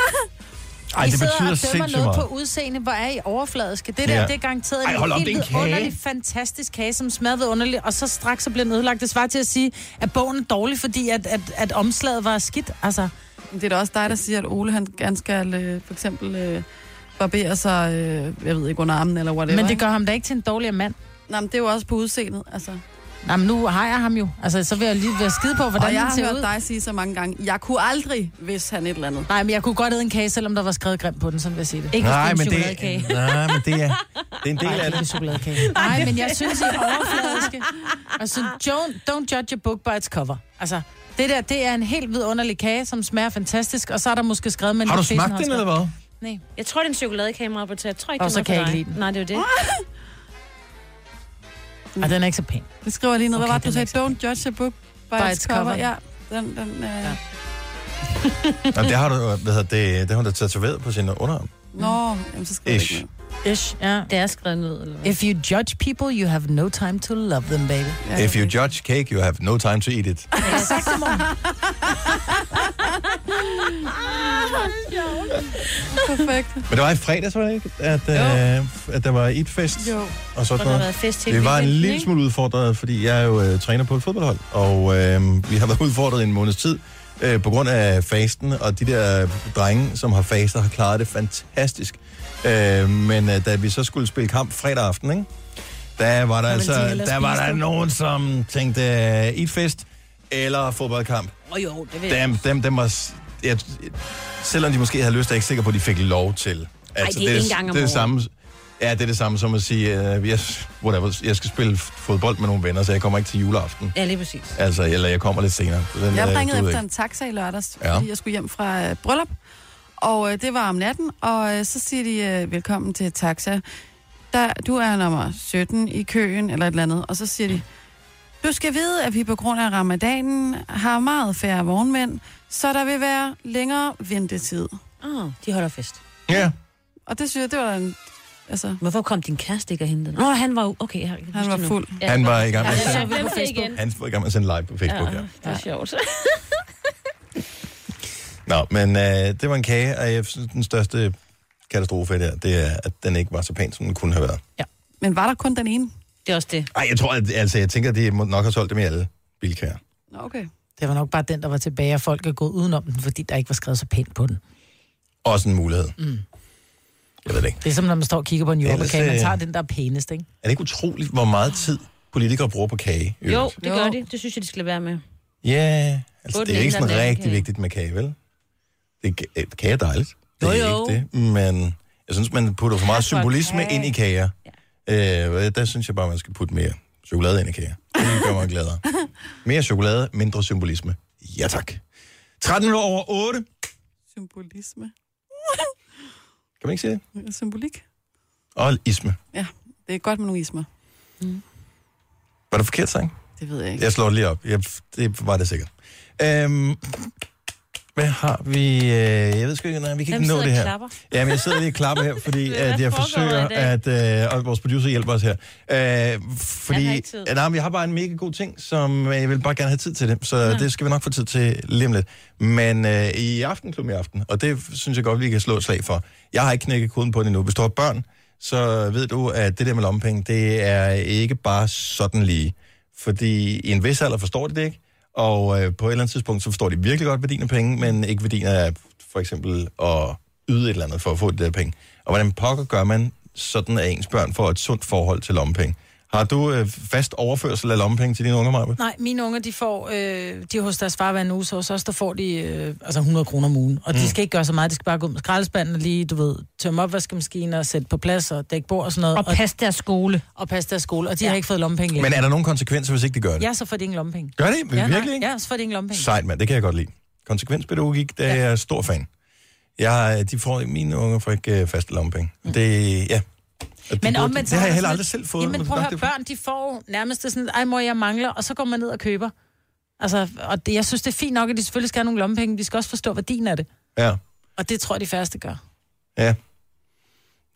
Speaker 1: Ej,
Speaker 4: I
Speaker 1: det
Speaker 4: sidder
Speaker 1: betyder
Speaker 4: og dømmer
Speaker 1: sindssygt
Speaker 4: noget
Speaker 1: meget.
Speaker 4: på udseende. Hvor er I overfladiske? Det der,
Speaker 1: Ja.
Speaker 4: det er garanteret
Speaker 1: Ej, hold op, det er en kage.
Speaker 4: underlig, fantastisk kage, som smager ved underligt, og så straks så bliver den ødelagt. Det svarer til at sige, at bogen er dårlig, fordi at, at, at omslaget var skidt. Altså,
Speaker 5: Men Det er da også dig, der siger, at Ole han gerne skal øh, for eksempel øh, barberer sig, øh, jeg ved ikke, under armen eller whatever.
Speaker 4: Men det gør ham da ikke til en dårligere mand.
Speaker 5: Nej, men det er jo også på udseendet, altså.
Speaker 4: Nej, men nu har jeg ham jo. Altså, så vil jeg lige være skide på, hvordan
Speaker 5: Og jeg
Speaker 4: han
Speaker 5: har
Speaker 4: ser
Speaker 5: hørt
Speaker 4: ud.
Speaker 5: dig sige så mange gange, jeg kunne aldrig, hvis han et eller andet.
Speaker 4: Nej, men jeg kunne godt æde en kage, selvom der var skrevet grimt på den, som jeg siger det.
Speaker 1: Ikke, hvis det er Nej, en men det- chokoladekage. nej, men det er- det er en del af det.
Speaker 4: Chokoladekage. Nej, men jeg synes, I er overfladiske. Altså,
Speaker 3: Ah,
Speaker 4: don't, don't judge a book by its cover. Altså, det der, det er en helt vidunderlig kage, som smager fantastisk, og så er der måske skrevet med
Speaker 3: Har
Speaker 4: lidt
Speaker 3: du
Speaker 4: fedt,
Speaker 3: smagt
Speaker 4: når
Speaker 3: den,
Speaker 4: han
Speaker 3: eller
Speaker 4: skrev.
Speaker 3: Nej. Jeg tror, det er en chokoladekage, Marbert. Jeg tror ikke,
Speaker 4: Og
Speaker 3: det
Speaker 4: så
Speaker 3: er noget
Speaker 4: kan
Speaker 3: for
Speaker 4: jeg
Speaker 3: dig.
Speaker 4: ikke lide den. Ah!
Speaker 3: Nej, det er jo det.
Speaker 4: Ej, den er ikke så pæn.
Speaker 5: Det skriver jeg lige ned. Hvad
Speaker 4: Okay,
Speaker 5: var det, du
Speaker 4: den er
Speaker 5: sagde? Don't judge a book by,
Speaker 4: By
Speaker 5: its
Speaker 4: its
Speaker 5: cover.
Speaker 4: cover.
Speaker 5: Ja, den, den, øh... ja.
Speaker 1: Jamen, det har du, øh, hvad hedder det, det har hun da tatoveret på sin underarm.
Speaker 5: Nå, jamen, så skriver jeg
Speaker 1: Ish.
Speaker 5: ikke
Speaker 4: Ish, ja.
Speaker 3: Det er skrevet ned, eller
Speaker 4: If you judge people, you have no time to love them, baby.
Speaker 1: If you judge cake, you have no time to eat it.
Speaker 4: Sagt det, Morten.
Speaker 5: Perfekt.
Speaker 1: Men det var i fredags, var det ikke? At, øh, at der var eat-fest.
Speaker 5: Jo.
Speaker 1: Og
Speaker 3: Hvor der
Speaker 1: sådan
Speaker 3: har
Speaker 1: noget.
Speaker 3: været fest hele
Speaker 1: det var en
Speaker 3: weekenden,
Speaker 1: lille
Speaker 3: ikke?
Speaker 1: smule udfordret, fordi jeg er jo øh, træner på et fodboldhold, og øh, vi har været udfordret i en måneds tid øh, på grund af fasten, og de der drenge, som har faster, har klaret det fantastisk. Øh, men øh, da vi så skulle spille kamp fredag aften, ikke? der var der,
Speaker 7: ville
Speaker 1: altså,
Speaker 7: de hellere
Speaker 1: der, var
Speaker 7: spise
Speaker 1: der
Speaker 7: det.
Speaker 1: nogen, som tænkte øh, eat-fest eller fodboldkamp.
Speaker 3: Åh jo, det vil jeg.
Speaker 1: Dem, dem, dem var... s- Jeg, selvom de måske havde lyst, er jeg ikke sikker på, at de fik lov til. Altså,
Speaker 3: det er en gang om
Speaker 1: det, er det
Speaker 3: året.
Speaker 1: samme, Ja, det er det samme som at sige, uh, jeg, whatever, jeg skal spille f- fodbold med nogle venner, så jeg kommer ikke til juleaften.
Speaker 3: Ja, lige præcis.
Speaker 1: Altså, eller jeg kommer lidt senere. Så Den, øh,
Speaker 5: Jeg ringede
Speaker 1: du ved
Speaker 5: efter en
Speaker 1: ikke.
Speaker 5: taxa i lørdags,
Speaker 1: Ja.
Speaker 5: ja. fordi jeg skulle hjem fra øh, bryllup. Og øh, det var om natten, og øh, så siger de, øh, velkommen til taxa. Der, du er nummer 17 i køen, eller et eller andet. Og så siger de, du skal vide, at vi på grund af ramadanen har meget færre vognmænd, så der vil være længere ventetid.
Speaker 3: Oh, de holder fest.
Speaker 1: Ja.
Speaker 5: Og det synes jeg, det var da en... Altså...
Speaker 3: Hvorfor kom din kæreste ikke og hentede den? Nå, han var jo... Okay, jeg har ikke
Speaker 5: Han
Speaker 3: lyst
Speaker 5: var
Speaker 3: til nu.
Speaker 5: fuld.
Speaker 3: Ja.
Speaker 1: Han var i gang med
Speaker 3: Ja,
Speaker 1: at
Speaker 3: jeg
Speaker 1: sende-
Speaker 3: så dem på Facebook.
Speaker 1: Han var i gang med at sende live på Facebook, ja.
Speaker 3: Ja, det var sjovt.
Speaker 1: Nå, men øh, det var en kage, og jeg synes, den største katastrofe der, det er, at den ikke var så pæn, som den kunne have været.
Speaker 5: Men var der kun den ene?
Speaker 3: Det er også det.
Speaker 1: Ej, jeg tror, at, altså, jeg tænker, at de må nok har solgt dem i alle bilkager.
Speaker 5: Nå, okay.
Speaker 4: Det var nok bare den, der var tilbage, og folk er gået udenom den, fordi der ikke var skrevet så pænt på den.
Speaker 1: Også en mulighed.
Speaker 4: Mm.
Speaker 1: Jeg ved det ikke.
Speaker 4: Det er som, når man står og kigger på en
Speaker 1: Ellers,
Speaker 4: jordbærkage. Man
Speaker 1: øh,
Speaker 4: tager den, der er pænest, ikke?
Speaker 1: Er det ikke utroligt, hvor meget tid politikere bruger på kage? i
Speaker 3: Jo,
Speaker 1: øvrigt?
Speaker 3: det gør de. Det synes jeg, de skal lade være med.
Speaker 1: Ja, altså
Speaker 3: Både
Speaker 1: det
Speaker 3: den
Speaker 1: er ikke
Speaker 3: ene og
Speaker 1: sådan
Speaker 3: den anden
Speaker 1: rigtig
Speaker 3: kage.
Speaker 1: vigtigt med kage, vel? Det er, ka- kage er dejligt. Det er
Speaker 3: Jo, jo.
Speaker 1: ikke det, men jeg synes, man putter for meget
Speaker 3: Tak for
Speaker 1: symbolisme
Speaker 3: kage.
Speaker 1: ind i kager. Ja. Øh, og der synes jeg bare, man skal putte mere chokolade ind i kager. Det gør mig gladere. Mere chokolade, mindre symbolisme. Ja tak. 13 minutter over 8. Kan
Speaker 5: Symbolisme.
Speaker 1: man ikke sige det?
Speaker 5: Symbolik.
Speaker 1: Og isme.
Speaker 5: Ja, det er godt med nogle ismer.
Speaker 1: Var det forkert sang?
Speaker 5: Det ved jeg ikke.
Speaker 1: Jeg slår det lige op. Jeg, det var det sikkert. Øhm, hvad har vi? øh, Jeg ved sgu ikke, nej, vi kan
Speaker 7: Hvem
Speaker 1: ikke nå
Speaker 7: sidder
Speaker 1: det
Speaker 7: og
Speaker 1: her.
Speaker 7: klapper?
Speaker 1: Ja, men jeg sidder lige og klapper her, fordi
Speaker 7: Hvad
Speaker 1: at jeg
Speaker 7: foregår
Speaker 1: forsøger
Speaker 7: i
Speaker 1: at... Øh, og vores producer hjælper os her. Øh,
Speaker 7: Han har
Speaker 1: fordi...
Speaker 7: ikke tid.
Speaker 1: Nej, men jeg har bare en mega god ting, som øh, jeg vil bare gerne have tid til det. Så
Speaker 7: Ja.
Speaker 1: det skal vi nok få tid til lige om lidt. Men øh, i aftenklubben i aften, og det synes jeg godt, vi kan slå et slag for. Jeg har ikke knækket koden på det endnu. Hvis du har børn, så ved du, at det der med lommepenge, det er ikke bare sådan lige. Fordi i en vis alder forstår de det ikke, og øh, på et eller andet tidspunkt, så forstår de virkelig godt værdien af penge, men ikke værdien af for eksempel at yde et eller andet for at få de der penge. Og hvordan pokker gør man sådan, at ens børn får et sundt forhold til lommepenge? Har du øh, fast overførsel af lommepenge til dine unger, Maja?
Speaker 4: Nej, mine unger, de får, øh, de er hos deres far hver en uge, så hos os, der får de øh, altså 100 kroner om ugen. Og mm.
Speaker 1: Mm.
Speaker 4: de skal ikke gøre så meget, de skal bare gå ud med skraldespanden og lige, du ved, tømme opvaskemaskiner og sætte på plads og dække bord og sådan noget.
Speaker 3: Og passe deres skole.
Speaker 4: Og passe deres skole, og de ja. har ikke fået lommepenge
Speaker 1: Men er der nogen konsekvenser, hvis ikke de gør det?
Speaker 4: Ja, så får de ingen lommepenge.
Speaker 1: Gør de?
Speaker 4: Ja,
Speaker 1: Virkelig
Speaker 4: nej.
Speaker 1: ikke?
Speaker 4: Ja, så får de ingen lommepenge.
Speaker 1: Sejt, mand. Det kan jeg godt lide. Konsekvenspædagogik, det er jeg stor fan. Jeg, øh, de får, mine unger får ikke øh, faste lommepenge. Det, ja. Og de
Speaker 4: Mm. Men
Speaker 1: burde-
Speaker 4: omvendt, så
Speaker 1: det har jeg
Speaker 4: man
Speaker 1: heller
Speaker 4: sådan
Speaker 1: aldrig
Speaker 4: lidt-
Speaker 1: selv fået.
Speaker 4: Jamen
Speaker 1: men
Speaker 4: prøv at
Speaker 1: nok
Speaker 4: høre,
Speaker 1: det-
Speaker 4: børn, de får nærmest det sådan, ej mor, jeg mangler, og så går man ned og køber. Altså, og det, jeg synes, det er fint nok, at de selvfølgelig skal have nogle lommepenge, men de skal også forstå værdien af det.
Speaker 1: Ja,
Speaker 4: Og det tror jeg, de færreste gør.
Speaker 1: ja.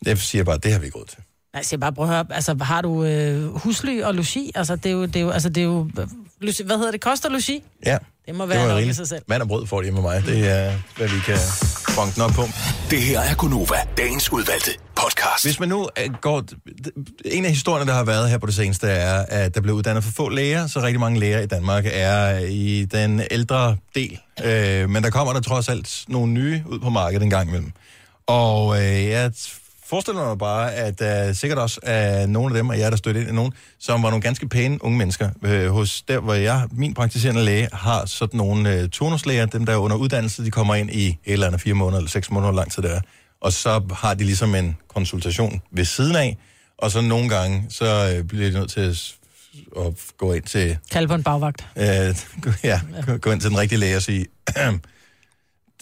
Speaker 1: Jeg siger bare, det har vi ikke råd til.
Speaker 4: Nej, jeg bare prøv at høre, altså har du øh, husly og logi? Altså det er jo, det er jo, altså, det er jo øh, logi, hvad hedder det, koster logi?
Speaker 1: Ja.
Speaker 4: Det må
Speaker 1: Det
Speaker 4: være
Speaker 1: var
Speaker 4: nok i
Speaker 1: rigeligt.
Speaker 4: sig selv.
Speaker 1: Mand og brød får de med mig. Det er, hvad vi kan bonke den op på.
Speaker 7: Det her er Gunova, dagens udvalgte podcast.
Speaker 1: Hvis man nu øh, går... En af historierne, der har været her på det seneste, er, at der blev uddannet for få læger, så rigtig mange læger i Danmark er i den ældre del. Øh, men der kommer der trods alt nogle nye ud på markedet en gang imellem. Og øh, jeg forestiller mig bare, at der øh, sikkert også er nogle af dem, og jeg er der stødt ind i nogen, som var nogle ganske pæne unge mennesker. Øh, hos der, hvor jeg, min praktiserende læge, har sådan nogle øh, turnuslæger, dem der er under uddannelse, de kommer ind i et eller andet fire måneder eller seks måneder, hvor lang tid der er. Og så har de ligesom en konsultation ved siden af, og så nogle gange, så øh, bliver de nødt til at, s- at gå ind til
Speaker 3: Kald på en bagvagt.
Speaker 1: Øh, gå- ja, gå- gå ind til den rigtige læge og sige,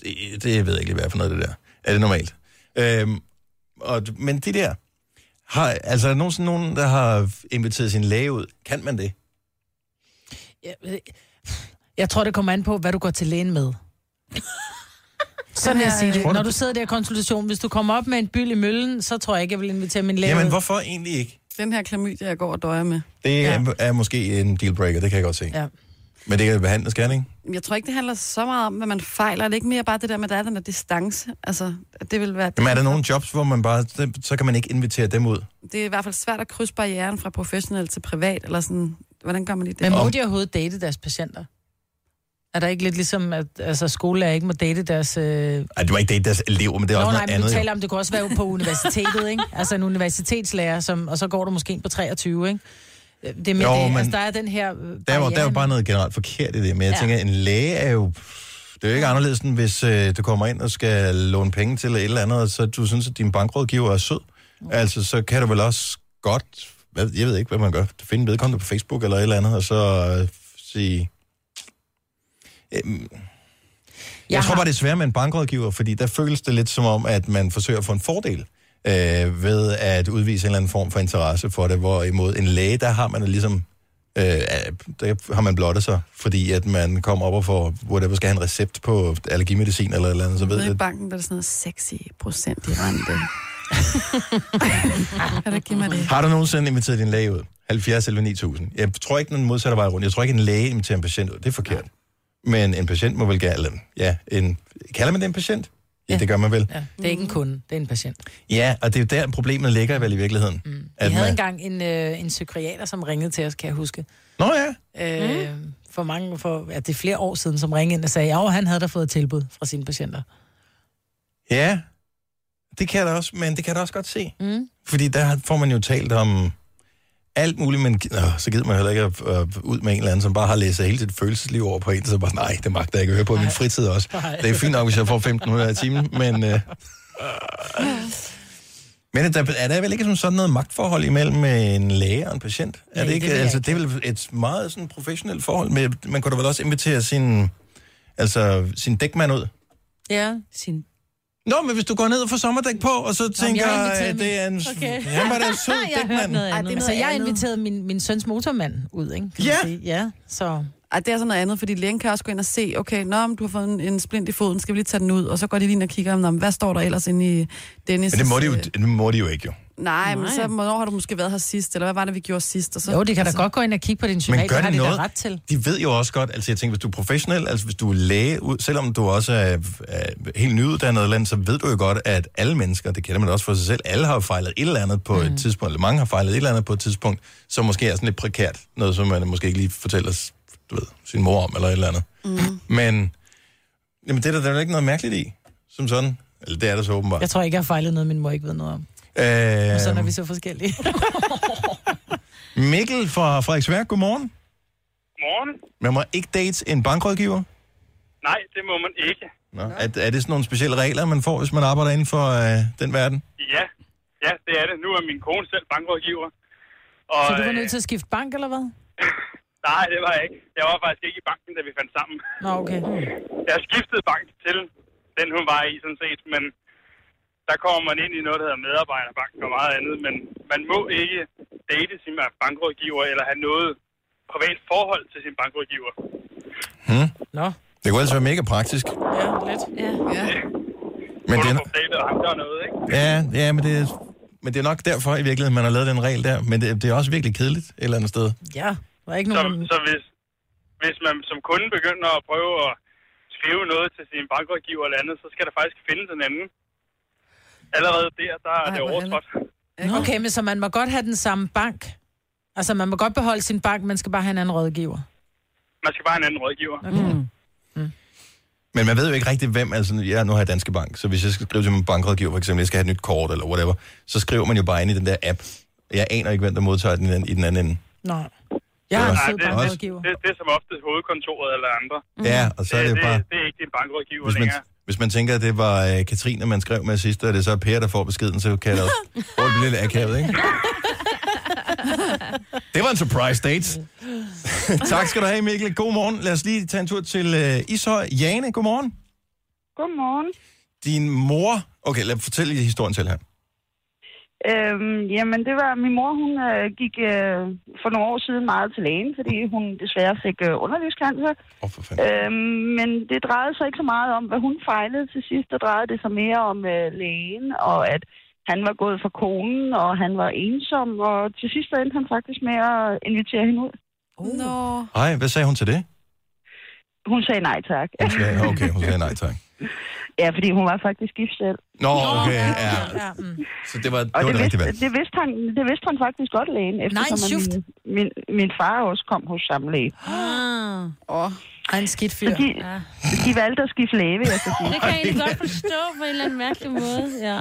Speaker 1: det, det ved jeg ikke lige, hvad er for noget det der. Er det normalt? Øhm, og, men det der, har, altså er der nogensinde nogen, der har inviteret sin læge ud? Kan man det?
Speaker 5: øh,
Speaker 4: Jeg, jeg tror, det kommer an på, hvad du går til lægen med. Sådan jeg siger
Speaker 1: Tror
Speaker 4: det.
Speaker 1: du-
Speaker 4: Når du sidder der i konsultation, hvis du kommer op med en byld i møllen, så tror jeg ikke, jeg vil invitere min læge
Speaker 1: Jamen,
Speaker 4: ud.
Speaker 1: hvorfor egentlig ikke?
Speaker 5: Den her klamydia, jeg går og døjer med.
Speaker 1: Det ja. er, er måske en dealbreaker, det kan jeg godt se.
Speaker 4: Ja.
Speaker 1: Men det kan behandles, kan det ikke?
Speaker 5: Jeg tror ikke, det handler så meget om, hvad man fejler. Det er ikke mere bare det der med, at der er den der distance. Altså, at det vil være...
Speaker 1: Jamen, er der nogle jobs, hvor man bare, det- så kan man ikke invitere dem ud?
Speaker 5: Det er i hvert fald svært at krydse barrieren fra professionel til privat, eller sådan... Hvordan gør man lige det?
Speaker 4: Men må de overhovedet date deres patienter? Er der ikke lidt ligesom, at altså, skolelærer ikke må date deres... Øh... Det
Speaker 1: Ej, det var ikke det, deres elever, men det er også
Speaker 4: Nå, nej,
Speaker 1: noget
Speaker 4: men du
Speaker 1: andet. jo.
Speaker 4: taler om, det kunne også være på universitetet, ikke? Altså en universitetslærer, som, og så går du måske ind på 23, ikke? Det er med
Speaker 1: Jo,
Speaker 4: jo, det.
Speaker 1: men
Speaker 4: Altså, der er den her... øh,
Speaker 1: Der var, der var
Speaker 4: barriere.
Speaker 1: bare noget generelt forkert i det, men jeg
Speaker 4: Ja.
Speaker 1: tænker, en læge er jo... Det er jo ikke anderledes, end hvis øh, du kommer ind og skal låne penge til et eller andet, og så du synes, at din bankrådgiver er sød. Altså, så kan du vel også godt... Hvad, jeg ved ikke, hvad man gør. Finde vedkommende på Facebook eller et eller andet, og så øh, sige... Øh, jeg, jeg tror
Speaker 7: har-
Speaker 1: bare, det er svært med en bankrådgiver, fordi der føles det lidt som om, at man forsøger at få en fordel øh, ved at udvise en eller anden form for interesse for det, hvorimod en læge, der har man det ligesom Øh, der har man blottet sig, fordi at man kommer op og får, hvor der skal have en recept på allergimedicin eller et eller andet, så ved
Speaker 5: Nede i
Speaker 1: jeg.
Speaker 5: banken, der er sådan noget 6 procent i rente. kan du give mig det?
Speaker 1: Har du nogensinde inviteret din læge ud? 70 eller 9000. Jeg tror ikke, den modsatte vej rundt. Jeg tror ikke, en læge inviterer en patient ud. Det er forkert. Men en patient må vel gerne... eller, Ja, en, kalder man det en patient? Ja, det gør man vel. Mm. Ja,
Speaker 4: Ja, det er ikke en kunde, det er en patient.
Speaker 1: ja og det er jo der, problemet ligger vel i virkeligheden. Mm.
Speaker 4: Vi
Speaker 1: At
Speaker 4: havde
Speaker 1: man,
Speaker 4: engang en, øh, en psykiater, som ringede til os, kan jeg huske.
Speaker 1: Nå ja. Mm.
Speaker 4: Øh, For mange, for, ja, det er flere år siden, som ringede ind og sagde, at han havde da fået tilbud fra sine patienter.
Speaker 1: ja, det kan jeg da også, men det kan jeg da også godt se. Mm. Fordi der får man jo talt om alt muligt, men øh, så gider man heller ikke at, øh, ud med en eller anden, som bare har læst hele sit følelsesliv over på en, så bare, nej, det magter jeg ikke at høre på i min fritid også.
Speaker 7: Nej.
Speaker 1: Det er fint nok, hvis jeg får 1500 i timen, men... Øh, men der, er der vel ikke sådan, sådan noget magtforhold imellem en læge og en patient? Er det, ikke, det, altså, det er vel et meget sådan professionelt forhold, men man kunne da vel også invitere sin, altså, sin dækmand ud?
Speaker 4: Ja. Sin.
Speaker 1: Nå, men hvis du går ned og får sommerdæk på, og så tænker, at det er en... Okay. Han var da en sød dækmand.
Speaker 4: Ej, det er altså, jeg inviterede min, min søns motormand ud, ikke? Kan man
Speaker 5: Ja.
Speaker 4: sige. ja så...
Speaker 5: Ej, det er sådan noget andet, fordi lægen kan også gå ind og se, okay, nå, men du har fået en, en splint i foden, skal vi lige tage den ud? Og så går de lige ind og kigger, om, hvad står der ellers inde i Dennis? øh,
Speaker 1: Men det må de jo, det må de jo ikke, jo.
Speaker 5: Nej, men
Speaker 4: Nej.
Speaker 5: så hvornår har du måske været her sidst, eller hvad var det, vi gjorde sidst? Og så, altså-
Speaker 4: Jo, de kan da godt gå ind og kigge på din journal,
Speaker 1: Men gør
Speaker 4: det har
Speaker 1: det
Speaker 4: de
Speaker 1: noget?
Speaker 4: da ret til.
Speaker 1: De ved jo også godt, altså jeg tænker, hvis du er professionel, altså hvis du er læge, ud- selvom du også er, er helt nyuddannet eller andet, så ved du jo godt, at alle mennesker, det kender man også for sig selv, alle har jo fejlet et eller andet på mm. et tidspunkt, eller mange har fejlet et eller andet på et tidspunkt, som måske er sådan lidt prekært, noget som man måske ikke lige fortæller s- du ved, sin mor om, eller et eller andet. Mm. Men jamen, det er der, der er jo ikke noget mærkeligt i, som sådan. Eller det er der så åbenbart.
Speaker 4: Jeg tror ikke, jeg har fejlet noget, min mor ikke ved noget om.
Speaker 1: Øh,
Speaker 4: Og sådan er vi så forskellige.
Speaker 1: Mikkel fra Frederiksværk, godmorgen.
Speaker 10: Morgen?
Speaker 1: Man må ikke date en bankrådgiver.
Speaker 10: Nej, det må man ikke.
Speaker 1: Nå. Er, er det sådan nogle specielle regler, man får, hvis man arbejder inden for øh, den verden?
Speaker 10: Ja, ja, det er det. Nu er min kone selv bankrådgiver. Og,
Speaker 4: Så du var nødt til at skifte bank, eller hvad?
Speaker 10: øh, Nej, det var jeg ikke. Jeg var faktisk ikke i banken, da vi fandt sammen.
Speaker 4: Nå, okay.
Speaker 10: Jeg skiftede bank til den, hun var i, sådan set. Men der kommer man ind i noget, der hedder medarbejderbank og meget andet. Men man må ikke date sin bankrådgiver eller have noget privat forhold til sin bankrådgiver.
Speaker 1: Hmm?
Speaker 4: Nå.
Speaker 1: Det kunne altså være mega praktisk.
Speaker 4: Ja, lidt. Ja.
Speaker 5: ja.
Speaker 1: Men det, er, no-
Speaker 10: Datet og ham der noget, ikke?
Speaker 1: ja, ja, men det, er- men det er nok derfor i virkeligheden, man har lavet den regel der. Men det, det er også virkelig kedeligt et eller andet sted.
Speaker 4: Ja, der er ikke
Speaker 10: nogen... Så, så hvis, hvis man som kunde begynder at prøve at skrive noget til sin bankrådgiver eller andet, så skal der faktisk findes en anden. Allerede der, der er det overtrådt.
Speaker 4: Okay, men så man må godt have den samme bank. Altså, man må godt beholde sin bank, man skal bare have en anden rådgiver.
Speaker 10: Man skal bare have en anden rådgiver. Okay.
Speaker 1: Men man ved jo ikke rigtigt, hvem, altså, ja, nu har jeg Danske Bank, så hvis jeg skal skrive til min bankrådgiver, for eksempel, jeg skal have et nyt kort eller whatever, så skriver man jo bare ind i den der app. Jeg aner ikke, hvem der modtager den i den- i den anden ende.
Speaker 4: Nej.
Speaker 1: Jeg har en sød
Speaker 10: det, det,
Speaker 1: bankrådgiver.
Speaker 10: det, det, er som ofte hovedkontoret eller andre.
Speaker 1: Ja, og så er det jo
Speaker 10: det,
Speaker 1: bare-
Speaker 10: Det, det er ikke din bankrådgiver
Speaker 1: Hvis man,
Speaker 10: længere.
Speaker 1: hvis man tænker, at det var øh, Katrine, man skrev med sidst, og det så er Per, der får beskeden, så kan jeg da også bruge det lidt akavet, ikke? Det var en surprise date. tak skal du have, Mikkel. God morgen. Lad os lige tage en tur til øh, Ishøj. Jane, god morgen.
Speaker 18: Godmorgen.
Speaker 1: Din mor... Okay, lad mig fortælle lige historien til her.
Speaker 18: Øhm, jamen, det var, min mor, hun øh, gik øh, for nogle år siden meget til lægen, fordi hun desværre fik øh, underlivscancer.
Speaker 1: Oh,
Speaker 18: øhm, men det drejede sig ikke så meget om, hvad hun fejlede til sidst. Det drejede det sig mere om øh, lægen, og at han var gået fra konen, og han var ensom, og til sidst så endte han faktisk med at invitere hende ud.
Speaker 5: Oh. Nå.
Speaker 1: Ej, hvad sagde hun til det?
Speaker 18: Hun sagde nej tak.
Speaker 1: Hun sagde, okay, hun sagde nej tak.
Speaker 18: ja, fordi hun var faktisk gift selv.
Speaker 1: Nå, okay, ja. Så det var, det
Speaker 18: Og
Speaker 1: var
Speaker 18: det,
Speaker 1: det, rigtige valg.
Speaker 18: vidste, det, vidste han, det vidste han faktisk godt, lægen, eftersom
Speaker 4: Nej,
Speaker 18: Nej, min, min, min far også kom hos samme læge.
Speaker 3: Ah.
Speaker 18: Oh.
Speaker 4: Ej, en skidt
Speaker 18: Så
Speaker 4: fyr.
Speaker 18: de, de valgte at skifte læge, vil jeg så sige.
Speaker 3: Det kan jeg egentlig godt forstå på en eller anden mærkelig måde, ja.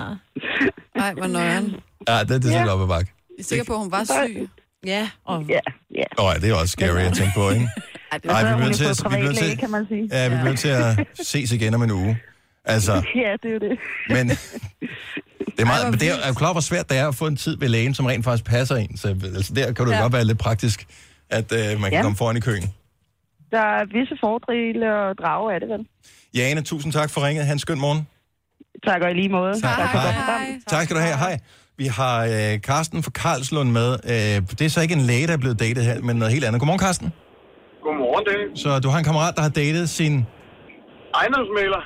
Speaker 5: Ej, hvor nøjeren.
Speaker 1: Ja, det, det er sådan op ad bakke.
Speaker 5: Jeg er sikker på, at hun var syg.
Speaker 3: Ja. Og...
Speaker 18: Ja, ja.
Speaker 1: Nå, ja, det er også scary at tænke på, ikke?
Speaker 5: Ej,
Speaker 18: det var bedre, hun
Speaker 1: vi bliver
Speaker 18: ikke
Speaker 1: til,
Speaker 18: var
Speaker 1: at- vi bliver
Speaker 18: privatlæge,
Speaker 1: til,
Speaker 18: kan man sige.
Speaker 1: ja, vi
Speaker 18: Ja.
Speaker 1: bliver til at ses igen om en uge. Altså,
Speaker 18: Ja, det er jo det.
Speaker 1: Men det er, meget, men det er, er jo klart, hvor svært det er at få en tid ved lægen, som rent faktisk passer en. Så altså, der kan du ja.
Speaker 18: Ja.
Speaker 1: godt være lidt praktisk, at øh, man kan ja.
Speaker 18: Ja.
Speaker 1: komme foran i køen.
Speaker 18: Der er visse fordele og drage af det, vel?
Speaker 1: Jane, tusind tak for ringet. Han skøn morgen.
Speaker 18: Tak og i lige måde.
Speaker 1: Tak.
Speaker 18: tak for godt program.
Speaker 1: Tak skal du have. Hej. Vi har øh, Karsten fra Karlslund med. Øh, det er så ikke en læge, der er blevet datet her, men noget helt andet. Godmorgen, Karsten.
Speaker 15: Godmorgen, Dennis.
Speaker 1: Så du har en kammerat, der har datet sin...
Speaker 15: Ejendomsmaler.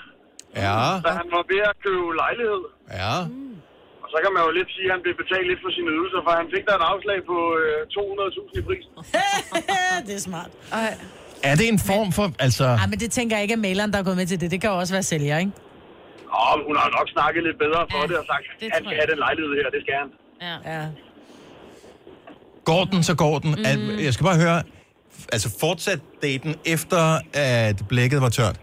Speaker 1: Ja.
Speaker 15: Da han var ved at købe lejlighed.
Speaker 1: Ja.
Speaker 15: Og så kan man jo lidt sige, at han blev betalt lidt for sine ydelser, for han fik der et afslag på øh, 200.000 i prisen.
Speaker 4: det er smart.
Speaker 5: Ej.
Speaker 1: Er det en form for... Altså...
Speaker 4: Ej, men det tænker jeg ikke, at maleren, der er gået med til det. Det kan jo også være sælger, ikke?
Speaker 15: Og hun har nok snakket lidt bedre for det og sagt, at han skal have den lejlighed her, det skal han.
Speaker 3: Ja.
Speaker 4: ja.
Speaker 1: Går den, så går den. Mm. Jeg skal bare høre, altså fortsat daten efter, at blækket var tørt.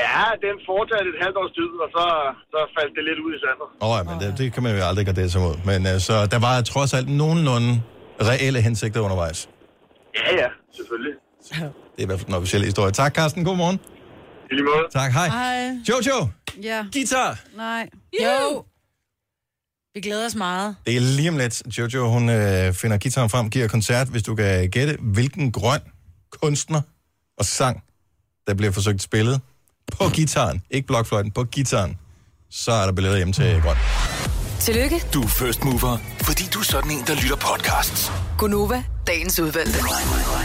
Speaker 15: Ja, den fortsatte et halvt års tid, og så, så faldt det lidt ud i sandet.
Speaker 1: Åh, oh, men det, det kan man jo aldrig gardere sig mod. Men uh, så der var trods alt nogenlunde reelle hensigter undervejs.
Speaker 15: Ja, ja, selvfølgelig.
Speaker 1: Det er i hvert fald den officielle historie. Tak, Carsten. God morgen.
Speaker 15: I lige måde.
Speaker 1: Tak, hej.
Speaker 4: Hej.
Speaker 1: Jojo,
Speaker 5: Ja.
Speaker 1: Guitar.
Speaker 5: Nej.
Speaker 4: Jo. Vi glæder os meget.
Speaker 1: det er lige om lidt. Jojo, hun øh, finder gitaren frem, giver koncert, hvis du kan gætte, hvilken grøn kunstner og sang, der bliver forsøgt spillet på gitaren. Ikke blokfløjten, på gitaren. Så er der billetter hjem til grøn.
Speaker 6: Tillykke,
Speaker 7: Du er first mover, fordi du er sådan en, der lytter podcasts.
Speaker 6: Gunova, dagens udvalgte.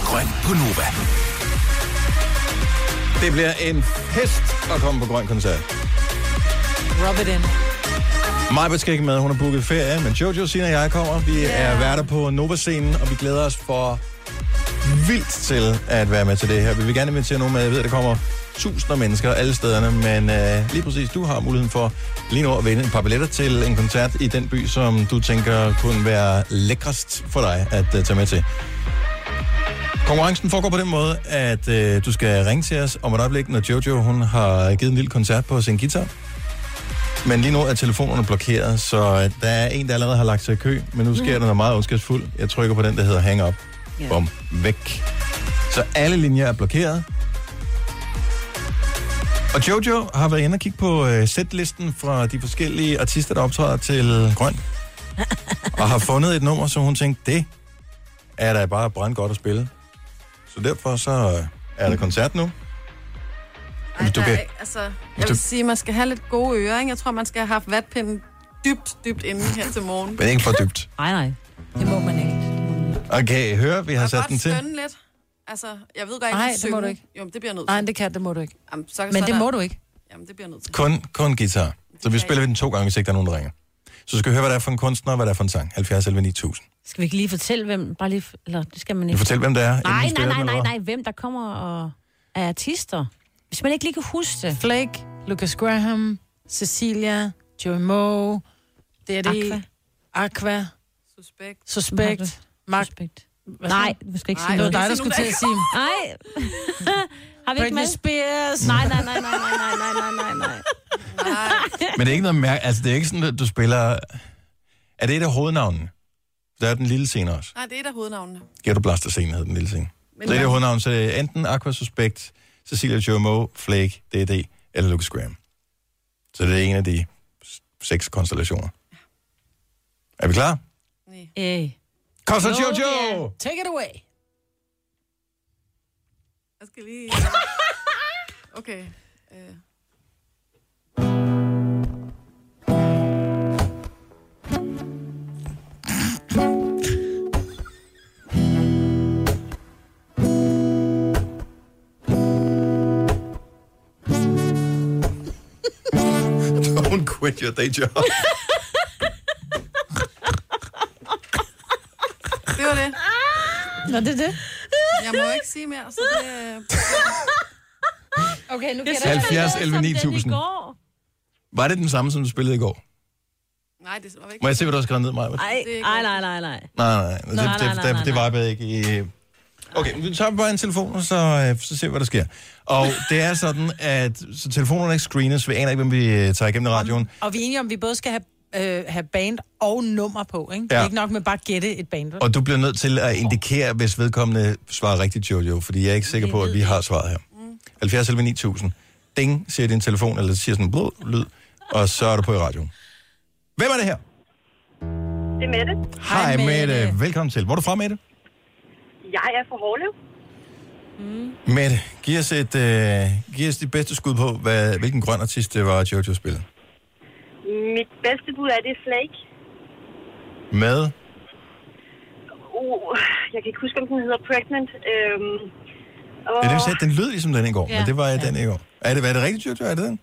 Speaker 7: Grøn på Nova.
Speaker 1: Det bliver en fest at komme på grøn koncert.
Speaker 4: Rub it in.
Speaker 1: Maja skal ikke med, hun har booket ferie, men Jojo, Sina og jeg kommer. Vi yeah. er værter på Nova-scenen, og vi glæder os for vildt til at være med til det her. Vi vil gerne invitere nogen med. Jeg ved, at der kommer tusinder af mennesker alle stederne, men øh, lige præcis, du har muligheden for lige nu at vinde et par billetter til en koncert i den by, som du tænker kunne være lækrest for dig at øh, tage med til. Konkurrencen foregår på den måde, at øh, du skal ringe til os om et øjeblik, når Jojo hun har givet en lille koncert på sin guitar. Men lige nu er telefonerne blokeret, så øh, der er en, der allerede har lagt sig i kø, men nu sker
Speaker 5: Mhm.
Speaker 1: der noget meget ondskabsfuldt. Jeg trykker på den, der hedder hang up.
Speaker 7: Ja.
Speaker 1: Yeah. Bum. Væk. Så alle linjer er blokeret. Og Jojo har været inde og kigge på øh, setlisten fra de forskellige artister, der optræder til Grøn. og har fundet et nummer, som hun tænkte, det er da bare brand godt at spille. Så derfor så øh, er der koncert nu.
Speaker 5: Mhm. Ej,
Speaker 1: Hvis du
Speaker 5: der er
Speaker 1: kan-
Speaker 5: ikke- altså,
Speaker 1: hvis
Speaker 5: jeg
Speaker 1: du-
Speaker 5: vil sige, man skal have lidt gode ører, ikke? Jeg tror, man skal have haft vatpinden dybt, dybt inde her til morgen.
Speaker 1: Men ikke for dybt.
Speaker 3: Nej, nej.
Speaker 4: Det må man ikke.
Speaker 1: Okay, hør, vi har sat den til.
Speaker 5: Skønne lidt. Altså, jeg ved godt, jeg
Speaker 4: Nej,
Speaker 5: kan
Speaker 4: det
Speaker 5: synge.
Speaker 4: må du ikke.
Speaker 5: Jo, men det bliver jeg nødt til.
Speaker 4: Nej, det kan, det må du ikke.
Speaker 5: Jamen, så,
Speaker 4: Men
Speaker 5: så
Speaker 4: det
Speaker 5: der-
Speaker 4: må du ikke.
Speaker 5: Jamen, det bliver jeg nødt til.
Speaker 1: Kun, kun guitar. Så vi spiller den to gange, hvis ikke der er nogen, der ringer. Så skal vi høre, hvad det er for en kunstner, og hvad det er for en sang. 70 11 9000.
Speaker 3: Skal vi ikke lige fortælle, hvem... Bare lige... Eller det skal man
Speaker 1: Vil du
Speaker 3: ikke.
Speaker 1: fortælle, hvem det er? inden vi
Speaker 3: Nej, nej,
Speaker 1: spiller den, eller
Speaker 3: nej, nej,
Speaker 1: hvad?
Speaker 3: nej. Hvem der kommer og er artister. Hvis man ikke lige kan huske det.
Speaker 4: Flake, Lucas Graham, Cecilia, Joey Moe, det er det.
Speaker 3: Aqua.
Speaker 4: Aqua.
Speaker 5: Suspekt.
Speaker 4: Suspekt. Mark.
Speaker 3: Suspekt. Nej, du skal ikke
Speaker 4: Nej,
Speaker 3: sige
Speaker 4: det var
Speaker 3: noget.
Speaker 4: dig, der skulle til at sige.
Speaker 3: Nej. Har vi ikke
Speaker 4: Britney
Speaker 3: med?
Speaker 4: Spears.
Speaker 3: Nej, nej, nej, nej, nej, nej, nej, nej, nej, nej.
Speaker 1: Men det er ikke noget mærke. Altså, det er ikke sådan, at du spiller... Er det et af hovednavnene? Der er den lille scene også.
Speaker 5: Nej, det er et af hovednavnene.
Speaker 1: Ghetto Blaster scene hedder den lille scene.
Speaker 5: Men
Speaker 1: Men det er
Speaker 5: hvad-
Speaker 1: det hovednavn, så det er enten Aqua Suspect, Cecilia Jomo, Flake, D.D. eller Lucas Graham. Så det er en af de s- seks konstellationer. Er vi klar?
Speaker 3: Øh.
Speaker 1: Costa
Speaker 3: Jo,
Speaker 1: Jojo!
Speaker 3: ja. Take it away.
Speaker 5: Jeg skal lige... Okay. Øh.
Speaker 1: Don't quit your day job.
Speaker 5: Det var det.
Speaker 3: Nå, det er det.
Speaker 5: Jeg må ikke sige mere, så det... øh.
Speaker 3: Okay, nu
Speaker 5: kan
Speaker 1: jeg da- 70 11 9000. Var det den samme, som du spillede i går?
Speaker 5: Nej, det var ikke...
Speaker 1: Må jeg se, hvad du har skrevet ned, Maja?
Speaker 3: Ej, ej, nej, nej, nej.
Speaker 1: Nej, nej,
Speaker 3: nej,
Speaker 1: nej. Det, det,
Speaker 3: nej,
Speaker 1: det,
Speaker 3: nej,
Speaker 1: det
Speaker 3: nej.
Speaker 1: vibede ikke i... Okay, men vi tager bare en telefon, og så, øh, så ser vi, hvad der sker. Og det er sådan, at så telefonerne ikke screenes. Vi aner ikke, hvem vi øh, tager igennem i radioen.
Speaker 4: Og vi er enige om, at vi både skal have, øh, have band og nummer på, ikke? Ja. Det er
Speaker 1: Ja.
Speaker 4: ikke nok med bare at gætte et band. vel?
Speaker 1: Og du bliver nødt til at indikere, hvis vedkommende svarer rigtigt, Jojo, fordi jeg er ikke sikker på, at vi har svaret her. 70 11 9000. Ding, siger din telefon, eller siger sådan en blød lyd, og så er du på i radioen. Hvem er det her?
Speaker 19: Det er Mette.
Speaker 1: Hej, Mette. Velkommen til. Hvor er du fra, Mette?
Speaker 19: Jeg er fra Hårlev.
Speaker 1: Mette, giv os, et, øh, giv os dit bedste skud på, hvad, hvilken grøn artist det var, Jojo spillede.
Speaker 19: Mit bedste bud er, det er Flake.
Speaker 1: Med
Speaker 19: Uh, jeg kan ikke huske, om den hedder Pregnant. Øhm, og...
Speaker 1: Ja, det vil sige, at den lød ligesom den i går, ja.
Speaker 19: Ja.
Speaker 1: men det var ja. den i går. Er det, var det rigtigt, Jojo? Er det den?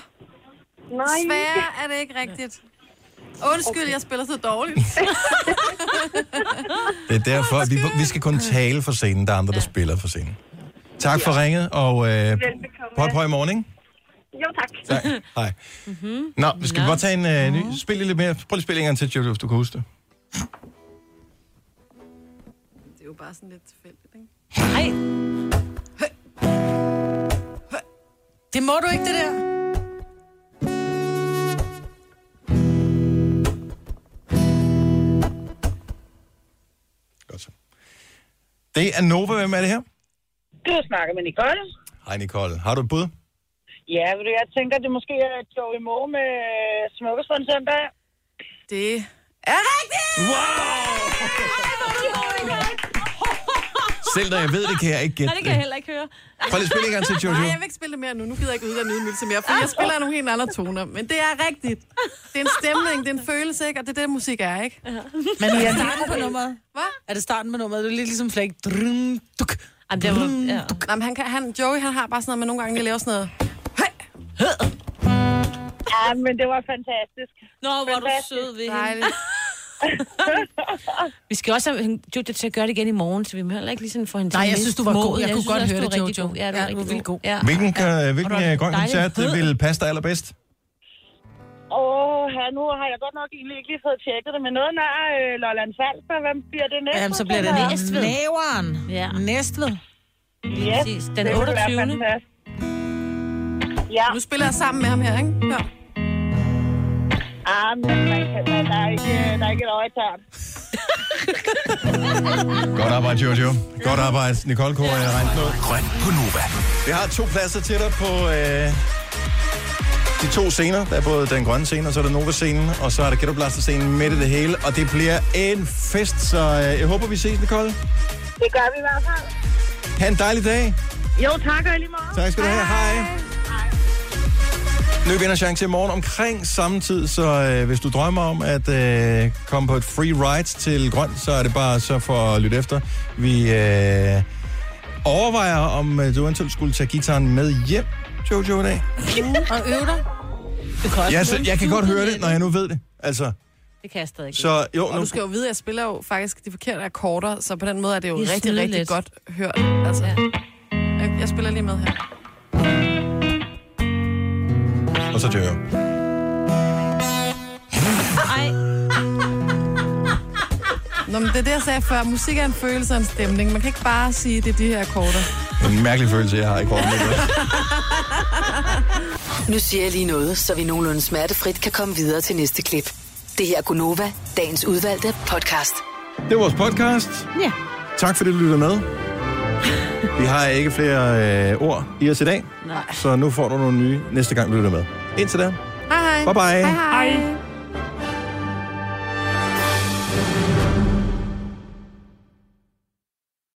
Speaker 19: Nej.
Speaker 5: Desværre er det ikke rigtigt. Undskyld, okay. jeg spiller så dårligt.
Speaker 1: Det er derfor, vi, vi skal kun tale for scenen. Der er andre, der spiller for scenen. Tak for ringet, og øh, prøv på i morgen, ikke?
Speaker 19: Jo, tak.
Speaker 1: Tak. Hej.
Speaker 19: Mm-hmm.
Speaker 1: Nå, vi skal godt tage en øh, ny. Spil lige lidt mere. Prøv lige at spille en gang til, Jojo, hvis du kan huske det.
Speaker 5: det er jo bare sådan lidt tilfældigt, ikke?
Speaker 3: Nej.
Speaker 4: Det må du ikke, det der.
Speaker 1: Det er Nova. Hvem er det her?
Speaker 20: Det snakker med Nicole.
Speaker 1: Hej, Nicole. Har du et bud?
Speaker 20: Ja, ved du, jeg tænker, det måske er Joey Moe med Smukkes på en søndag.
Speaker 5: Det er rigtigt!
Speaker 1: Selv da jeg ved det, kan jeg ikke gætte
Speaker 5: Nej, det kan jeg heller ikke høre.
Speaker 1: Prøv lige at spille en gang til, Jojo.
Speaker 5: Nej, jeg vil ikke spille det mere nu. Nu gider jeg ikke uddanne ydmygelse mere, for jeg spiller nogle helt andre toner. Men det er rigtigt. Det er en stemning, det er en følelse, ikke? Og det er det, musik er, ikke?
Speaker 4: Men er det starten på nummeret?
Speaker 5: Hvad?
Speaker 4: Er det starten på nummeret? Det er lidt ligesom Flake. Drum, duk, Jamen, det var, ja.
Speaker 5: Nej, men han, kan, han, Joey, han har bare sådan noget, men nogle gange lige laver sådan noget.
Speaker 20: Ja, men det var fantastisk.
Speaker 3: Nå, hvor er du sød ved hende. Vi skal også have hende- Jojo til at gøre det igen i morgen, så vi må heller ikke lige sådan få hende til
Speaker 4: Nej,
Speaker 3: at
Speaker 4: jeg
Speaker 3: miste
Speaker 4: synes, du var god.
Speaker 3: målet.
Speaker 4: Jeg kunne godt
Speaker 3: også,
Speaker 4: høre
Speaker 3: du
Speaker 4: det,
Speaker 3: var rigtig
Speaker 4: Jojo.
Speaker 3: god. Ja, du
Speaker 4: Ja, du
Speaker 3: er
Speaker 4: er
Speaker 3: rigtig
Speaker 4: vildt
Speaker 3: god. Ja.
Speaker 1: Hvilken, kan,
Speaker 3: Og
Speaker 1: hvilken
Speaker 3: du er
Speaker 1: øh, grøn
Speaker 3: dejlig
Speaker 1: koncert
Speaker 3: fed.
Speaker 1: øh, vil passe dig allerbedst?
Speaker 20: Åh, her, nu har jeg godt nok egentlig ikke lige fået tjekket det, men noget nær øh, Lolland Falster. Hvem bliver det næste?
Speaker 4: Jamen, så bliver det
Speaker 20: tænker jeg?
Speaker 4: næveren. Ja. Næstved.
Speaker 20: Ja,
Speaker 4: Præcis. Den
Speaker 20: det ville være
Speaker 4: 28..
Speaker 20: fantastisk.
Speaker 5: Ja. Nu spiller jeg sammen med ham her, ikke? Ja.
Speaker 20: Ah, men man kan, man, der, er ikke, der er ikke et øje tørt.
Speaker 1: Godt arbejde, Jojo. Godt arbejde, Nicole Kåre. Jeg regnet noget. Grøn på Nova. Vi har to pladser til dig på øh, de to scener. Der er både den grønne scene, og så er der Nova-scenen, og så er der Ghetto Blaster-scenen midt i det hele. Og det bliver en fest, så øh, jeg håber, vi ses, Nicole.
Speaker 20: Det gør vi i hvert fald.
Speaker 1: Ha' en dejlig dag.
Speaker 20: Jo, tak og i lige meget.
Speaker 1: Tak skal du have. Hej. Ny vinderchance i morgen omkring samme tid, så øh, hvis du drømmer om at øh, komme på et free ride til Grøn, så er det bare så for at lytte efter. Vi øh, overvejer, om øh, du eventuelt skulle tage gitaren med hjem, Jojo, i dag.
Speaker 4: Og øv dig. Det kan også
Speaker 1: Jeg, så, jeg kan godt høre det, når jeg nu ved det. Altså,
Speaker 5: Det kan jeg stadig
Speaker 1: ikke. Så, jo,
Speaker 5: og
Speaker 1: nu-
Speaker 5: du skal jo vide, at jeg spiller jo faktisk de forkerte akkorder, så på den måde er det jo
Speaker 3: Det er
Speaker 5: rigtig, rigtig
Speaker 3: snydeligt.
Speaker 5: godt hørt. Altså, ja. jeg, jeg spiller lige med her.
Speaker 1: og så Jojo.
Speaker 3: Ej.
Speaker 5: Nå, men det er det, jeg sagde før. Musik er en følelse og en stemning. Man kan ikke bare sige, at det er de her akkorder.
Speaker 1: En mærkelig følelse, jeg har i kroppen.
Speaker 6: Nu siger jeg lige noget, så vi nogenlunde smertefrit kan komme videre til næste klip. Det her er Gunova, dagens udvalgte podcast.
Speaker 1: Det var vores podcast.
Speaker 3: Ja.
Speaker 1: Tak fordi du lytter med. Vi har ikke flere øh, ord i os i dag,
Speaker 5: Nej.
Speaker 1: så nu får du nogle nye næste gang, du lytter med. Indtil da.
Speaker 5: Hej hej.
Speaker 1: Bye bye.
Speaker 5: Hej hej. hej.